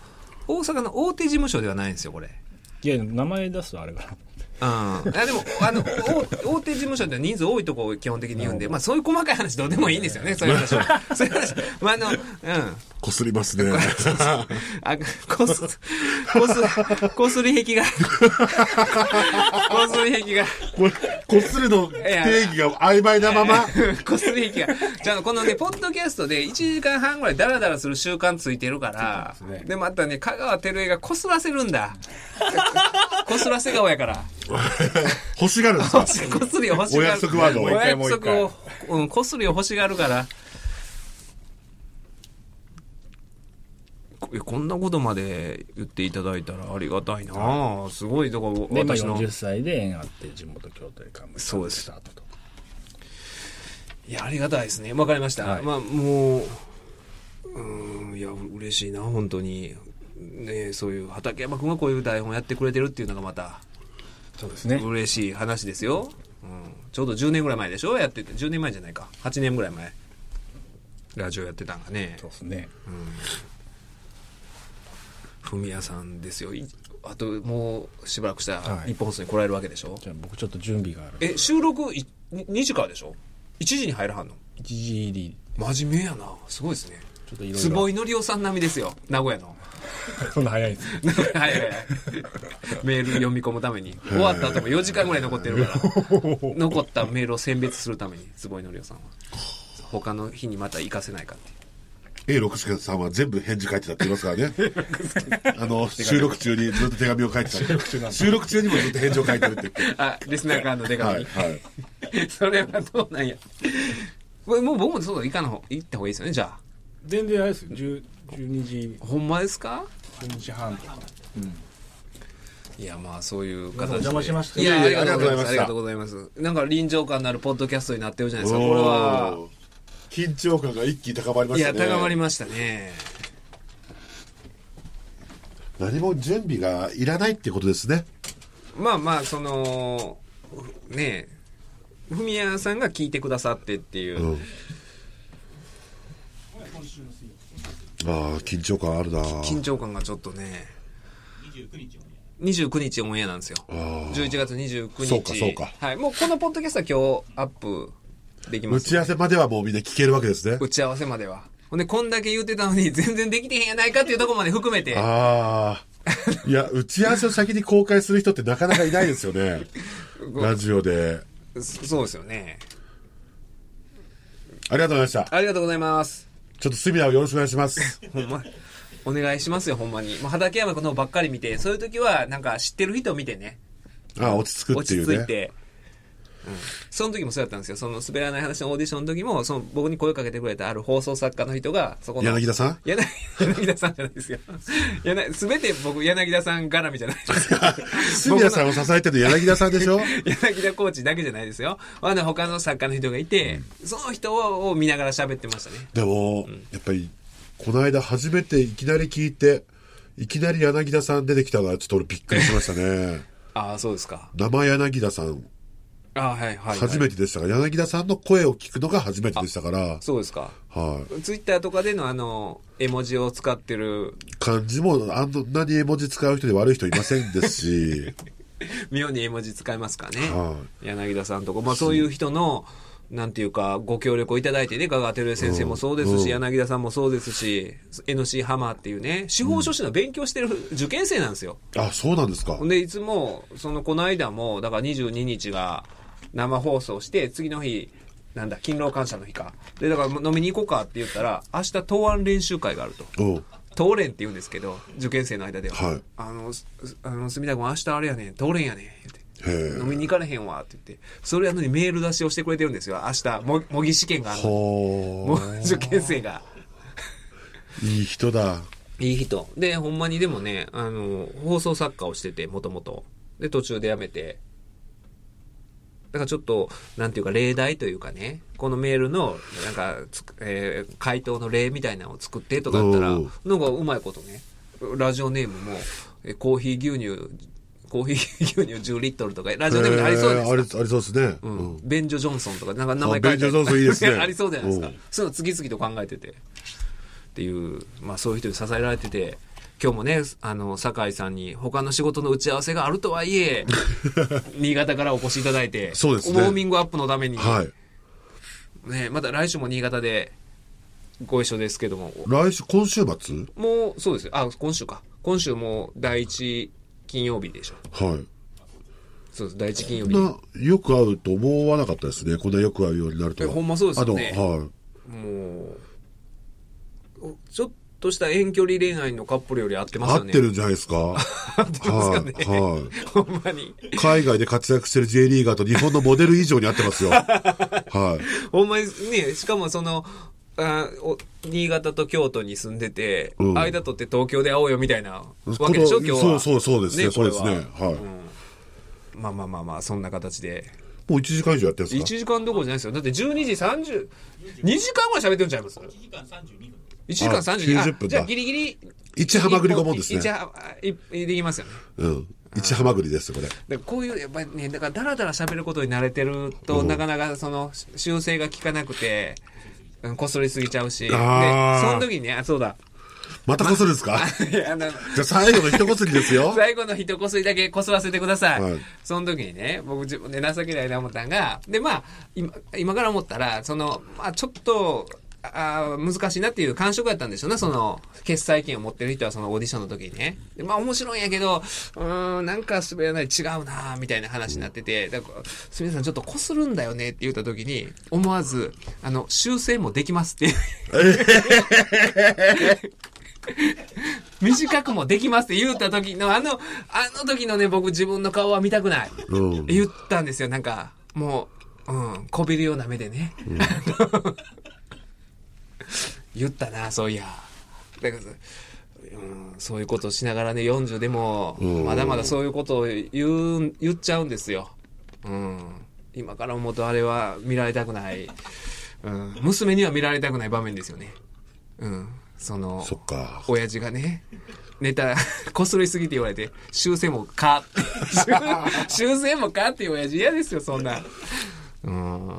S1: 大阪の大手事務所ではないんですよ、これ。
S4: いや名前出すとあれかな
S1: うん。あでも、あの、お [laughs] 大手事務所では人数多いとこを基本的に言うんで、まあそういう細かい話どうでもいいんですよね、そういう話 [laughs] は。そういう話。まああの、うん。
S3: こすりますね。
S1: あ、こす、こす、こすり壁が、 [laughs] こすり壁が。
S3: これ [laughs] こするの定義が曖昧なまま。
S1: こすりが。じゃあ、このね、ポッドキャストで1時間半ぐらいダラダラする習慣ついてるから、
S4: ついてますね
S1: で、またね、香川照江がこすらせるんだ。 [laughs] こすらせ顔やから。
S3: 欲しがるんです
S1: こ
S3: か
S1: す [laughs] こすりを欲しが
S3: お
S1: る。
S3: 約束ワード
S1: お
S3: を。
S4: 一回
S1: 約
S4: もう一
S1: 束
S4: 回
S1: を、うん、こすりを欲しがるから。こえこんなことまで言っていただいたらありがたいなあすごいとこ
S4: で、まあ、
S1: 私の
S4: 40歳で縁あって地元京都へ幹部
S1: そうです
S4: スタートと
S1: いや、ありがたいですね。わかりました。
S4: はい
S1: まあ、もう、うーん、いや、嬉しいな、本当に。ねそういう、畠山君がこういう台本やってくれてるっていうのがまた、
S4: そうですね
S1: 嬉しい話ですよ。うん。ちょうど10年ぐらい前でしょやってて、10年前じゃないか。8年ぐらい前。ラジオやってたんがね
S4: そ。うですね
S1: 文也さんですよ。いあと、もう、しばらくしたら
S4: は、
S1: 日
S4: い
S1: 本放送に来られるわけでしょ、
S4: じゃあ僕ちょっと準備がある
S1: え、収録いに2時からでしょ ?1 時に入らはんの
S4: 一時入り
S1: 真面目やな。すごいですね。
S4: ちょっといろいろ
S1: 坪井のりおさん並みですよ。名古屋の。
S4: そんな早いです
S1: はいはいはい。メール読み込むために。終わった後も4時間ぐらい残ってる [laughs] から。残ったメールを選別するために、坪井のりおさんは。他の日にまた行かせないかっていう
S3: A6 助さんは全部返事書いてたって言いますからね。 [laughs] あの、収録中にずっと手紙を書いてた。収録中にもずっと返事を書 [laughs] いてるって言って。
S1: あ、リスナーからの手
S3: はい、
S1: 紙。
S3: は
S1: [laughs]
S3: い。
S1: それはどうなんや。これもう僕もそうだ、行かなほ行った方がいいですよね、じゃあ。
S4: 全然あれですよ10 12時
S1: ほんまですか
S4: 12時半とか
S1: いや、まあ、そういう
S4: 皆さん
S1: 形で。
S4: お邪魔しました
S1: いやいや、ありがとうございます。あ
S3: あ
S1: り
S3: り
S1: がと
S3: がと
S1: う
S3: う
S1: ございます。なんか臨場感のあるポッドキャストになってるじゃないですか。これは
S3: おー、緊張感が一気に高まりま
S1: い
S3: した
S1: や、
S3: ね。
S1: 高まりましたね。
S3: 何も準備がいらないってことですね。
S1: まあまあ、その、ねえ、ふみやさんが聞いてくださってっていう。
S3: うん。ああ、緊張感あるな
S1: 緊張感がちょっとね、
S2: 29日をね
S1: 29日オンエアなんですよ。
S3: あー
S1: 11月29日。
S3: そうかそうか
S1: はい。もうこのポッドキャストは今日アップできま
S3: 打
S1: す、
S3: ち合わせまではもうみんな聞けるわけですね。
S1: 打ち合わせまでは。ほんで、こんだけ言ってたのに [laughs] 全然できてへんやないかっていうところまで含めて。
S3: ああ。いや、打ち合わせを先に公開する人ってなかなかいないですよね。ラジオで。
S1: そそうですよね。
S3: ありがとうございました。
S1: ありがとうございます。
S3: ちょっとセミナーをよろしくお願いします。
S1: ほんま。お願いしますよ、ほんまに。もう畠山君のばっかり見て、そういう時は、なんか知ってる人を見てね、
S3: ああ、落ち着く
S1: 落
S3: ってい
S1: ち
S3: う
S1: 着
S3: ね。
S1: いて。うんその時もそうやったんですよ。その滑らない話のオーディションの時も、その僕に声かけてくれたある放送作家の人が、そこの。
S3: 柳田さん
S1: 柳柳田さんじゃないですよ。柳すべて僕、柳田さん絡みじゃない
S3: [laughs]
S1: ですよ
S3: スミヤさんを支えてる柳田さんでしょ
S1: 柳田コーチだけじゃないですよ。まだ他の作家の人がいて、その人を見ながら喋ってましたね。
S3: でも、やっぱり、この間初めていきなり聞いて、いきなり柳田さん出てきたのはちょっと俺びっくりしまし
S1: [laughs]
S3: たね。
S1: ああ、そうですか。
S3: 生柳田さん、
S1: ああ、はい、はい。
S3: 初めてでしたが、柳田さんの声を聞くのが初めてでしたから、
S1: そうですか。
S3: はい。
S1: ツイッターとかでのあの、絵文字を使ってる、
S3: 漢字もあんなに絵文字使う人で悪い人いませんで
S1: [laughs]
S3: すし、
S1: 妙に絵文字使いますからね。
S3: は
S1: 柳田さんとか、まあそういう人の、なんていうか、ご協力をいただいてね、香川照江先生もそうですし、
S3: うん
S1: 柳田さんもそうですし、NC ハマーっていうね、司法書士の勉強してる受験生なんですよ。
S3: あ、そうなんですか
S1: ほん。で、いつも、その、この間も、だから22日が生放送して、次の日、なんだ、勤労感謝の日か。で、だから飲みに行こうかって言ったら、明日、答案練習会があると。
S3: うん。
S1: 通れんって言うんですけど、受験生の間では。
S3: はい
S1: あの、すあの、墨田君明日あれやねん、通れんやねん、言
S3: へ
S1: って。
S3: え
S1: 飲みに行かれへんわ、って言って。それやのにメール出しをしてくれてるんですよ。明日、も、模擬試験があるの。
S3: ほ
S1: もう
S3: ー。
S1: [laughs] 受験生が。
S3: いい
S1: [laughs]
S3: 人だ。
S1: いい人。で、ほんまにでもね、あの、放送作家をしてて、もともと。で、途中で辞めて。だからちょっと、なんていうか、例題というかね、このメールの、なんか、つくえー回答の例みたいなのを作ってとかだったら、
S3: お
S1: の
S3: う
S1: がうまいことね、ラジオネームも、えコーヒー牛乳、コーヒー牛乳10リットルとか、ラジオネームにありそうです
S3: へーあ
S1: か
S3: りありそうですね。
S1: う
S3: うんん。
S1: ベンジョ・ジョンソンとか、なんか名前書いてあ
S3: あベンジョジョンソンいいですね
S1: [laughs] ありそうじゃないですか
S3: うん。
S1: そういうの次々と考えてて。っていう、まあそういう人に支えられてて、今日もね、あの、酒井さんに他の仕事の打ち合わせがあるとはい
S3: [laughs]
S1: え、新潟からお越しいただいて、
S3: そうですね
S1: ウォーミングアップのために、
S3: はい。
S1: ね、また来週も新潟でご一緒ですけども、
S3: 来週、今週末
S1: もうそうですよ。あ、今週か。今週もう第一金曜日でしょ。
S3: はい。
S1: そうです、第一金曜
S3: こん
S1: 日。
S3: な、よく会うと思わなかったですね。こんなよく会うようになると
S1: え
S3: は。
S1: ほんまそうですよね
S3: あの、はい。
S1: もう、おちょっとした遠距離恋愛のカップルより合ってます
S3: 合
S1: よ
S3: っ
S1: ね。
S3: てるんじゃないですか。
S1: [laughs] 合ってますよね。
S3: はいは
S1: ほんまに。
S3: い。海外で活躍してる J リーガーと日本のモデル以上に合っ
S1: [laughs]
S3: てますよ。はい。
S1: ほんまにね、しかもその、あお新潟と京都に住んでて、
S3: うん
S1: 間取って東京で会おうよみたいなわけでしょ、
S3: この
S1: 今日は。
S3: そうそうそうですね
S1: これは
S3: そうですねはい
S1: うんまあまあまあまあ、そんな形で。
S3: もう1時間以上やってるんで
S1: 1
S3: すか
S1: 時間どころじゃないですよ。だって12時30、2時間ぐらい喋ってるんちゃいます
S2: 1時間32分
S1: 1時間
S3: あ
S1: 30分。あ
S3: 90分だ
S1: じゃあギリギリ。
S3: 一ハマグリ五文ですね
S1: 一ハいできますよね。
S3: うん。一ハマグリですよ、これ。
S1: だからこういう、やっぱりね、だからだらだら喋ることに慣れてると、
S3: うん
S1: なかなかそのし修正が効かなくて、うんこそりすぎちゃうし、で、そ
S3: あー
S1: の時にね、あ、そうだ、
S3: またこするんです
S1: [laughs]
S3: か
S1: いやあの、
S3: じゃあ最後の一こすりですよ。
S1: 最後の一こすりだけこすらせてください。
S3: はい
S1: その時にね、僕自分で情けないな思ったんが、で、まあ、今、今から思ったら、その、まあ、ちょっと、あー難しいなっていう感触やったんでしょうね、その、決済権を持ってる人はそのオーディションの時にね。でまあ面白いんやけど、うーん、なんか滑らない違うなみたいな話になってて、だから、すみません、ちょっとこするんだよねって言った時に、思わず、あの、修正もできますって。短くもできますって言った時の、あの、あの時のね、僕自分の顔は見たくない。
S3: うん
S1: 言ったんですよ、なんか、もう、うん、こびるような目でね。言ったな、そういや。だから、うんそういうことをしながらね、40でも、まだまだそういうことを言う、言っちゃうんですよ。うん。今から思うとあれは見られたくない。うん。娘には見られたくない場面ですよね。うん。その、
S3: そっか。
S1: 親父がね、ネタ、 [laughs] こすりすぎて言われて、修正もか [laughs] って。修正もかっていう親父嫌ですよ、そんな。うん。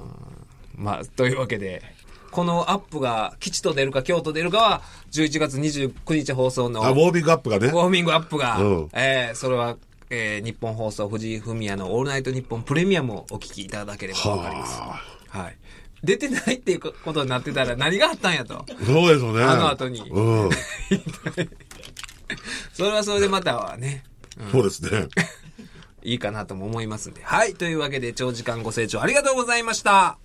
S1: まあ、というわけで、このアップが吉と出るか京都出るかは、11月29日放送の
S3: あ、ウォーミングアップがね
S1: ウ。ォーミングアップが、
S3: うん
S1: えーそれは、えー日本放送、藤井フミヤのオールナイト日本プレミアムをお聞きいただければわかります。
S3: は
S1: はい。出てないっていうことになってたら何があったんやと。
S3: そうですよね。
S1: あの後に [laughs]
S3: うん。
S1: それはそれでまたはね、
S3: そうですね。
S1: いいかなとも思いますんで。はい。というわけで長時間ご清聴ありがとうございました。